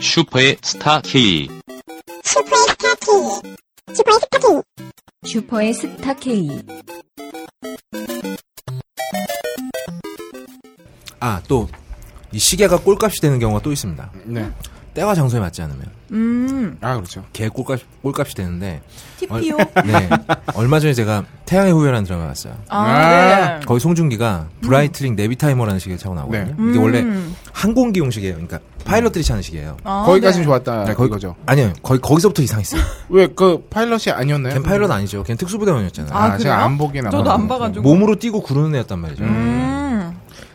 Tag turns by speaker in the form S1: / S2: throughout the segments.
S1: 슈퍼의 스타 K.
S2: 슈퍼의 스타 K. 슈퍼의 스타 K.
S3: 슈퍼의 스타
S4: 네.
S3: K.
S4: 아, 또, 이 시계가 꼴값이 되는 경우가 또 있습니다.
S5: 네.
S4: 때와 장소에 맞지 않으면.
S3: 음,
S5: 아, 그렇죠.
S4: 개 꼴값, 꼴값이 되는데,
S3: TPO.
S4: 네. 얼마 전에 제가 태양의 후예라는 드라마 봤어요.
S3: 아, 네.
S4: 거기 송중기가 브라이트링 네비타이머라는 시계를 차고 나오거든요. 이게 원래
S3: 음.
S4: 항공기용 시계예요. 그러니까 파일럿들이 차는 시계예요.
S3: 아,
S5: 거기까지는
S3: 네.
S5: 좋았다.
S4: 거기-
S5: 이거죠.
S4: 아니요, 거기, 거기서부터 이상했어요.
S5: 왜 그 파일럿이 아니었나요?
S4: 걘 파일럿 아니죠. 걘 특수부대원이었잖아요.
S3: 아,
S5: 아, 제가
S3: 그래요?
S5: 안 보긴 안
S3: 저도 안
S5: 봤는데.
S3: 봐가지고.
S4: 몸으로 뛰고 구르는 애였단 말이죠.
S3: 음.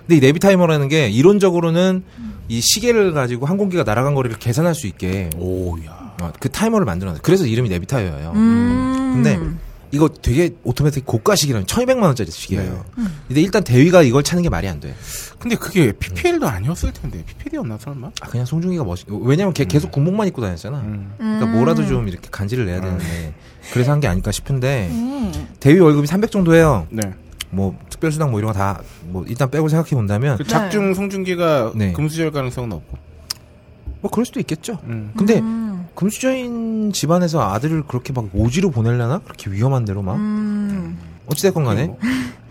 S4: 근데 이 네비타이머라는 게 이론적으로는 이 시계를 가지고 항공기가 날아간 거리를 계산할 수 있게
S5: 오야.
S4: 어, 그 타이머를 만들어놨어요. 그래서 이름이 네비타이어예요.
S3: 음.
S4: 근데
S6: 네.
S4: 이거 되게 오토매틱 고가 시계라는 1200만 원짜리 시계예요.
S5: 네.
S3: 음.
S4: 근데 일단 대위가 이걸 차는 게 말이 안 돼.
S5: 근데 그게 PPL도 아니었을 텐데 PPL이었나 설마?
S4: 아, 그냥 송중기가 멋있. 왜냐면 걔
S5: 음.
S4: 계속 군복만 입고 다녔잖아. 그러니까
S3: 음.
S4: 뭐라도 좀 이렇게 간지를 내야 되는데 그래서 한 게 아닐까 싶은데
S3: 음.
S4: 대위 월급이 300 정도예요.
S5: 네.
S4: 뭐 특별수당 뭐 이런 거 다 뭐 일단 빼고 생각해 본다면
S3: 네.
S5: 그 작중 송중기가
S4: 네.
S5: 금수절 가능성은 없고.
S4: 뭐 그럴 수도 있겠죠.
S5: 음.
S4: 근데 금수저인 집안에서 아들을 그렇게 막 오지로 보내려나? 그렇게 위험한 대로 막
S3: 음.
S4: 어찌됐건 간에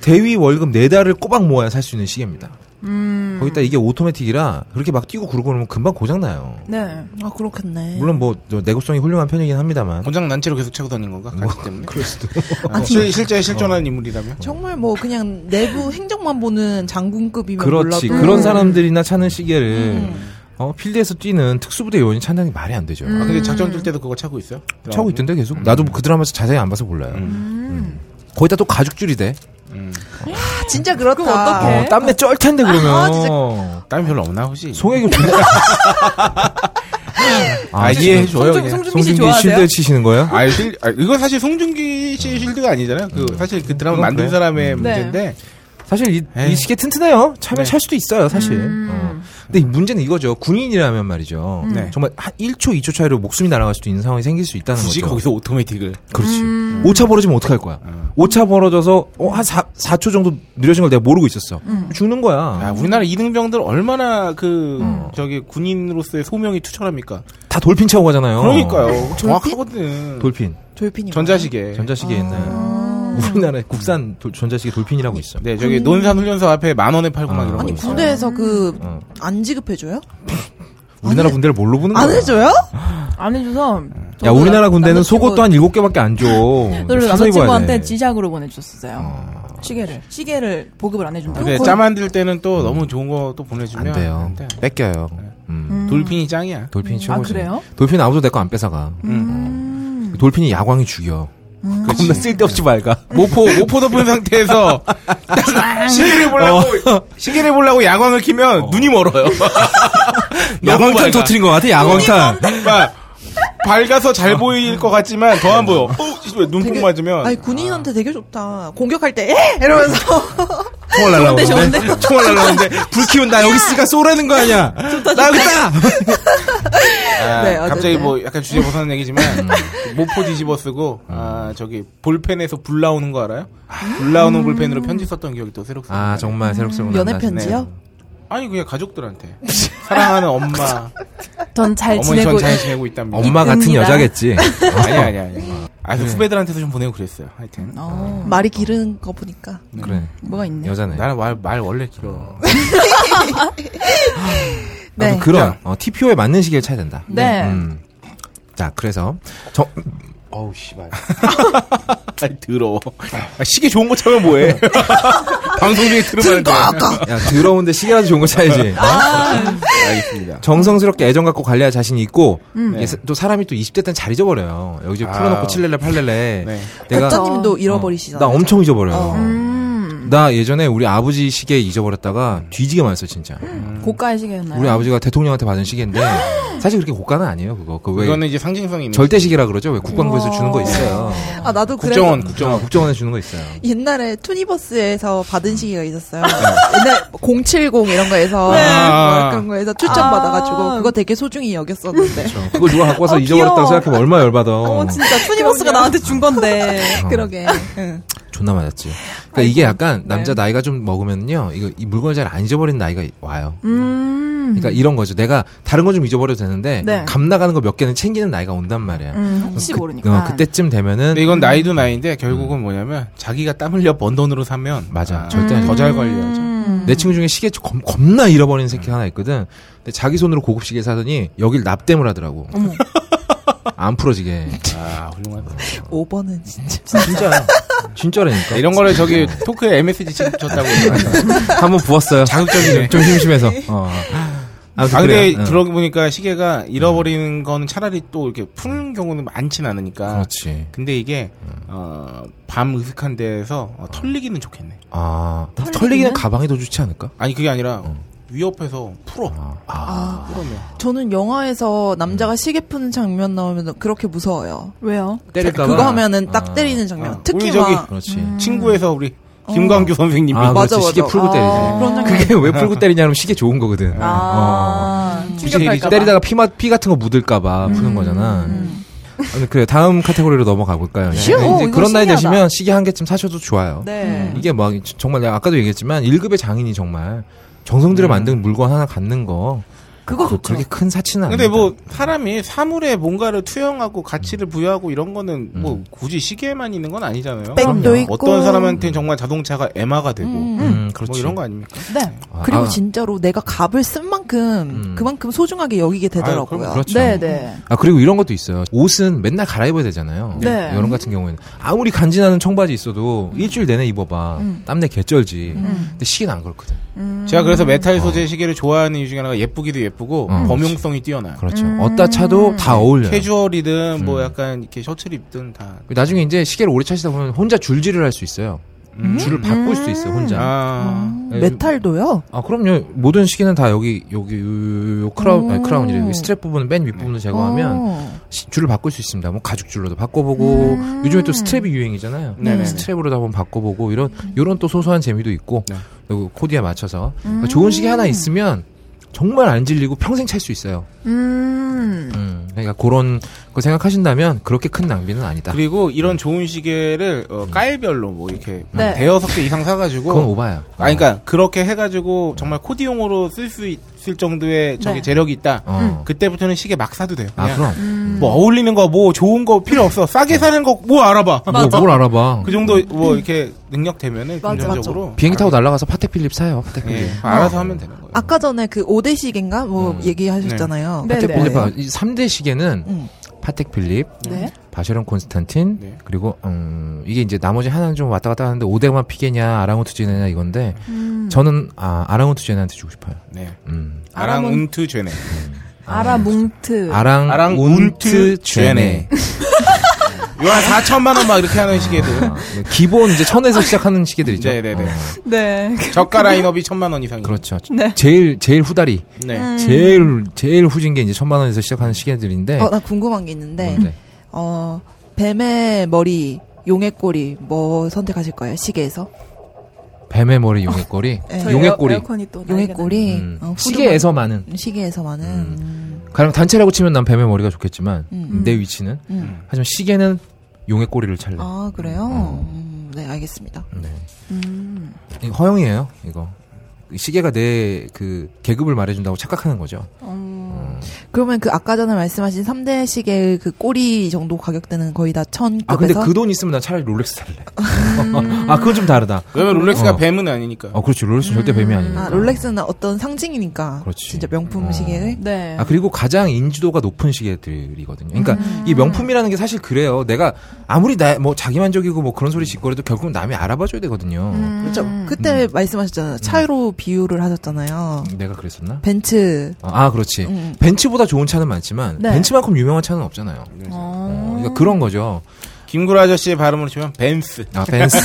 S4: 대위 월급 네 달을 꼬박 모아야 살 수 있는 시계입니다.
S3: 음.
S4: 거기다 이게 오토매틱이라 그렇게 막 뛰고 구르고 그러면 금방 고장 나요.
S3: 네.
S6: 아 그렇겠네.
S4: 물론 뭐 저 내구성이 훌륭한 편이긴 합니다만
S5: 권장 난체로 계속 차고 다닌 건가?
S4: 뭐,
S5: 같이 때문에. 그럴 수도.
S6: 아니.
S5: 실, 실제
S4: 어.
S5: 실존하는 인물이라면.
S6: 정말 뭐 그냥 내부 행정만 보는 장군급이면
S4: 그렇지
S6: 몰라도
S4: 그런 사람들이나 차는 시계를
S6: 음.
S4: 어, 필드에서 뛰는 특수부대 요원이 찬다는 게 말이 안 되죠.
S5: 아,
S3: 음.
S5: 근데 작전 뜰 때도 그거 차고 있어요?
S4: 차고 있던데
S5: 음.
S4: 계속 나도 그 드라마에서 자세히 안 봐서 몰라요.
S3: 음.
S4: 음. 거기다 또 가죽줄이 돼.
S6: 아, 진짜 그렇다.
S3: 그럼 어떡해?
S4: 어,
S3: 네.
S4: 땀내 쩔 텐데 그러면.
S6: 아,
S5: 땀이 별로 없나 보지?
S4: 송혜교 존 아,
S5: 아, 이해해줘요,
S3: 송중-
S4: 이해해줘요.
S3: 그냥. 송중기 씨 좋아하세요?
S4: 실드 치시는 거예요?
S5: 아, 실, 아, 이거 사실 송중기 씨의 실드가 아니잖아요. 그, 사실 그
S4: 음.
S5: 드라마
S4: 그건
S5: 만든
S4: 그래요.
S5: 사람의
S3: 네.
S5: 문제인데.
S4: 사실 이,
S5: 에이.
S4: 이 시계 튼튼해요. 차면
S5: 네.
S4: 찰 수도 있어요, 사실.
S3: 음.
S4: 어. 근데 이 문제는 이거죠. 군인이라면 말이죠.
S5: 네.
S4: 정말 한 1초, 2초 차이로 목숨이 날아갈 수도 있는 상황이 생길 수 있다는
S5: 굳이
S4: 거죠.
S5: 거기서 음. 오토매틱을.
S4: 그렇지.
S3: 음.
S4: 오차 벌어지면 어떡할 거야? 오차 벌어져서 어, 한 4, 4초 정도 느려진 걸 내가 모르고 있었어.
S3: 음.
S4: 죽는 거야.
S5: 아, 우리나라 이등병들 얼마나 그,
S4: 음.
S5: 저기, 군인으로서의 소명이 투철합니까?
S4: 다 돌핀 차고 가잖아요.
S5: 그러니까요. 정확하거든.
S4: 어. 돌핀.
S6: 조이핀이
S5: 전자시계.
S4: 전자시계 옛날. 우리나라에 국산 돌- 전자시계 돌핀이라고 있어.
S5: 네, 저기 논산 훈련소 앞에 만 원에 팔고 막
S4: 아.
S5: 이런 거.
S6: 아니
S5: 있어요.
S6: 군대에서 그 안
S4: 어.
S6: 지급해줘요?
S4: 우리나라 군대를 뭘로 보는 거야?
S6: 안 해줘요?
S3: 안 해줘서
S4: 야, 우리나라 군대는
S6: 아, 남자친구-
S4: 속옷도 한 일곱 개밖에 안 줘.
S3: 저를
S4: 사서 입어야
S3: 남자친구한테
S4: 돼.
S3: 지작으로 보내줬었어요. 시계를 시계를 보급을 안 해준다.
S6: 어,
S5: 근데 짜 만들 때는 또 너무 좋은 거 또 보내주면.
S4: 음. 안 돼요.
S5: 안 돼.
S4: 뺏겨요.
S5: 네.
S4: 음.
S5: 돌핀이 짱이야.
S4: 돌핀이
S3: 아,
S4: 최고지.
S3: 그래요?
S4: 돌핀 아무도 내 거 안 뺏어가.
S5: 음.
S4: 그 돌핀이 야광이 죽여. 겁나
S5: 네.
S4: 쓸데없이 맑아.
S5: 모포, 모포 덮은 상태에서 딱 시계를 보려고,
S4: 어.
S5: 시계를 보려고 야광을 키면 눈이 멀어요. 너무
S4: 야광탄
S5: 밝아.
S4: 터트린 것 같아,
S5: 음.
S4: 야광탄.
S5: 막 그러니까 밝아서
S4: 어.
S5: 잘 보일 것 같지만 더 안 보여. 어, 씨, 왜 눈뽕 맞으면
S6: 아니 군인한테 되게 좋다. 공격할 때
S4: 음.
S6: 에? 이러면서
S4: 총알 날라오는데. 총알 날라오는데. 불 키운 나 여기 있으니까 쏘라는 거 아니야. 나 여기 있다!
S5: 아,
S6: 네, 어쨌든.
S5: 갑자기 뭐 약간 주제 벗어난 얘기지만 음, 모포 뒤집어 쓰고 아 저기 볼펜에서 불 나오는 거 알아요? 불 나오는 볼펜으로 편지 썼던 기억이 또 새록새록.
S4: 아, 정말 새록새록.
S6: 연애
S4: 난다.
S6: 편지요?
S5: 아니 그냥 가족들한테 사랑하는 엄마,
S3: 전 잘
S5: 어머니
S3: 지내고
S5: 전 잘 지내고 있답니다.
S4: 엄마 네. 같은
S3: 읍니다.
S4: 여자겠지.
S5: 아니 아니 아니. 아, 그 후배들한테도 좀 보내고 그랬어요. 하여튼
S3: 어,
S4: 음.
S6: 말이 기른 거 보니까
S4: 그래.
S3: 뭐가 있네.
S4: 여자네.
S5: 나는 말, 말 원래 길어.
S4: 나도
S3: 네.
S4: 그런 어, TPO에 맞는 시계를 차야 된다.
S3: 네.
S4: 음. 자, 그래서 저
S5: 어우 씨발. 아니 더러워. 아, 시계 좋은 거 차면 뭐해? 방송 중에 들으면 안 돼.
S4: 야, 더러운데 시계라도 좋은 거 차야지. 어?
S5: 알겠습니다.
S4: 정성스럽게 애정 갖고 관리할 자신이 있고 이게
S5: 네.
S4: 사- 또 사람이 또 20대 때는 잘 잊어버려요. 여기 저
S5: 아.
S4: 풀어놓고 칠렐레 팔렐레.
S5: 네.
S4: 내가
S6: 거짜님도
S4: 나
S6: 잃어버리시잖아요.
S4: 엄청 잊어버려요.
S6: 어.
S3: 음,
S4: 나 예전에 우리 아버지 시계 잊어버렸다가 뒤지게 맞았어 진짜.
S6: 음.
S3: 고가의 시계였나요?
S4: 우리 아버지가 대통령한테 받은 시계인데 사실 그렇게 고가는 아니에요 그거. 그왜
S5: 이거는 이제 상징성이 있는
S4: 절대 시계라 그러죠? 왜 국방부에서 주는 거 있어요.
S6: 아 나도 그래서
S5: 국정원
S4: 어,
S5: 국정원
S4: 국정원에 주는 거 있어요.
S6: 옛날에 투니버스에서 받은 시기가 있었어요.
S4: 네.
S6: 옛날 070 이런 거에서 뭐 그런 거에서 추천
S3: 아.
S6: 받아가지고 그거 되게 소중히 여겼었는데
S4: 어, 그걸 누가 갖고 와서 잊어버렸다고 생각하면 얼마나 열받아.
S3: 어,
S6: 진짜 투니버스가 나한테 준 건데 그러게. 응.
S4: 존나 맞았지.
S3: 네.
S4: 그러니까 이게 약간 남자 나이가 좀 먹으면요, 이거 이 물건을 잘 안 잊어버리는 나이가 와요.
S3: 음,
S4: 그러니까 이런 거죠. 내가 다른 거 좀 잊어버려도 되는데
S3: 네.
S4: 감 나가는 거 몇 개는 챙기는 나이가 온단 말이야.
S3: 음, 혹시
S4: 그,
S3: 모르니까.
S4: 때쯤 되면은
S5: 근데 이건 나이도 나이인데 결국은 뭐냐면 자기가 땀 흘려 번 돈으로 사면
S4: 음. 맞아. 음.
S5: 아,
S4: 절대 안
S5: 더잘 관리하죠.
S3: 음.
S4: 내 친구 중에 시계 겁, 겁나 잃어버린 새끼 하나 있거든. 근데 자기 손으로 고급 시계 사더니 여길 납땜을 하더라고. 안 풀어지게.
S5: 아 훌륭하다.
S6: 5번은 진짜.
S4: 진짜 진짜라니까.
S5: 이런 거를 저기 토크에 MSG
S4: 아,
S5: 쳤다고.
S4: 한번 부었어요.
S5: 자극적이네.
S4: 좀 심심해서. 어. 아무튼
S5: 아 근데
S4: 그래요. 음. 응.
S5: 들어보니까 시계가 잃어버리는 건 차라리 또 이렇게 푸는 경우는 많진 않으니까.
S4: 그렇지. 음.
S5: 근데 이게 어, 밤 으슥한 데에서 어, 털리기는 좋겠네.
S4: 아
S3: 털리기는?
S4: 털리기는 가방이 더 좋지 않을까?
S5: 아니 그게 아니라 위협해서 풀어.
S4: 음. 아,
S6: 아,
S5: 풀으면.
S6: 저는 영화에서 남자가 시계 푸는 장면 나오면 그렇게 무서워요.
S3: 왜요?
S4: 때릴까봐.
S6: 그거 하면은 딱
S4: 아.
S6: 때리는 장면.
S5: 아,
S6: 특히
S5: 우리 저기-
S6: 막
S4: 그렇지.
S5: 친구에서 우리
S3: 음. 어.
S5: 김광규 선생님이
S4: 아,
S6: 맞아,
S4: 그렇지. 시계
S6: 맞아.
S4: 풀고
S6: 아.
S4: 때리지.
S3: 그런 장면.
S4: 그게 왜 풀고 때리냐면 시계 좋은 거거든. 어.
S3: 아, 충격할까봐. 음.
S4: 때리다가 피, 맛- 피 같은 거 묻을까봐 푸는 거잖아. 아무튼 그래요. 다음 카테고리로 넘어가 볼까요?
S3: 쉬워.
S4: 이제
S3: 네. 이거
S4: 그런 나이
S3: 신기하다.
S4: 되시면 시계 한 개쯤 사셔도 좋아요.
S6: 네.
S4: 이게 막 정말 내가 아까도 얘기했지만 1급의 장인이 정말 정성들여 만든 물건 하나 갖는 거
S3: 음. 그거
S4: 그-
S3: 좋죠.
S4: 그렇게 큰 사치는 아니다.
S5: 근데 뭐 사람이 사물에 뭔가를 투영하고 가치를 부여하고 이런 거는
S4: 음.
S5: 뭐 굳이 시계만 있는 건 아니잖아요.
S6: 백도 있고.
S5: 어떤 사람한테는 정말 자동차가 애마가 되고
S4: 음, 그렇지.
S5: 뭐 이런 거 아닙니까?
S3: 네.
S4: 아,
S6: 그리고
S4: 아,
S6: 진짜로 내가 값을 쓴 만큼
S4: 음.
S6: 그만큼 소중하게 여기게 되더라고요.
S5: 그럼
S4: 그렇죠.
S3: 네, 네.
S4: 아 그리고 이런 것도 있어요. 옷은 맨날 갈아입어야 되잖아요.
S3: 네.
S4: 여름 같은 경우에는 아무리 간지나는 청바지 있어도 일주일 내내 입어봐 땀내 개쩔지. 근데 시계는 안 그렇거든.
S5: 제가 그래서 메탈 소재 시계를 좋아하는 이유 중에 하나가 예쁘기도 예쁘고
S4: 어,
S5: 범용성이 뛰어나요.
S4: 그렇죠. 음. 어디다 차도 다 어울려요.
S5: 캐주얼이든 뭐 약간 이렇게 셔츠를 입든 다.
S4: 나중에 이제 시계를 오래 차시다 보면 혼자 줄질을 할 수 있어요. 음? 줄을 바꿀 수 있어요, 혼자.
S5: 음? 아,
S4: 예,
S6: 메탈도요?
S4: 아, 그럼요. 모든 시계는 다 여기, 여기, 요, 요 크라운, 아니, 크라운이래. 여기 스트랩 부분, 맨 윗부분을 제거하면
S6: 어.
S4: 시- 줄을 바꿀 수 있습니다. 뭐 가죽줄로도 바꿔보고, 요즘에 또 스트랩이 유행이잖아요.
S5: 네네네.
S4: 스트랩으로도 한번 바꿔보고, 이런, 요런 또 소소한 재미도 있고,
S5: 네.
S4: 그리고 코디에 맞춰서. 그러니까 좋은 시계 하나 있으면 정말 안 질리고 평생 찰 수 있어요.
S3: 음.
S4: 음, 그러니까 그런 거 생각하신다면 그렇게 큰 낭비는 아니다.
S5: 그리고
S4: 음.
S5: 이런 좋은 시계를 어, 깔별로 뭐 이렇게
S3: 네.
S5: 대여섯 개 이상
S4: 그건
S5: 사가지고
S4: 오바야.
S5: 아, 그러니까 그렇게 해가지고 정말 코디용으로 쓸 수 있을 정도의 저기
S3: 네.
S5: 재력이 있다.
S4: 어.
S5: 그때부터는 시계 막 사도 돼요.
S4: 아,
S5: 그냥
S4: 그럼.
S3: 음.
S4: 네.
S5: 뭐 어울리는 거 뭐 좋은 거 필요 없어. 싸게 사는 거 뭐 알아봐.
S4: 뭐, 뭘 알아봐.
S5: 그 정도 뭐 이렇게 능력 되면은
S3: 맞아,
S5: 금전적으로
S4: 비행기 네. 타고 날아가서 파텍 필립 사요. 파텍 필립.
S5: 예, 알아서 하면 되는 거예요.
S6: 아까 전에 그 5대 시계인가 뭐
S4: 음.
S6: 얘기하셨잖아요.
S3: 네.
S4: 파텍
S3: 네네.
S4: 필립. 이 3대 시계는
S6: 음.
S4: 파텍 필립,
S3: 네.
S4: 바쉐론 콘스탄틴,
S5: 네.
S4: 그리고 음, 이게 이제 나머지 하나는 좀 왔다 갔다 하는데 오데마 피게냐, 아랑우트 제네냐 이건데
S3: 음.
S4: 저는 아, 아랑우트 제네한테 주고 싶어요.
S5: 네.
S4: 음.
S5: 아랑운트 죄네.
S3: 아라뭉트.
S4: 아, 네. 아랑,
S5: 아랑운트
S4: 운트
S5: 죄네.
S4: 제네.
S5: 요한 4천만 원 막 이렇게 하는 시계들.
S4: 아, 네. 기본 이제 천에서 시작하는 시계들이죠.
S5: 네네네.
S4: 어,
S3: 네.
S5: 저가 라인업이 천만 원 이상이에요.
S4: 그렇죠.
S3: 네.
S4: 제일 제일 후다리,
S5: 네.
S3: 음.
S4: 제일 제일 후진 게 이제 천만 원에서 시작하는 시계들인데.
S6: 어, 나 궁금한 게
S3: 네.
S6: 있는데,
S4: 네. 뭔데?
S6: 어, 뱀의 머리, 용의 꼬리, 뭐 선택하실 거예요? 시계에서?
S4: 뱀의 머리, 용의 꼬리,
S6: 네.
S3: 저희
S4: 용의
S3: 에어-
S4: 꼬리.
S3: 에어컨이 또
S6: 용의
S3: 날개가-
S6: 꼬리?
S4: 음.
S6: 어, 후드만-
S4: 시계에서만은 음.
S6: 시계에서만은.
S4: 가령 단체라고 치면 난 뱀의 머리가 좋겠지만 음, 내 위치는
S6: 음.
S4: 하지만 시계는 용의 꼬리를 찰래.
S6: 아, 그래요? 음, 네, 알겠습니다.
S4: 네.
S6: 음.
S4: 이거 허영이에요 이거 시계가 내 그 계급을 말해준다고 착각하는 거죠.
S6: 그러면 그 아까 전에 말씀하신 3대 시계의 그 꼬리 정도 가격대는 거의 다
S4: 아 근데
S6: 1000급에서
S4: 그 돈 있으면 난 차라리 롤렉스 살래. 아 그건 좀 다르다.
S5: 왜냐면 롤렉스가
S4: 어.
S5: 뱀은 아니니까.
S4: 어 그렇지 롤렉스 는 절대 뱀이 아니니까.
S6: 아, 롤렉스는 어떤 상징이니까.
S4: 그렇지.
S6: 진짜 명품 시계의
S3: 네.
S4: 아, 그리고 가장 인지도가 높은 시계들이거든요. 그러니까
S6: 음.
S4: 이 명품이라는 게 사실 그래요. 내가 아무리 나 뭐 자기만족이고 뭐 그런 소리 짓거려도 결국 남이 알아봐줘야 되거든요.
S6: 그렇죠. 그때
S4: 음.
S6: 말씀하셨잖아요. 차로 비유를 하셨잖아요.
S4: 내가 그랬었나?
S6: 벤츠.
S4: 아, 아, 그렇지.
S6: 음.
S4: 벤츠보다 좋은 차는 많지만
S3: 네.
S4: 벤츠만큼 유명한 차는 없잖아요.
S5: 네.
S4: 어, 그러니까 그런 거죠.
S5: 김구라 아저씨의 발음으로 치면 벤스.
S4: 아, 벤츠.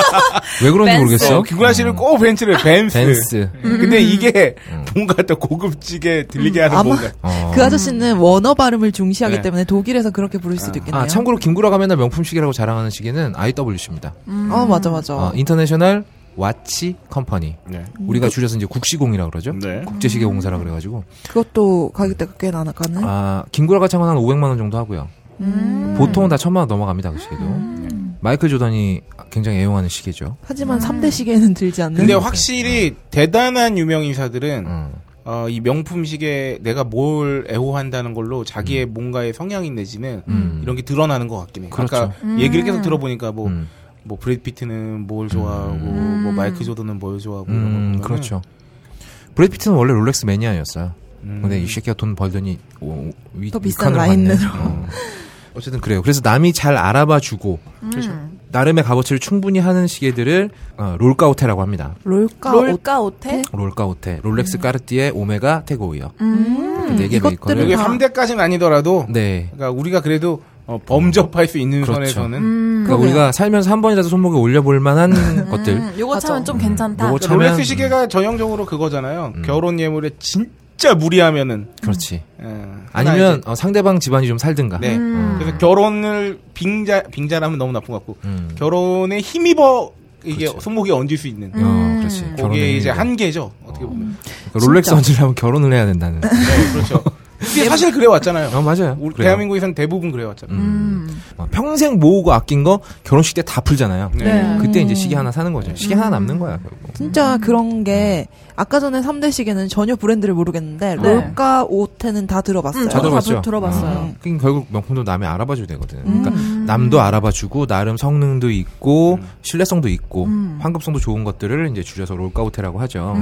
S4: 왜 그런지 모르겠어.
S5: 어, 김구라 씨는 꼭 벤츠를 벤스.
S4: 벤츠.
S6: 그
S5: 근데 이게
S4: 음.
S5: 뭔가 더 고급지게 들리게 하는
S6: 음. 아마-
S5: 뭔가.
S4: 어.
S6: 그 아저씨는 원어 발음을 중시하기
S5: 네.
S6: 때문에 독일에서 그렇게 부를 수도 있겠네요.
S4: 아, 참고로 김구라가 맨날 명품 시계라고 자랑하는 시계는 IWC입니다.
S6: 어, 맞아, 맞아.
S4: 어, 인터내셔널 와치 컴퍼니.
S5: 네.
S6: 음.
S4: 우리가 줄여서 이제 국시공이라고 그러죠.
S5: 네.
S4: 국제시계 공사라 그래가지고
S6: 그것도 가격대가 꽤 나가는.
S4: 아 김구라가 창원한 500만 원 정도 하고요.
S6: 음.
S4: 보통은 다 천만 원 넘어갑니다 그 시계도. 마이클 조던이 굉장히 애용하는 시계죠.
S6: 음. 하지만 3대 시계는 들지 않는.
S5: 근데 확실히 대단한 유명 인사들은
S4: 음.
S5: 어, 이 명품 시계 내가 뭘 애호한다는 걸로 자기의
S4: 음.
S5: 뭔가의 성향이 내지는 이런 게 드러나는 것 같긴 해요.
S4: 그렇죠.
S5: 아까
S6: 음.
S5: 얘기를 계속 들어보니까 뭐,
S4: 음.
S5: 뭐 브래드 피트는 뭘 좋아하고
S6: 음.
S5: 뭐 마이크 조던은 뭘 좋아하고 이런 거
S4: 음,
S5: 보면은
S4: 그렇죠. 브래드 피트는 원래 롤렉스 매니아였어요.
S5: 음.
S4: 근데 이 새끼가 돈 벌더니 오, 위,
S6: 더 비싼
S4: 위칸으로
S6: 라인으로.
S4: 갔네. 어. 어쨌든 그래요. 그래서 남이 잘 알아봐주고
S5: 그렇죠.
S6: 음.
S4: 나름의 값어치를 충분히 하는 시계들을 어, 롤카우테라고 합니다.
S6: 롤까 옷-
S3: 롤까 오테?
S4: 롤카우테, 롤렉스 까르띠에, 오메가, 테고이요.
S6: 음,
S4: 네 개의
S6: 이것들은
S4: 메이커를-
S5: 이게
S6: 다-
S5: 3대까지는 아니더라도
S4: 네.
S5: 그러니까 우리가 그래도 어, 범접할 수 있는
S4: 그렇죠.
S5: 선에서는
S6: 음.
S4: 그러니까 우리가 살면서 한 번이라도 손목에 올려볼 만한 것들.
S3: 음, 요거
S6: 맞아.
S3: 차면 좀 괜찮다.
S4: 요거
S5: 그러니까
S4: 참여한-
S5: 롤렉스 시계가 전형적으로 그거잖아요.
S4: 음.
S5: 결혼 예물에 진짜 무리하면은
S4: 그렇지.
S5: 예, 하나
S4: 아니면
S5: 이제-
S4: 어, 상대방 집안이 좀 살든가.
S5: 네.
S4: 음.
S5: 그래서 결혼을 빙자 빙자라면 너무 나쁜 것 같고
S4: 음.
S5: 결혼에 힘입어 이게
S4: 그렇죠.
S5: 손목에 얹을 수 있는
S4: 어, 그렇지. 결혼의
S5: 음. 그게 이제
S4: 의미가.
S5: 한계죠. 어떻게 보면
S4: 그러니까 롤렉스 얹으려면 결혼을 해야 된다는.
S5: 네, 그렇죠. 이게 사실 그래 왔잖아요.
S4: 어, 맞아요.
S5: 우리
S4: 그래요.
S5: 대한민국에서는 대부분 그래 왔잖아요.
S4: 음. 어, 평생 모으고 아낀 거 결혼식 때 다 풀잖아요.
S5: 네.
S4: 그때 이제 시계 하나 사는 거죠. 시계 하나 남는 거야. 결국.
S6: 진짜
S3: 음.
S6: 그런 게 아까 전에 3대 시계는 전혀 브랜드를 모르겠는데
S3: 네.
S6: 롤까 오테는 다 들어봤어요.
S3: 음,
S4: 다
S3: 저도 다
S4: 들어봤죠?
S3: 들어봤어요.
S4: 어. 그러니까 결국 명품도 남이 알아봐줘야 되거든.
S6: 음.
S3: 음.
S4: 그러니까 남도 알아봐주고 나름 성능도 있고
S5: 음.
S4: 신뢰성도 있고 환급성도 좋은 것들을 이제 줄여서 롤카우테라고 하죠.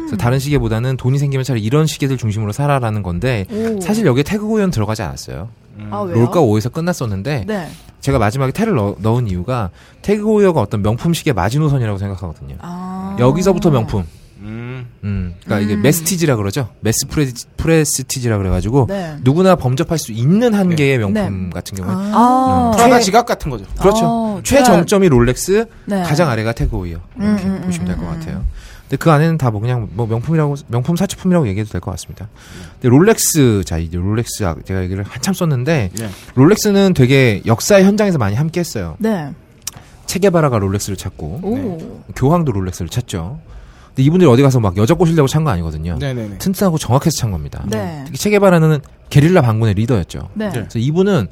S4: 그래서 다른 시계보다는 돈이 생기면 차라리 이런 시계들 중심으로 살아라는 건데
S3: 오.
S4: 사실 여기에 태그 고연 들어가지 않았어요.
S3: 아, 왜요?
S4: 롤카 5에서 끝났었는데
S3: 네.
S4: 제가 마지막에 태를 넣, 은 이유가 태그 고연가 어떤 명품 시계 마지노선이라고 생각하거든요.
S3: 아.
S4: 여기서부터 명품.
S5: 음.
S4: 음, 그러니까 이게 메스티지라 그러죠. 메스 프레, 프레스티지라 그래가지고
S3: 네.
S4: 누구나 범접할 수 있는 한계의 명품
S3: 네.
S4: 같은 경우에
S3: 아.
S6: 네.
S4: 음.
S5: 프라다
S4: 최-
S5: 지갑 같은 거죠.
S4: 그렇죠.
S3: 어,
S4: 최정점이 롤렉스,
S3: 네.
S4: 가장 아래가 태그오이요. 이렇게
S3: 음, 음,
S4: 보시면 될
S3: 음,
S4: 것
S3: 음.
S4: 같아요. 근데 그 안에는 다 뭐 그냥 뭐 명품이라고 명품 사치품이라고 얘기해도 될 것 같습니다. 근데 롤렉스 자 이제 롤렉스 아- 제가 얘기를 한참 썼는데
S5: 네.
S4: 롤렉스는 되게 역사의 현장에서 많이 함께했어요.
S3: 네.
S4: 체게바라가 롤렉스를 찾고
S3: 오.
S5: 네.
S4: 교황도 롤렉스를 찾죠. 근데 이분들이 어디 가서 막 여자 꼬시려고 찬 거 아니거든요.
S5: 네네네.
S4: 튼튼하고 정확해서 찬 겁니다.
S3: 네.
S4: 특히 체게바라는 게릴라 반군의 리더였죠.
S3: 네.
S5: 네.
S4: 그래서 이분은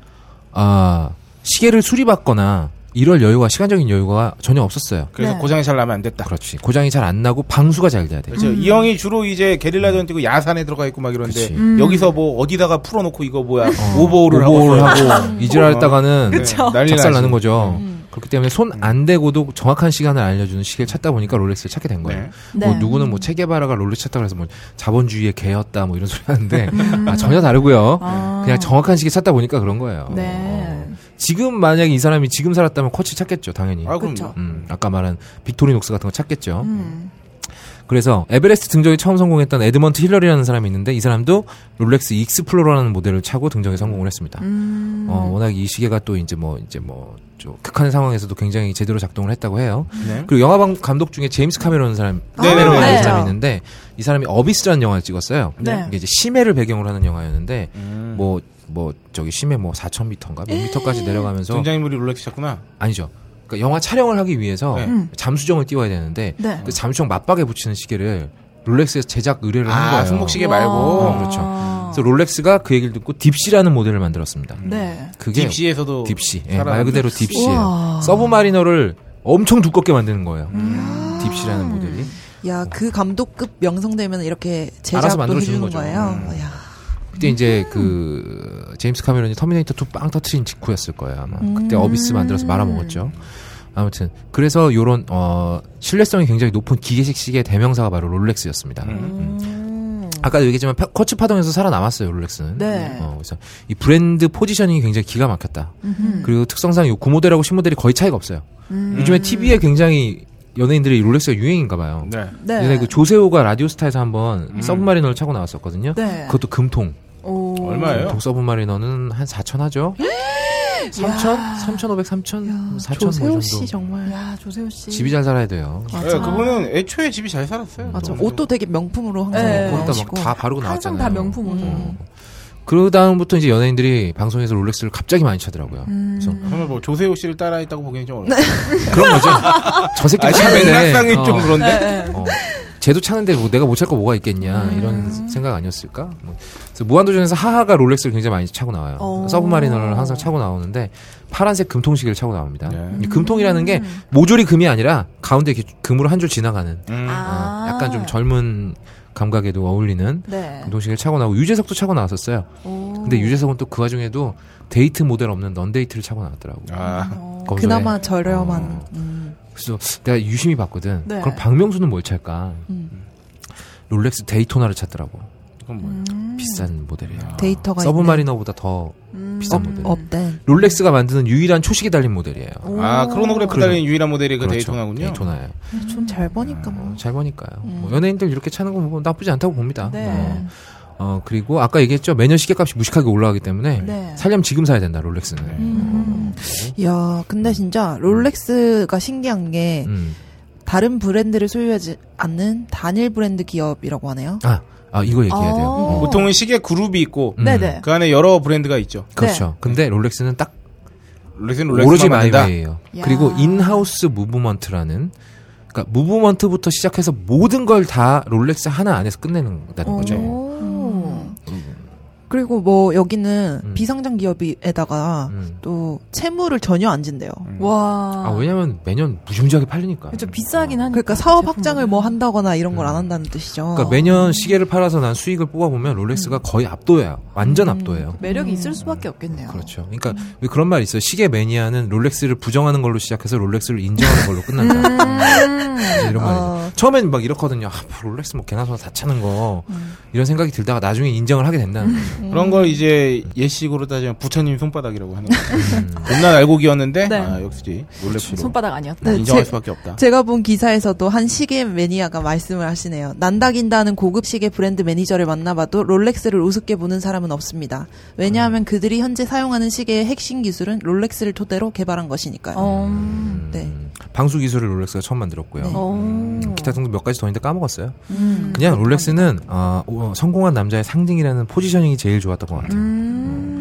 S4: 아 시계를 수리받거나 이럴 여유가 시간적인 여유가 전혀 없었어요.
S5: 그래서
S3: 네.
S5: 고장이 잘 나면 안 됐다.
S4: 그렇지 고장이 잘 안 나고 방수가 잘 돼야 돼.
S5: 그렇죠. 이 형이 주로 이제 게릴라전 뛰고 야산에 들어가 있고 막 이런데
S4: 음. 그치.
S5: 여기서 뭐 어디다가 풀어놓고 이거 뭐야 오버홀을
S4: 오버홀
S5: 하고
S4: 하고 이질했다가는
S5: 음. 어. 그쵸. 난리
S4: 작살
S5: 나지. 음.
S4: 나는 거죠. 그렇기 때문에 손 안 대고도 정확한 시간을 알려주는 시계를 찾다 보니까 롤렉스를 찾게 된 거예요.
S5: 네.
S4: 뭐
S3: 네.
S4: 누구는 뭐 체게바라가 롤렉스 찾다 그래서 뭐 자본주의의 개였다 뭐 이런 소리 하는데
S5: 음.
S4: 아, 전혀 다르고요.
S3: 아.
S4: 그냥 정확한 시계 찾다 보니까 그런 거예요.
S3: 네.
S4: 어. 지금 만약에 이 사람이 지금 살았다면 코치 찾겠죠, 당연히.
S5: 아 그럼
S3: 그쵸.
S4: 음, 아까 말한 빅토리녹스 같은 거 찾겠죠.
S3: 음.
S4: 그래서 에베레스트 등정에 처음 성공했던 에드먼트 힐러리라는 사람이 있는데 이 사람도 롤렉스 익스플로러라는 모델을 차고 등정에 성공을 했습니다.
S3: 음.
S4: 어, 워낙 이 시계가 또 이제 뭐 이제 뭐좀 극한 상황에서도 굉장히 제대로 작동을 했다고 해요.
S5: 네.
S4: 그리고 영화 방- 감독 중에 제임스 카메론 사람
S3: 아,
S5: 네, 네,
S4: 카메론이라는
S5: 네.
S4: 사람이 있는데 이 사람이 어비스라는 영화를 찍었어요.
S3: 네.
S4: 이게 이제 심해를 배경으로 하는 영화였는데
S5: 음.
S4: 뭐 뭐 저기 심해 뭐 4,000m인가
S3: 음.
S4: 100m까지 내려가면서
S5: 등장인물이 롤렉스 찾구나.
S4: 아니죠. 그러니까 영화 촬영을 하기 위해서
S5: 네.
S3: 음.
S4: 잠수정을 띄워야 되는데
S3: 네.
S4: 그 잠수정 맞박에 붙이는 시계를 롤렉스에서 제작 의뢰를 한
S5: 아
S4: 거예요.
S5: 승목시계 말고
S4: 어, 그렇죠. 그래서 롤렉스가 그 얘기를 듣고 딥시라는 모델을 만들었습니다.
S3: 네.
S4: 그게
S5: 딥시에서도
S4: 딥시. 예,
S5: 살아남는-
S4: 말 그대로 딥시예요.
S3: 우와.
S4: 서브마리너를 엄청 두껍게 만드는 거예요.
S3: 음.
S4: 딥시라는
S3: 아.
S4: 모델이.
S6: 야, 그 감독급 명성되면 이렇게
S4: 알아서
S6: 제작도
S4: 만들어주는
S6: 해주는
S4: 거죠.
S6: 거예요.
S4: 음.
S6: 야.
S4: 그때 이제 그 제임스 카메론이 터미네이터 2 빵 터트린 직후였을 거예요 아마 그때
S3: 음.
S4: 어비스 만들어서 말아먹었죠 아무튼 그래서 요런 어 신뢰성이 굉장히 높은 기계식 시계의 대명사가 바로 롤렉스였습니다 음. 아까도 얘기했지만 파- 커츠 파동에서 살아남았어요 롤렉스는
S3: 네.
S4: 어, 그래서 이 브랜드 포지셔닝이 굉장히 기가 막혔다 그리고 특성상 요 구모델하고 신모델이 거의 차이가 없어요 요즘에 TV에 굉장히 연예인들이 롤렉스가 유행인가 봐요
S5: 네. 음.
S3: 네.
S4: 예전에 그 조세호가 라디오스타에서 한번 서브마리너를 차고 나왔었거든요
S3: 네.
S4: 그것도 금통
S3: 오.
S5: 얼마예요?
S4: 보통 서브마리너는 한 4천 하죠? 3천? 3,500, 3천? 4천 뭐
S6: 조세호
S4: 정도.
S6: 씨 정말.
S3: 야, 조세호 씨.
S4: 집이 잘 살아야 돼요.
S5: 예,
S3: 맞아.
S5: 그분은 애초에 집이 잘 살았어요.
S6: 맞아.
S5: 너무
S6: 옷도 되게 명품으로 항상
S3: 네.
S6: 입고
S4: 음. 거기다
S6: 다니시고.
S4: 어, 막 다 바르고
S3: 항상
S4: 나왔잖아요.
S3: 다 명품 음. 옷.
S4: 어. 그 다음부터 이제 연예인들이 방송에서 롤렉스를 갑자기 많이 차더라고요.
S6: 음.
S4: 그래서
S5: 정말 뭐 조세호 씨를 따라했다고 보기엔 좀 어렵다.
S4: 그런 거죠. 저 새끼
S5: 아, 지금
S4: 네. 차이네.
S5: 맥락상이 좀
S4: 어.
S5: 그런데.
S4: 어. 쟤도 차는데 뭐 내가 못 찰 거 뭐가 있겠냐
S6: 음.
S4: 이런 생각 아니었을까? 뭐. 그래서 무한도전에서 하하가 롤렉스를 굉장히 많이 차고 나와요.
S6: 어.
S4: 서브마리너를 항상 차고 나오는데 파란색 금통시계를 차고 나옵니다.
S5: 네.
S4: 이 금통이라는 게
S6: 음.
S4: 모조리 금이 아니라 가운데 이렇게 금으로 한 줄 지나가는
S5: 음.
S4: 어,
S1: 아.
S4: 약간
S3: 아.
S4: 좀 젊은 감각에도 어울리는
S6: 아. 네.
S4: 금통시계를 차고 나오고 유재석도 차고 나왔었어요.
S6: 오.
S4: 근데 유재석은 또 그 와중에도 데이트 모델 없는 넌데이트를 차고 나왔더라고.
S5: 아,
S3: 어.
S4: 검소에.
S6: 그나마 저렴한.
S4: 어.
S6: 음.
S4: 그래서 내가 유심히 봤거든.
S3: 네.
S4: 그럼 박명수는 뭘 찰까?
S6: 음.
S4: 롤렉스 데이토나를 찾더라고.
S5: 이건 뭐야?
S4: 비싼
S5: 아.
S4: 모델이야.
S6: 데이터가
S4: 서브마리너보다 더
S3: 음.
S4: 비싼
S6: 있네.
S4: 모델.
S6: 업된.
S4: 롤렉스가 만드는 유일한 초식이 달린 모델이에요.
S5: 아, 크로노그래프
S4: 그렇죠. 그래서-
S5: 달린 유일한 모델이 그 데이토나군요.
S4: 데이토나예요.
S6: 좀잘 보니까
S4: 어,
S6: 뭐.
S4: 잘 보니까요. 뭐 연예인들 이렇게 차는 거 보면 나쁘지 않다고 봅니다.
S3: 네.
S4: 어. 어, 그리고 아까 얘기했죠. 매년 시계값이 무식하게 올라가기 때문에
S6: 네.
S4: 살려면 지금 사야 된다. 롤렉스는.
S6: 음. 야, 근데 진짜 롤렉스가 신기한 게
S4: 음.
S6: 다른 브랜드를 소유하지 않는 단일 브랜드 기업이라고 하네요.
S4: 아, 아, 이거 얘기해야 돼요.
S3: 어.
S4: 어.
S5: 보통은 시계 그룹이 있고
S4: 음.
S6: 네네.
S5: 그 안에 여러 브랜드가 있죠.
S4: 그렇죠. 근데 롤렉스는 딱
S5: 롤렉스는
S4: 오로지
S5: 롤렉스만 만든다.
S4: 마이웨이예요.
S6: 야.
S4: 그리고 인하우스 무브먼트라는 그러니까 무브먼트부터 시작해서 모든 걸 다 롤렉스 하나 안에서 끝내는다는
S6: 어.
S4: 거죠.
S6: 오. 그리고 뭐 여기는
S4: 음.
S6: 비상장 기업에다가
S4: 음.
S6: 또 채무를 전혀 안 진대요.
S3: 와.
S4: 아, 왜냐면 매년 무지무지하게 팔리니까.
S3: 그렇죠. 비싸긴 하니까.
S6: 그러니까 사업
S3: 제품은.
S6: 확장을 뭐 한다거나 이런 걸 안 한다는 뜻이죠.
S4: 음. 그러니까 매년 시계를 팔아서 난 수익을 뽑아보면 롤렉스가 거의 압도예요. 완전 압도예요.
S3: 매력이 있을 수밖에 없겠네요.
S4: 음. 그렇죠. 그러니까 왜 그런 말이 있어요. 시계 매니아는 롤렉스를 부정하는 걸로 시작해서 롤렉스를 인정하는 걸로 끝난다. 그래서
S3: 음.
S4: 이런 말이
S6: 어.
S4: 죠 처음엔 막 이렇거든요. 아, 롤렉스 뭐 개나 소나 다 차는 거
S3: 음.
S4: 이런 생각이 들다가 나중에 인정을 하게 된다는 거죠.
S6: 음.
S5: 그런 걸 이제 예식으로 따지면 부처님 손바닥이라고 하는
S4: 음.
S5: 거죠. 존나 알곡이었는데
S3: 네.
S5: 아, 역시 롤렉스로
S3: 손바닥 아니었다.
S6: 네,
S5: 인정할
S6: 제-
S5: 수밖에 없다.
S6: 제가 본 기사에서도 한 시계 매니아가 말씀을 하시네요. 난다긴다는 고급 시계 브랜드 매니저를 만나봐도 롤렉스를 우습게 보는 사람은 없습니다. 왜냐하면 그들이 현재 사용하는 시계의 핵심 기술은 롤렉스를 토대로 개발한 것이니까요.
S3: 어.
S4: 음.
S6: 네.
S4: 방수 기술을 롤렉스가 처음 만들었고요. 음,
S3: 어.
S4: 기타 등등 몇 가지 더 있는데 까먹었어요.
S3: 음.
S4: 그냥 롤렉스는 어, 어, 성공한 남자의 상징이라는 포지셔닝이 제일 좋았던 것 같아요.
S3: 음.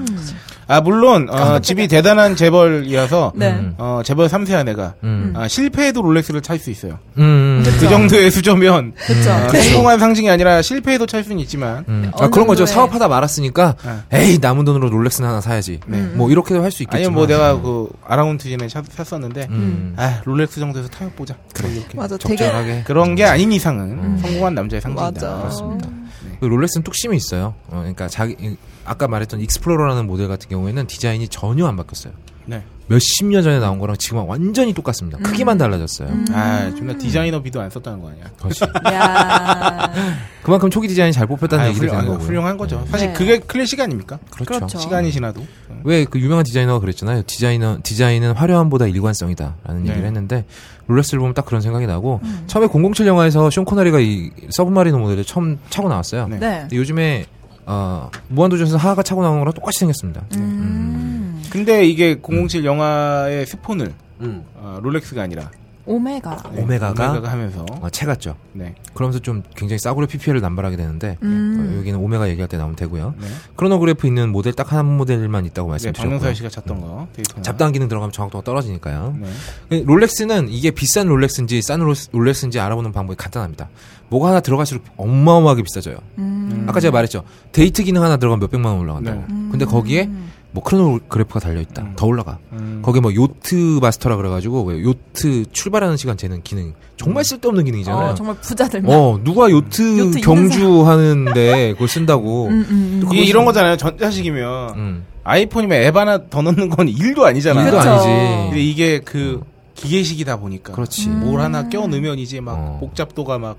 S5: 아 물론 어, 집이 대단한 재벌이어서
S3: 네.
S5: 어, 재벌 3세한 애가
S4: 음.
S5: 아, 실패해도 롤렉스를 찰 수 있어요.
S4: 음.
S5: 그 정도의 수저면
S3: 그렇죠.
S5: 아,
S6: 네.
S5: 성공한 상징이 아니라 실패해도 찰 수는 있지만
S4: 음. 아,
S3: 어느
S4: 그런 거죠.
S3: 정도의- 네.
S4: 사업하다 말았으니까 에이 남은 돈으로 롤렉스나 하나 사야지. 뭐 이렇게도 할 수 있겠지만.
S5: 아니면 뭐 내가 그 아라운트진에 샀었는데
S4: 음.
S5: 아 롤렉스 정도에서 타협 보자. 뭐 이렇게.
S6: 맞아. 되게
S4: 적절하게
S5: 그런 게 아닌 이상은 성공한 남자의 상징이다.
S6: 맞아.
S4: 음. 그렇습니다.
S3: 음.
S4: 그 롤렉스는 뚝심이 있어요. 어, 그러니까 자기 이- 아까 말했던 익스플로러라는 모델 같은 경우에는 디자인이 전혀 안 바뀌었어요.
S5: 네.
S4: 몇십 년 전에 나온 거랑 지금 완전히 똑같습니다. 크기만 달라졌어요. 음.
S5: 아, 존나 디자이너 비도 안 썼다는 거 아니야.
S4: 그렇지.
S3: 야.
S4: 그만큼 초기 디자인이 잘 뽑혔다는
S5: 아,
S4: 얘기를
S5: 훌륭,
S4: 되는 거고요.
S5: 훌륭한 거죠. 사실
S3: 네.
S5: 그게 클래식 아닙니까?
S4: 그렇죠.
S3: 그렇죠.
S5: 시간이 지나도. 음.
S4: 왜 그 유명한 디자이너가 그랬잖아요. 디자이너 디자인은 화려함보다 일관성이다라는
S5: 네.
S4: 얘기를 했는데 롤렉스를 보면 딱 그런 생각이 나고 처음에 007 영화에서 쇼 코나리가 이 서브마리노 모델을 처음 차고 나왔어요.
S5: 네.
S3: 네.
S4: 근데 요즘에 어, 무한도전에서 하하가 차고 나온 거랑 똑같이 생겼습니다.
S3: 음.
S5: 근데 이게 007 영화의 스폰을
S4: 음.
S5: 어, 롤렉스가 아니라
S3: 오메가.
S5: 네,
S4: 오메가가?
S5: 오메가가 하면서
S4: 어, 채갔죠.
S5: 네.
S4: 그러면서 좀 굉장히 싸구려 PPL을 남발하게 되는데
S3: 음.
S4: 어, 여기는 오메가 얘기할 때 나오면 되고요.
S5: 네.
S4: 크로노그래프 있는 모델 딱 한 모델만 있다고
S5: 네,
S4: 말씀드렸고요. 음.
S5: 박명서 씨가 잤던 거. 데이터나.
S4: 잡다한 기능 들어가면 정확도가 떨어지니까요. 그
S5: 네.
S4: 롤렉스는 이게 비싼 롤렉스인지 싼 롤렉스- 롤렉스인지 알아보는 방법이 간단합니다. 뭐가 하나 들어갈수록 어마어마하게 비싸져요.
S3: 음.
S4: 아까 제가 말했죠. 데이트 기능 하나 들어가면 몇백만 원 올라간다고.
S5: 네.
S4: 근데 거기에 뭐 크로노그래프가 달려있다. 더 올라가.
S5: 음.
S4: 거기에 뭐 요트 마스터라 그래가지고 왜 요트 출발하는 시간 재는 기능. 정말 쓸데없는 기능이잖아요.
S3: 어, 정말 부자들만.
S4: 어, 누가 요트,
S3: 요트 있는
S4: 경주 하는데 그걸 쓴다고.
S3: 음, 음, 음.
S5: 이게 이런 거잖아요. 전자식이면
S4: 음.
S5: 아이폰이면 앱 하나 더 넣는 건 일도 아니잖아.
S4: 일도
S3: 그렇죠.
S5: 음. 근데
S4: 아니지.
S5: 이게 그 기계식이다 보니까
S4: 그렇지.
S5: 뭘 하나 껴 넣으면 이제 막
S4: 어.
S5: 복잡도가 막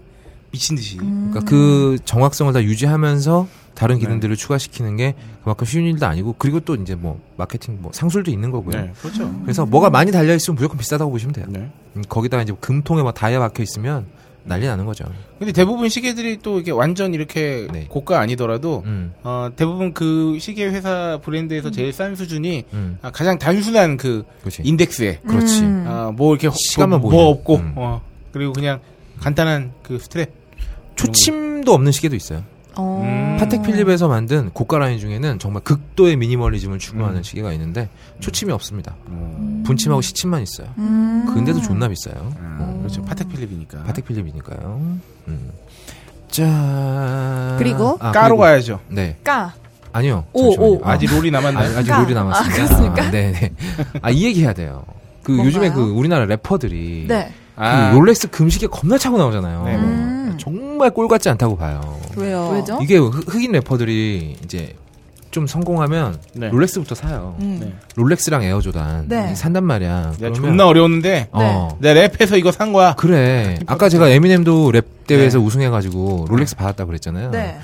S5: 미친 듯이.
S3: 음.
S4: 그러니까 그 정확성을 다 유지하면서 다른 기능들을 추가시키는 게 그만큼 쉬운 일도 아니고 그리고 또 이제 뭐 마케팅 뭐 상술도 있는 거고요.
S5: 네, 그렇죠.
S4: 그래서 뭐가 많이 달려 있으면 무조건 비싸다고 보시면 돼요.
S5: 네.
S4: 음, 거기다가 이제 금통에 막 다이아 박혀 있으면 난리 나는 거죠.
S5: 근데 대부분 시계들이 또 이게 완전 이렇게
S4: 네.
S5: 고가 아니더라도
S4: 음.
S5: 어, 대부분 그 시계 회사 브랜드에서 제일 싼 수준이
S4: 음.
S5: 아, 가장 단순한 그
S4: 그렇지.
S5: 인덱스에
S4: 네. 그렇지.
S3: 음.
S5: 아, 뭐 이렇게
S4: 시간만
S5: 뭐,
S4: 보이는.
S5: 뭐 없고
S4: 음.
S5: 어, 그리고 그냥 간단한 그 스트랩
S4: 초침도 없는 시계도 있어요.
S6: 어.
S5: 음.
S4: 파텍 필립에서 만든 고가 라인 중에는 정말 극도의 미니멀리즘을 추구하는 시계가 있는데 초침이 없습니다. 음. 분침하고 시침만 있어요.
S3: 음.
S4: 근데도 존나 비싸요.
S5: 아, 그렇죠. 파텍 필립이니까.
S4: 파텍 필립이니까요. 음. 자
S3: 그리고?
S4: 아,
S5: 까로
S4: 그리고-
S5: 가야죠.
S4: 네
S3: 까.
S4: 아니요
S3: 오,
S4: 잠시만요.
S3: 오.
S4: 아,
S5: 아직 롤이 남았나요?
S4: 아직, 아직
S3: 까.
S4: 롤이 남았습니다.
S3: 아, 그렇습니까?
S4: 네네. 아이 얘기 해야 돼요. 그 요즘에 그
S6: 뭔가요?
S4: 우리나라 래퍼들이
S3: 네.
S5: 아.
S4: 그 롤렉스 금시계 겁나 차고 나오잖아요.
S5: 네.
S3: 음.
S4: 정말 꼴 같지 않다고 봐요.
S6: 왜요?
S3: 왜죠?
S4: 이게 흑- 흑인 래퍼들이 이제 좀 성공하면
S5: 네.
S4: 롤렉스부터 사요.
S6: 음.
S5: 네.
S4: 롤렉스랑 에어조단
S3: 네.
S4: 산단 말이야.
S5: 내가
S4: 그러면-
S5: 존나 어려웠는데
S4: 어.
S5: 내가 랩해서 이거 산 거야.
S4: 그래. 아까 제가 에미넴도 랩 대회에서
S5: 네.
S4: 우승해가지고 롤렉스 받았다 그랬잖아요.
S3: 네.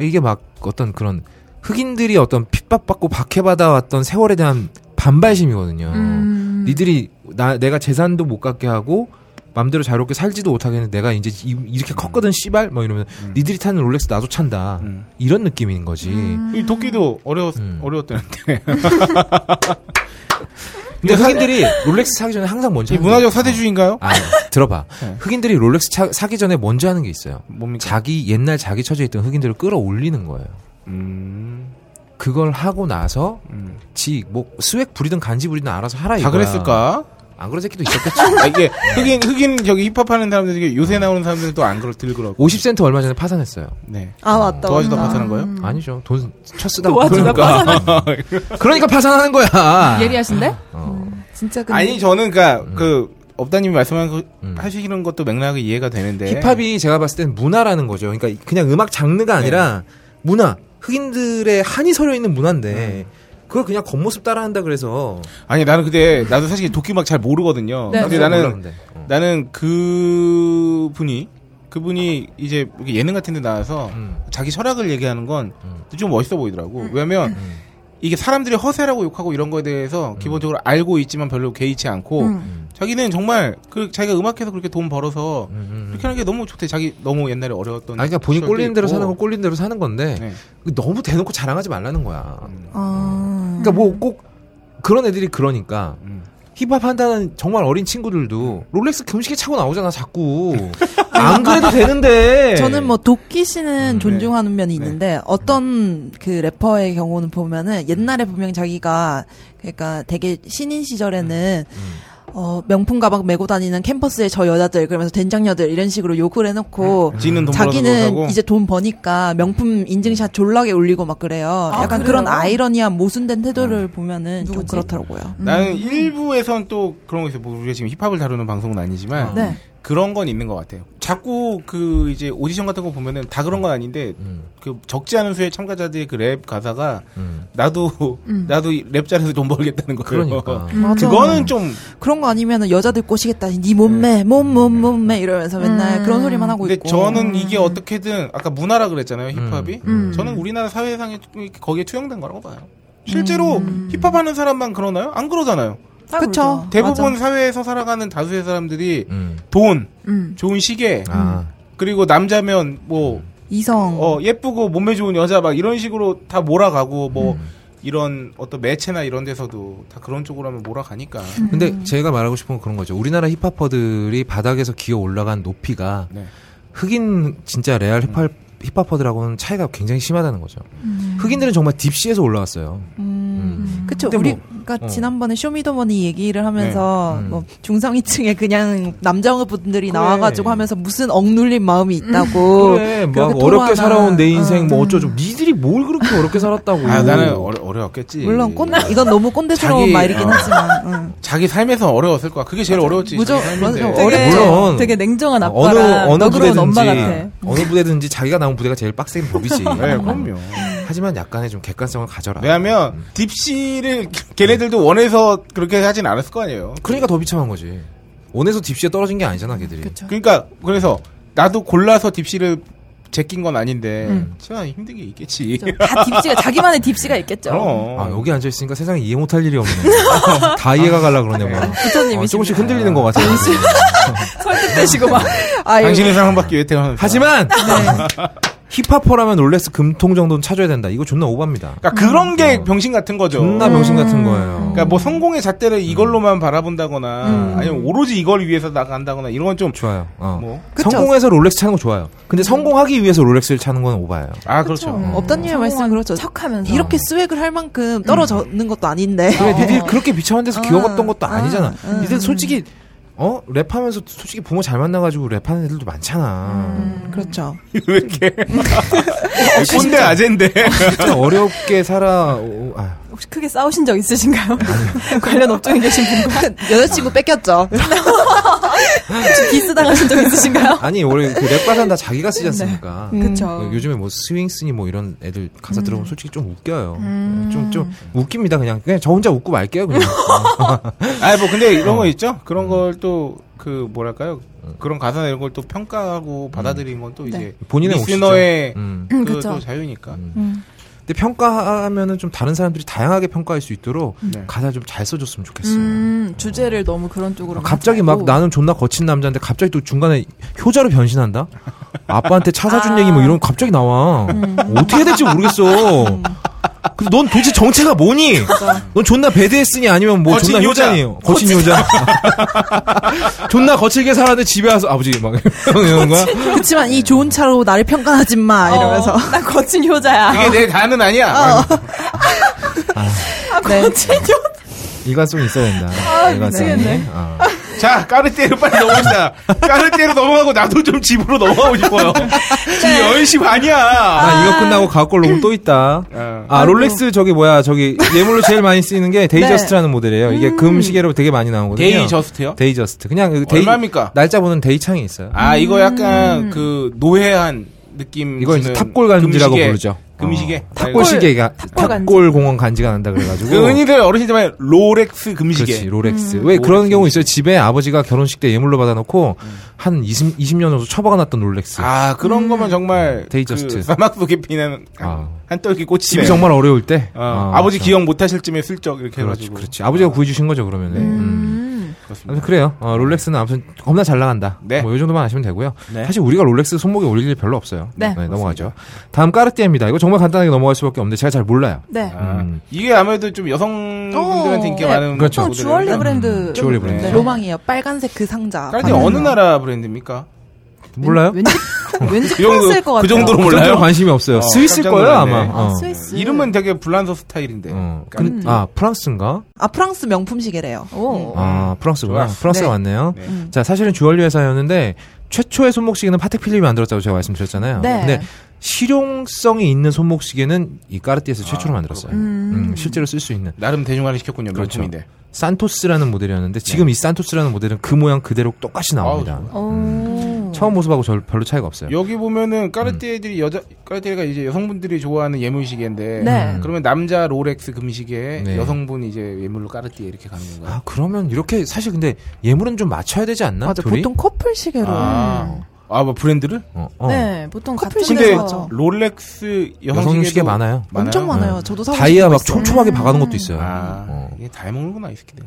S4: 이게 막 어떤 그런 흑인들이 어떤 핍박받고 박해받아왔던 세월에 대한 반발심이거든요.
S3: 음.
S4: 어. 니들이 나 내가 재산도 못 갖게 하고 맘대로 자유롭게 살지도 못하겠는데 내가 이제 이, 이렇게 컸거든 씨발 뭐 이러면 니들이 타는 롤렉스 나도 찬다
S5: 음.
S4: 이런 느낌인 거지.
S5: 이 도끼도 어려웠
S4: 음.
S5: 어려웠다는데.
S4: 근데 흑인들이 롤렉스 사기 전에 항상 먼저
S5: 이
S4: 하는
S5: 문화적
S4: 거예요.
S5: 사대주의인가요?
S4: 아 들어봐
S5: 네.
S4: 흑인들이 롤렉스 차- 사기 전에 먼저 하는 게 있어요.
S5: 뭡니까?
S4: 자기 옛날 자기 처지에 있던 흑인들을 끌어올리는 거예요.
S5: 음.
S4: 그걸 하고 나서
S5: 음.
S4: 지뭐 스웩 부리든 간지 부리든 알아서 하라
S5: 다
S4: 이거야.
S5: 그랬을까?
S4: 안 그런 새끼도 있었겠지.
S5: 아, 이게 흑인 흑인 저기 힙합 하는 사람들 중에 요새 나오는 사람들은 또 안 그럴 들그러.
S4: 50센트 얼마 전에 파산했어요.
S5: 네.
S6: 아 맞다.
S5: 도와주다
S6: 맞다.
S5: 파산한 거예요?
S4: 아니죠. 돈 첫 쓰다
S3: 음. 도와주다
S4: 그러니까.
S3: 빠져.
S4: 그러니까 파산하는 거야.
S3: 아. 예리하신데?
S4: 어.
S3: 진짜 근데.
S5: 아니 저는 그니까 그 업다님이 말씀한 거
S4: 음.
S5: 하시는 것도 맥락이 이해가 되는데
S4: 네.
S3: 네.
S4: 힙합이 제가 봤을 땐 문화라는 거죠. 그러니까 그냥 음악 장르가 아니라
S3: 네.
S4: 문화. 흑인들의 한이 서려 있는
S5: 네.
S4: 문화인데 그걸 그냥 겉모습 따라한다 그래서
S5: 아니 나는 근데 나도 사실 도끼막 잘 모르거든요.
S3: 네.
S4: 깜짝
S5: 근데 나는
S4: 놀랐는데. 어.
S5: 나는 그 분이 그분이 이제 이렇게 예능 같은 데 나와서
S4: 음.
S5: 자기 철학을 얘기하는 건
S4: 음.
S5: 좀 멋있어 보이더라고. 왜냐면 이게 사람들이 허세라고 욕하고 이런
S4: 음.
S5: 거에 대해서 기본적으로 알고 있지만 별로 개의치 않고
S3: 음.
S5: 자기는 정말 그 자기가 음악해서 그렇게 돈 벌어서
S4: 음, 음, 음.
S5: 그렇게 하는 게 너무 좋대. 자기 너무 옛날에 어려웠던.
S4: 아니 그러니까 본인
S5: 시절도
S4: 꼴리는 대로
S5: 있고.
S4: 사는 건 꼴리는 대로 사는 건데 그
S5: 네. 음.
S4: 너무 대놓고 자랑하지 말라는 거야.
S3: 어.
S6: 아.
S4: 그러니까 뭐 꼭 그런 애들이 그러니까
S5: 음.
S4: 힙합 한다는 정말 어린 친구들도 롤렉스 금식에 차고 나오잖아 자꾸 안 그래도
S3: 예.
S4: 되는데
S6: 저는 뭐 도끼 씨는
S3: 네.
S4: 음,
S6: 존중하는 면이 있는데 어떤 그 래퍼의 경우는 보면은 옛날에 분명 자기가 그러니까 되게 신인 시절에는
S3: 음,
S6: 어 명품 가방 메고 다니는 캠퍼스의 저 여자들 그러면서 된장녀들 이런 식으로 욕을 해놓고
S3: 음,
S4: 음.
S5: 지는 돈 벌어서 그거
S6: 자기는
S5: 하고.
S6: 이제 돈 버니까 명품 인증샷 졸라게 올리고 막 그래요.
S3: 아,
S6: 약간
S3: 그래요? 음.
S6: 그런 아이러니한 모순된 태도를 보면은 좀 그렇더라고요.
S5: 나는 일부에선 또 그런 거 있어요. 뭐 우리가 지금 힙합을 다루는 방송은 아니지만
S6: 네.
S5: 그런 건 있는 것 같아요. 자꾸 그 이제 오디션 같은 거 보면은 다 그런 건 아닌데
S4: 음.
S5: 그 적지 않은 수의 참가자들의 그 랩 가사가
S4: 음.
S5: 나도 나도 이랩 잘해서 돈 벌겠다는 거예요.
S4: 그러니까
S3: 음.
S6: 맞아.
S5: 그거는 좀
S6: 그런 거 아니면은 여자들 꼬시겠다. 니
S3: 음.
S6: 몸매, 몸몸 몸매 이러면서 맨날 그런 소리만 하고
S5: 근데
S6: 있고. 음.
S5: 저는 이게 어떻게든 아까 문화라 그랬잖아요 힙합이.
S3: 음.
S5: 저는 우리나라 사회상에 거기에 투영된 거라고 봐요. 실제로
S6: 음.
S5: 힙합하는 사람만 그러나요? 안 그러잖아요.
S6: 그쵸.
S5: 대부분 사회에서 살아가는 다수의 사람들이
S4: 음.
S5: 돈,
S3: 음.
S5: 좋은 시계,
S4: 아.
S5: 그리고 남자면 뭐
S6: 이성.
S5: 어, 예쁘고 몸매 좋은 여자 막 이런 식으로 다 몰아가고 뭐 이런 어떤 매체나 이런 데서도 다 그런 쪽으로 하면 몰아가니까.
S6: 음.
S4: 근데 제가 말하고 싶은 건 그런 거죠. 우리나라 힙합퍼들이 바닥에서 기어 올라간 높이가
S5: 네.
S4: 흑인 진짜 레알 힙합
S5: 음.
S4: 힙합퍼들하고는 차이가 굉장히 심하다는 거죠.
S6: 음.
S4: 흑인들은 정말 딥시에서 올라왔어요. 음.
S6: 그쵸.
S4: 근데
S6: 우리,
S4: 뭐,
S6: 그니까,
S4: 어.
S6: 지난번에 쇼미더머니 얘기를 하면서,
S4: 네. 음.
S6: 뭐, 중상위층에 그냥 남자분들이
S5: 그래.
S6: 나와가지고 하면서 무슨 억눌린 마음이 있다고.
S4: 그래, 막
S6: 그렇게
S4: 어렵게
S6: 토로하나.
S4: 살아온 내 인생
S6: 어.
S3: 음.
S4: 뭐 어쩌죠. 니들이 뭘 그렇게 어렵게 살았다고.
S5: 아, 나는 어려, 어려웠겠지.
S6: 물론, 꼰대, 이건 너무 꼰대스러운
S5: 자기-
S6: 말이긴
S5: 어.
S6: 하지만, 응.
S5: 자기 삶에서 어려웠을 거야. 그게 제일 어려웠지.
S6: 무조-
S5: 자기 삶인데.
S6: 맞아.
S5: 어려-
S3: 되게,
S4: 네, 물론.
S3: 되게 냉정한
S4: 어느
S3: 아빠랑
S4: 어느
S3: 너그러운
S4: 부대든지
S3: 엄마 같아.
S4: 어느 부대든지 자기가 나온 부대가 제일 빡센 법이지.
S5: 네, 그럼요.
S4: 하지만 약간의 좀 객관성을 가져라.
S5: 왜냐면
S4: 음.
S5: 딥시를 걔네들도 원해서 그렇게 하진 않았을 거 아니에요.
S4: 그러니까 더 비참한 거지. 원에서 딥시에 떨어진 게 아니잖아, 걔들이.
S3: 그쵸.
S5: 그러니까 그래서 나도 골라서 딥시를 제낀 건 아닌데 진짜 힘든 게 있겠지. 어.
S3: 그쵸. 다 딥시가 자기만의 딥시가 있겠죠.
S5: 그럼.
S4: 아, 여기 앉아있으니까 세상에 이해 못할 일이 없네. 다 이해가 가려 그러냐고. 아,
S3: 네. 부처님이십니다. 네.
S4: 조금씩 흔들리는 것 같아요.
S3: 설득되시고 막.
S6: 아유.
S5: 당신의 사랑받기 위해 태어난 사람.
S4: 하지만!
S3: 네.
S4: 힙합퍼라면 롤렉스 금통 정도는 찾아야 된다. 이거 존나 오바입니다.
S5: 그러니까 그런 게 병신 같은 거죠.
S4: 음. 존나 병신 같은 거예요.
S5: 그러니까 뭐 성공의 잣대를 이걸로만 바라본다거나
S4: 음.
S5: 아니면 오로지 이걸 위해서 나간다거나 이런 건 좀
S4: 좋아요. 어.
S5: 뭐.
S6: 그쵸. 음.
S4: 성공해서 롤렉스 차는 거 좋아요. 근데 성공하기 위해서 롤렉스를 차는 건 오바예요.
S5: 아, 그렇죠.
S6: 업다님의 어, 말씀 그렇죠.
S1: 어.
S3: 척하면서
S6: 이렇게 스웩을 할 만큼 떨어져는 것도 아닌데.
S4: 그래, 니들 그렇게 비참한 데서 기어갔던 것도 아니잖아.
S6: 음,
S4: 니들 솔직히, 어? 랩하면서 솔직히 부모 잘 만나가지고 랩하는 애들도 많잖아.
S6: 그렇죠.
S5: 왜 이렇게. 꼰대 아젠데.
S4: 진짜 어렵게 살아, 오, 아,
S3: 혹시 크게 싸우신 적 있으신가요? 관련 업종에 계신 분과
S6: 여자친구 뺏겼죠.
S3: 혹시 디스 당하신 적 있으신가요?
S4: 아니, 원래 그 랩가사는 다 자기가 쓰지 않습니까?
S6: 네.
S3: 그렇죠.
S4: 어, 요즘에 뭐 스윙스니 뭐 이런 애들 가사
S6: 음.
S4: 들어보면 솔직히 좀 웃겨요. 좀 좀 웃깁니다 그냥 그냥 저 혼자 웃고 말게요 그냥.
S5: 아, 뭐 근데
S4: 어.
S5: 이런 거 있죠? 그런 걸 또 그 뭐랄까요? 그런 가사나 이런 걸 또 평가하고 받아들이는 건 또 이제
S4: 음. 네. 본인의
S5: 리스너의
S4: 몫이죠. 음.
S3: 음,
S5: 그,
S3: 그쵸.
S5: 또 자유니까.
S4: 근데 평가하면은 좀 다른 사람들이 다양하게 평가할 수 있도록
S5: 네.
S4: 가사 좀 잘 써줬으면 좋겠어요. 아,
S3: 음, 주제를 너무 그런 쪽으로
S4: 갑자기 막
S3: 말고.
S4: 나는 존나 거친 남자인데 갑자기 또 중간에 효자로 변신한다? 아빠한테 음. 차 사준 얘기 뭐 이런 거 갑자기 나와. 어떻게 해야 될지 모르겠어. 근데 넌 도대체 정체가 뭐니? 넌 존나 배드했으니 아니면 뭐
S5: 거친
S4: 존나
S5: 효자.
S4: 효자니? 그러니까. 거친 효자. 존나 거칠게 살았는데 집에 와서 아버지 막 이런 거야?
S6: 그렇지만 이 좋은 차로 나를 평가하지 마 이러면서.
S3: 어, 나 거친 효자야.
S5: 그게 내 단은 아니야.
S3: 아, 거친 효자.
S4: 일관성이 있어야 된다.
S3: 미치겠네.
S4: 어.
S5: 자, 까르띠에로 빨리 넘어갑시다. 까르띠에로 넘어가고 나도 좀 집으로 넘어가고 싶어요. 지금 10시 반이야.
S4: 나 아, 이거 끝나고 가옥걸로 오면 또 있다.
S5: 어.
S4: 아, 롤렉스 저기 뭐야, 저기 예물로 제일 많이 쓰이는 게 데이저스트라는 모델이에요. 이게 금 시계로 되게 많이 나오거든요.
S5: 네. 음. 데이저스트요?
S4: 데이저스트. 그냥 그 데이
S5: 얼마입니까?
S4: 날짜 보는 데이창이 있어요.
S5: 아, 이거 약간 그 노회한 느낌.
S4: 이걸 이제
S5: 주는 네,
S4: 탑골 간지라고
S5: 금시계.
S4: 부르죠.
S5: 금시계.
S4: 어, 탑골 시계가
S3: 탑골 간지.
S4: 탑골 공원 간지가 난다 그래가지고.
S5: 그 은희들 어르신들만
S4: 그렇지
S5: 로렉스 금시계. 음.
S4: 롤렉스. 왜 그런 경우 있어요? 집에 아버지가 결혼식 때 예물로 받아놓고 한 20, 20년 정도 처박아 놨던 롤렉스.
S5: 아, 그런 거면 정말
S4: 데이저스트.
S5: 그 사막 속에 피는
S4: 아.
S5: 한떨기 꽃이
S4: 집이 정말 어려울 때.
S5: 네. 어,
S4: 어,
S5: 아버지
S4: 그렇죠.
S5: 기억 못하실 쯤에 슬쩍
S4: 그렇지,
S5: 이렇게 해가지고
S4: 그렇지. 아버지가 구해주신 거죠 그러면은. 음.
S5: 그렇습니다.
S4: 아무튼 그래요. 어, 롤렉스는 아무튼 겁나 잘 나간다.
S5: 네.
S4: 뭐 이 정도만 아시면 되고요.
S5: 네.
S4: 사실 우리가 롤렉스 손목에 올릴 일 별로 없어요.
S3: 네.
S4: 넘어가죠. 다음 까르띠에입니다. 이거 정말 간단하게 넘어갈 수밖에 없는데 제가 잘 몰라요.
S3: 네.
S5: 아,
S4: 음.
S5: 이게 아무래도 좀 여성분들한테 인기가
S3: 네.
S5: 많은
S4: 그렇죠.
S3: 어, 주얼리 브랜드. 좀-
S4: 주얼리 브랜드.
S5: 네.
S6: 로망이에요. 빨간색 그 상자.
S5: 까르띠
S4: 아, 음.
S5: 어느 나라 브랜드입니까?
S4: 몰라요?
S6: 왠지 왠지
S5: 그 정도-
S6: 프랑스일 것 같아요.
S5: 그 정도로
S4: 그 정도로
S5: 몰라요?
S4: 관심이 없어요.
S5: 어,
S4: 스위스일
S5: 깜짝
S4: 거예요
S5: 놀랐네.
S4: 아마.
S3: 아,
S4: 어.
S1: 음.
S3: 스위스.
S5: 이름은 되게 불란서 스타일인데.
S4: 어. 근- 아 프랑스인가?
S6: 아 프랑스 명품 시계래요. 음.
S3: 오.
S4: 아 프랑스구나.
S5: 좋아.
S4: 프랑스가
S6: 네.
S4: 왔네요.
S5: 네.
S6: 음.
S4: 자 사실은 주얼리 회사였는데 최초의 손목시계는 파텍 필립이 만들었다고 제가 말씀드렸잖아요.
S3: 네.
S4: 근데 실용성이 있는 손목시계는 이 까르띠에서 최초로 만들었어요. 음, 실제로 쓸 수 있는.
S5: 나름 대중화를 시켰군요.
S4: 그렇죠.
S5: 명품인데.
S4: 산토스라는 모델이었는데 지금 이 산토스라는 모델은 그 모양 그대로 똑같이 나옵니다.
S5: 아우,
S3: 오.
S4: 처음 모습하고 절- 별로 차이가 없어요.
S5: 여기
S4: 음.
S5: 보면은 까르띠에들이 여자 까르띠에가 이제 여성분들이 좋아하는 예물시계인데
S3: 네.
S5: 음. 그러면 남자 로렉스 금시계
S4: 네.
S5: 여성분 이제 예물로 까르띠에 이렇게 가는 건가?
S4: 아 그러면 이렇게 사실 근데 예물은 좀 맞춰야 되지 않나?
S6: 맞아.
S4: 둘이?
S6: 보통 커플 시계로.
S5: 아. 아뭐 브랜드를?
S4: 어, 어.
S3: 네, 보통 같은
S6: 커플
S5: 근데
S3: 데서
S5: 롤렉스
S4: 여성 시계
S5: 여성시계도
S4: 많아요.
S6: 엄청
S5: 많아요?
S6: 많아요.
S4: 네.
S6: 저도 사고
S4: 다이아
S6: 싶은 거
S4: 막
S6: 있어요.
S4: 촘촘하게 박아놓은 것도 있어요.
S5: 아,
S4: 어.
S5: 이게 다 해먹는구나, 이 새끼들.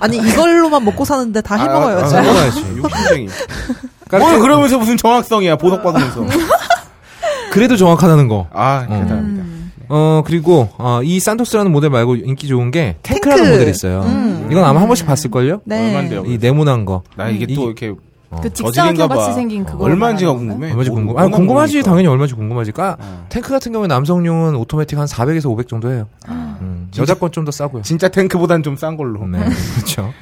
S6: 아니 이걸로만 먹고 사는데 다 해먹어요.
S5: 아,
S6: 진짜.
S5: 해먹어야지. 욕심쟁이.
S4: 까르띠에- 음.
S5: 뭘 그러면서 무슨 정확성이야, 보석 받으면서.
S4: 그래도 정확하다는 거.
S5: 아, 대단합니다.
S3: 음,
S4: 어 그리고 어, 이 산토스라는 모델 말고 인기 좋은 게 탱크라는
S6: 탱크. 음.
S4: 모델 있어요. 이건 아마 한 번씩 봤을걸요?
S6: 네.
S5: 얼만데요?
S4: 이 네모난 거.
S5: 나 이게
S4: 이-
S5: 또 이렇게
S3: 그 직사각형
S5: 저질인가 봐.
S3: 같이 생긴 그거.
S5: 얼마인지가 궁금해.
S4: 얼마지
S5: 뭐,
S4: 궁금? 아
S5: 뭐가
S4: 궁금하지
S5: 궁금하니까.
S4: 당연히 얼마지 궁금하지. 까
S5: 어.
S4: 탱크 같은 경우에 남성용은 오토매틱 한 400에서 500 정도 해요. 음, 여자 건 좀 더 싸고요.
S5: 진짜 탱크보단 좀 싼 걸로. 아,
S4: 네, 그렇죠.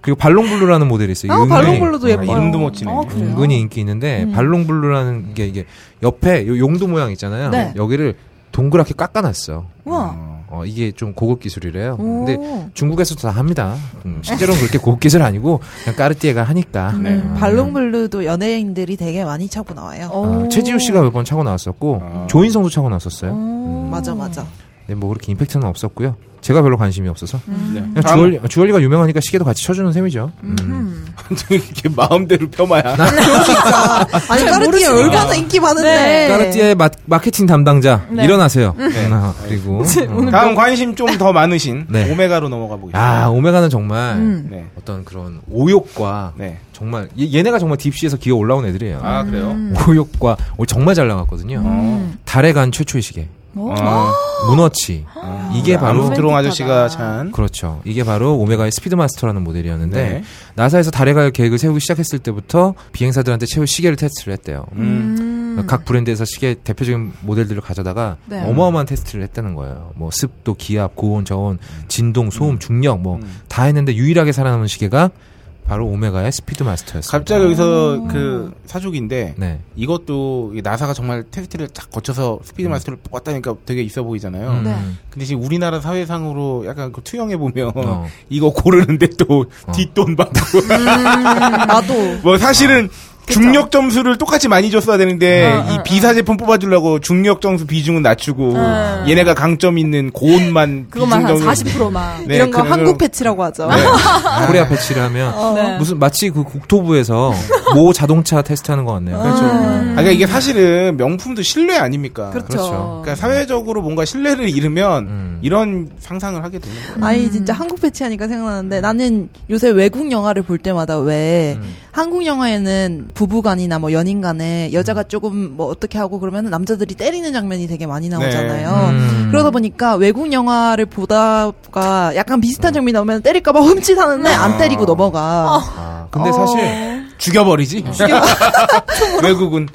S4: 그리고 발롱블루라는 모델이 있어요.
S6: 아,
S4: 은근히-
S6: 발롱블루도
S4: 어,
S6: 예뻐요.
S5: 이름도 멋지네.
S3: 어, 그래요?
S4: 은근히 인기 있는데 발롱블루라는 게 이게 옆에 요 용두 모양 있잖아요.
S3: 네.
S4: 여기를 동그랗게 깎아놨어.
S3: 우와.
S5: 음.
S4: 어, 이게 좀 고급 기술이래요.
S6: 오.
S4: 근데 중국에서도 다 합니다. 음, 실제로는 그렇게 고급 기술 아니고 그냥 까르띠에가 하니까.
S5: 네.
S3: 음.
S6: 발롱블루도 연예인들이 되게 많이 차고 나와요.
S4: 어,
S3: 오.
S4: 최지우 씨가 몇 번 차고 나왔었고
S5: 아.
S4: 조인성도 차고 나왔었어요.
S6: 맞아 맞아.
S4: 네, 뭐 그렇게 임팩트는 없었고요. 제가 별로 관심이 없어서
S5: 네.
S4: 그냥 주얼리, 주얼리가 유명하니까 시계도 같이 쳐주는 셈이죠. 음.
S5: 이렇게 마음대로 펴마야.
S6: 아니 까르띠에 얼마나 네. 인기 많은데.
S4: 까르띠에 마, 마케팅 담당자
S3: 네.
S4: 일어나세요.
S5: 네.
S4: 아, 그리고 어.
S5: 다음 관심 좀 더 많으신
S4: 네.
S5: 오메가로 넘어가 보겠습니다.
S4: 아 오메가는 정말
S3: 음.
S5: 네.
S4: 어떤 그런 오욕과
S5: 네.
S4: 정말 얘, 네가 정말 딥시에서 기어 올라온 애들이에요.
S5: 아, 그래요?
S4: 오욕과 오, 정말 잘 나갔거든요. 달에 간 최초의 시계
S1: 음.
S3: 뭐?
S5: 아,
S4: 문어치
S5: 네.
S4: 이게 바로
S5: 암스트롱
S3: 로맨틱하다.
S5: 아저씨가 찬.
S4: 그렇죠. 이게 바로 오메가의 스피드마스터라는 모델이었는데
S5: 음? 네.
S4: 나사에서 달에 갈 계획을 세우기 시작했을 때부터 비행사들한테 최후 시계를 테스트를 했대요. 그러니까
S5: 음.
S4: 각 브랜드에서 시계 대표적인 모델들을 가져다가
S3: 네.
S4: 어마어마한 테스트를 했다는 거예요. 뭐 습도, 기압, 고온, 저온, 진동, 소음, 중력 뭐 다 했는데 유일하게 살아남은 시계가 바로 오메가의 스피드마스터였어요.
S5: 갑자기 여기서 그 사족인데
S4: 네.
S5: 이것도 이 나사가 정말 테스트를 딱 거쳐서 스피드 마스터를 뽑았다니까 되게 있어 보이잖아요.
S4: 음.
S3: 네.
S5: 근데 지금 우리나라 사회상으로 약간 그 투영해 보면
S4: 어.
S5: 이거 고르는데 또 뒷돈 받고
S6: 나도.
S5: 뭐 사실은
S3: 아,
S5: 중력 점수를 똑같이 많이 줬어야 되는데 이 비사 제품 뽑아주려고 중력 점수 비중은 낮추고
S3: 어.
S5: 얘네가 강점 있는 고온만
S3: 그것만 한
S5: 비중 정도-
S3: 40%만.
S5: 네,
S6: 이런 거
S5: 그래서-
S6: 한국 패치라고 하죠.
S4: 네. 코리아 패치를 하면
S5: 어.
S3: 네.
S4: 무슨 마치 그 국토부에서 모 자동차 테스트하는 것 같네요.
S5: 그렇죠. 아, 그러니까 이게 사실은 명품도 신뢰 아닙니까?
S3: 그렇죠.
S4: 그렇죠.
S5: 그러니까 사회적으로 뭔가 신뢰를 잃으면
S4: 음.
S5: 이런 상상을 하게 되는 거예요.
S6: 아이 진짜 한국 패치하니까 생각나는데 나는 요새 외국 영화를 볼 때마다 왜 한국 영화에는 부부간이나 뭐 연인 간에 여자가 조금 뭐 어떻게 하고 그러면 남자들이 때리는 장면이 되게 많이 나오잖아요.
S4: 음.
S6: 그러다 보니까 외국 영화를 보다가 약간 비슷한 장면이 나오면 때릴까봐 훔치다는데 안 때리고 넘어가.
S4: 아, 근데 사실
S5: 네. 죽여버리지. 외국은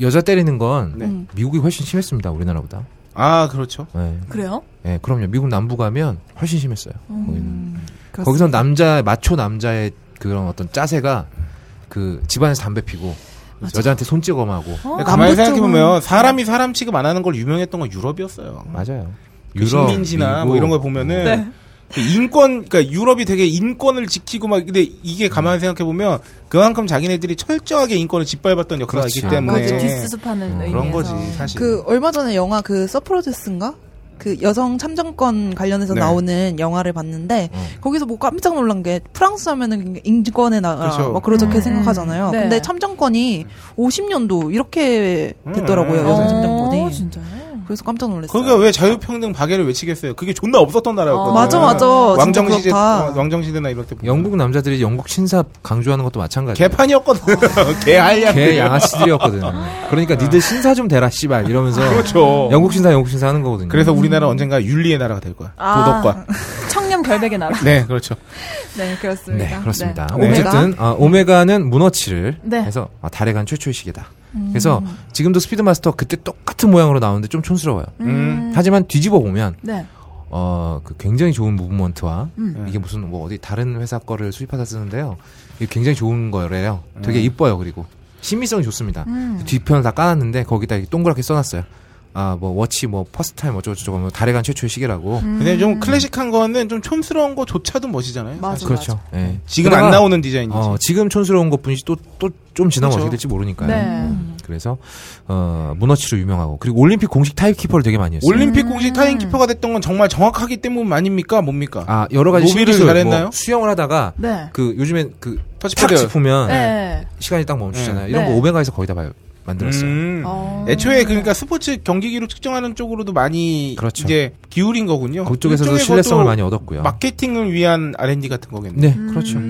S4: 여자 때리는 건
S5: 네.
S6: 음.
S4: 미국이 훨씬 심했습니다. 우리나라보다.
S5: 아 그렇죠.
S4: 네.
S3: 그래요?
S4: 예, 그럼요. 미국 남부 가면 훨씬 심했어요. 거기는.
S6: 음. 그렇습니다.
S4: 거기서 남자 마초 남자의 그런 어떤 짜세가 그 집안에서 담배 피고 여자한테 손찌검하고
S6: 어?
S5: 근데 가만히
S6: 남부
S5: 생각해 보면 사람이 사람 취급 안 하는 걸 유명했던 건 유럽이었어요.
S4: 맞아요.
S5: 그 식민지나 뭐 이런 걸 보면은
S6: 네.
S5: 그 인권 그러니까 유럽이 되게 인권을 지키고 막 근데 이게 가만히 생각해 보면 그만큼 자기네들이 철저하게 인권을 짓밟았던
S4: 그렇죠.
S5: 역사가
S4: 그렇지.
S5: 있기 때문에
S3: 맞아, 그렇죠. 네. 뒷수습하는 의미에서.
S5: 네. 그런 거지 사실.
S6: 그 얼마 전에 영화 그 서프로듀스인가? 그 여성 참정권 관련해서
S5: 네. 어.
S6: 나오는 영화를 봤는데 거기서 뭐 깜짝 놀란 게 프랑스 하면은 인권의 나라
S5: 그렇죠.
S6: 막 그렇게
S3: 음.
S6: 생각하잖아요.
S3: 네.
S6: 근데 참정권이 50년도 이렇게 됐더라고요
S5: 음.
S6: 여성
S5: 어,
S3: 어,
S6: 참정권이.
S3: 진짜요?
S6: 그래서 깜짝 놀랐어요.
S5: 거기가 그러니까 왜 자유평등 박애를 외치겠어요? 그게 존나 없었던 나라였거든요.
S3: 어.
S6: 맞아 맞아. 진짜
S5: 왕정시대
S6: 그렇다.
S5: 어, 왕정시대나 이럴 때 보면.
S4: 영국 남자들이 영국 신사 강조하는 것도 마찬가지예요.
S5: 개판이었거든. 개알량.
S4: 아, 네.
S5: 그
S4: 개 양아치들이었거든. 그러니까 니들 신사 좀 대라 씨발 이러면서
S5: 그렇죠.
S4: 영국 신사 영국 신사 하는 거거든요.
S5: 그래서 우리나라 언젠가 윤리의 나라가 될 거야.
S3: 아.
S5: 도덕과.
S3: 청렴 결백의 나라.
S5: 네, 그렇죠.
S3: 네, 그렇습니다.
S4: 네, 그렇습니다.
S5: 네.
S4: 어쨌든 아, 오메가는 문어치를
S3: 네. 음.
S4: 해서 아, 달에 간 최초의 시계다. 그래서 지금도 스피드 마스터 그때 똑같은 모양으로 나오는데 좀 촌스러워요.
S3: 음.
S4: 하지만 뒤집어 보면
S3: 네.
S4: 어, 그 굉장히 좋은 무브먼트와
S3: 음.
S5: 네.
S4: 이게 무슨 뭐 어디 다른 회사 거를 수입하다 쓰는데요. 이게 굉장히 좋은 거래요. 되게
S5: 음.
S4: 이뻐요. 그리고 심미성이 좋습니다.
S3: 음.
S4: 뒤편을 다 까놨는데 거기다 이렇게 동그랗게 써놨어요. 아, 뭐 워치 뭐 퍼스트 타임 어쩌고저쩌고 뭐 달에 간 최초의 시계라고.
S3: 음.
S5: 음. 근데 좀 클래식한 거는 좀 촌스러운 거조차도 멋이잖아요.
S3: 맞아,
S5: 사실.
S4: 그렇죠. 예.
S5: 지금
S4: 그러다가,
S5: 안 나오는 디자인이지.
S4: 어, 지금 촌스러운 것뿐이지 또 또 좀 지나면
S5: 그렇죠.
S4: 어떻게 될지 모르니까요.
S3: 네.
S4: 음, 그래서 어, 문어치로 유명하고 그리고 올림픽 공식 타입키퍼를 되게 많이 했어요.
S5: 올림픽
S3: 음.
S5: 공식 타임키퍼가 됐던 건 정말 정확하기 때문 아닙니까? 뭡니까?
S4: 아, 여러 가지
S5: 로비를
S4: 신기술,
S5: 잘했나요?
S4: 뭐 수영을 하다가
S3: 네.
S4: 그 요즘엔 그
S5: 터치패드.
S4: 탁 짚으면
S3: 네.
S4: 시간이 딱 멈추잖아요.
S5: 네.
S4: 이런
S3: 네.
S4: 거 오메가에서 거의 다 마- 만들었어요.
S5: 음.
S3: 어.
S5: 애초에 그러니까 스포츠 경기기로 측정하는 쪽으로도 많이
S4: 그렇죠.
S5: 이제 기울인 거군요.
S4: 그쪽에서도
S5: 일종의
S4: 신뢰성을
S5: 그것도
S4: 많이 얻었고요.
S5: 마케팅을 위한 R&D 같은 거겠네요.
S4: 네, 그렇죠.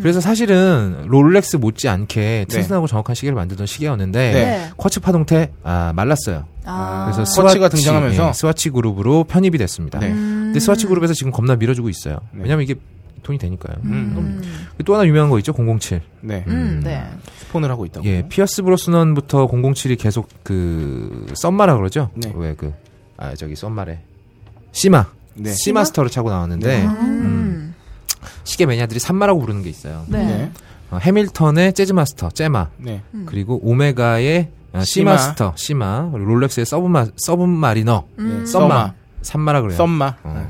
S4: 그래서 사실은 롤렉스 못지 않게 튼튼하고 정확한 시계를 만들던 시계였는데
S5: 네.
S4: 쿼츠 파동태 아, 말랐어요.
S3: 아.
S4: 그래서
S5: 쿼츠가 등장하면서?
S4: 예, 스와치 그룹으로 편입이 됐습니다.
S5: 네.
S4: 근데 스와치 그룹에서 지금 겁나 밀어주고 있어요.
S5: 네.
S4: 왜냐면 이게 돈이 되니까요. 그
S5: 음.
S4: 또 하나 유명한 거 있죠, 007.
S5: 네.
S3: 음, 네.
S5: 스폰을 하고 있다고.
S4: 예, 피어스 브로스넌부터 007이 계속 그 썸마라 그러죠.
S5: 네.
S4: 왜 그 아 저기 썸마래 시마
S5: 네.
S4: 시마스터를 차고 나왔는데
S3: 음.
S4: 시계 매니아들이 산마라고 부르는 게 있어요.
S3: 네.
S5: 네.
S4: 어, 해밀턴의 재즈마스터 제마
S5: 네.
S3: 음.
S4: 그리고 오메가의 어,
S5: 시마.
S4: 시마스터 시마 그리고 롤렉스의 서브마 서브마리너
S3: 음.
S5: 네.
S4: 썸마 산마라 그래요.
S5: 썸마. 네.
S4: 어.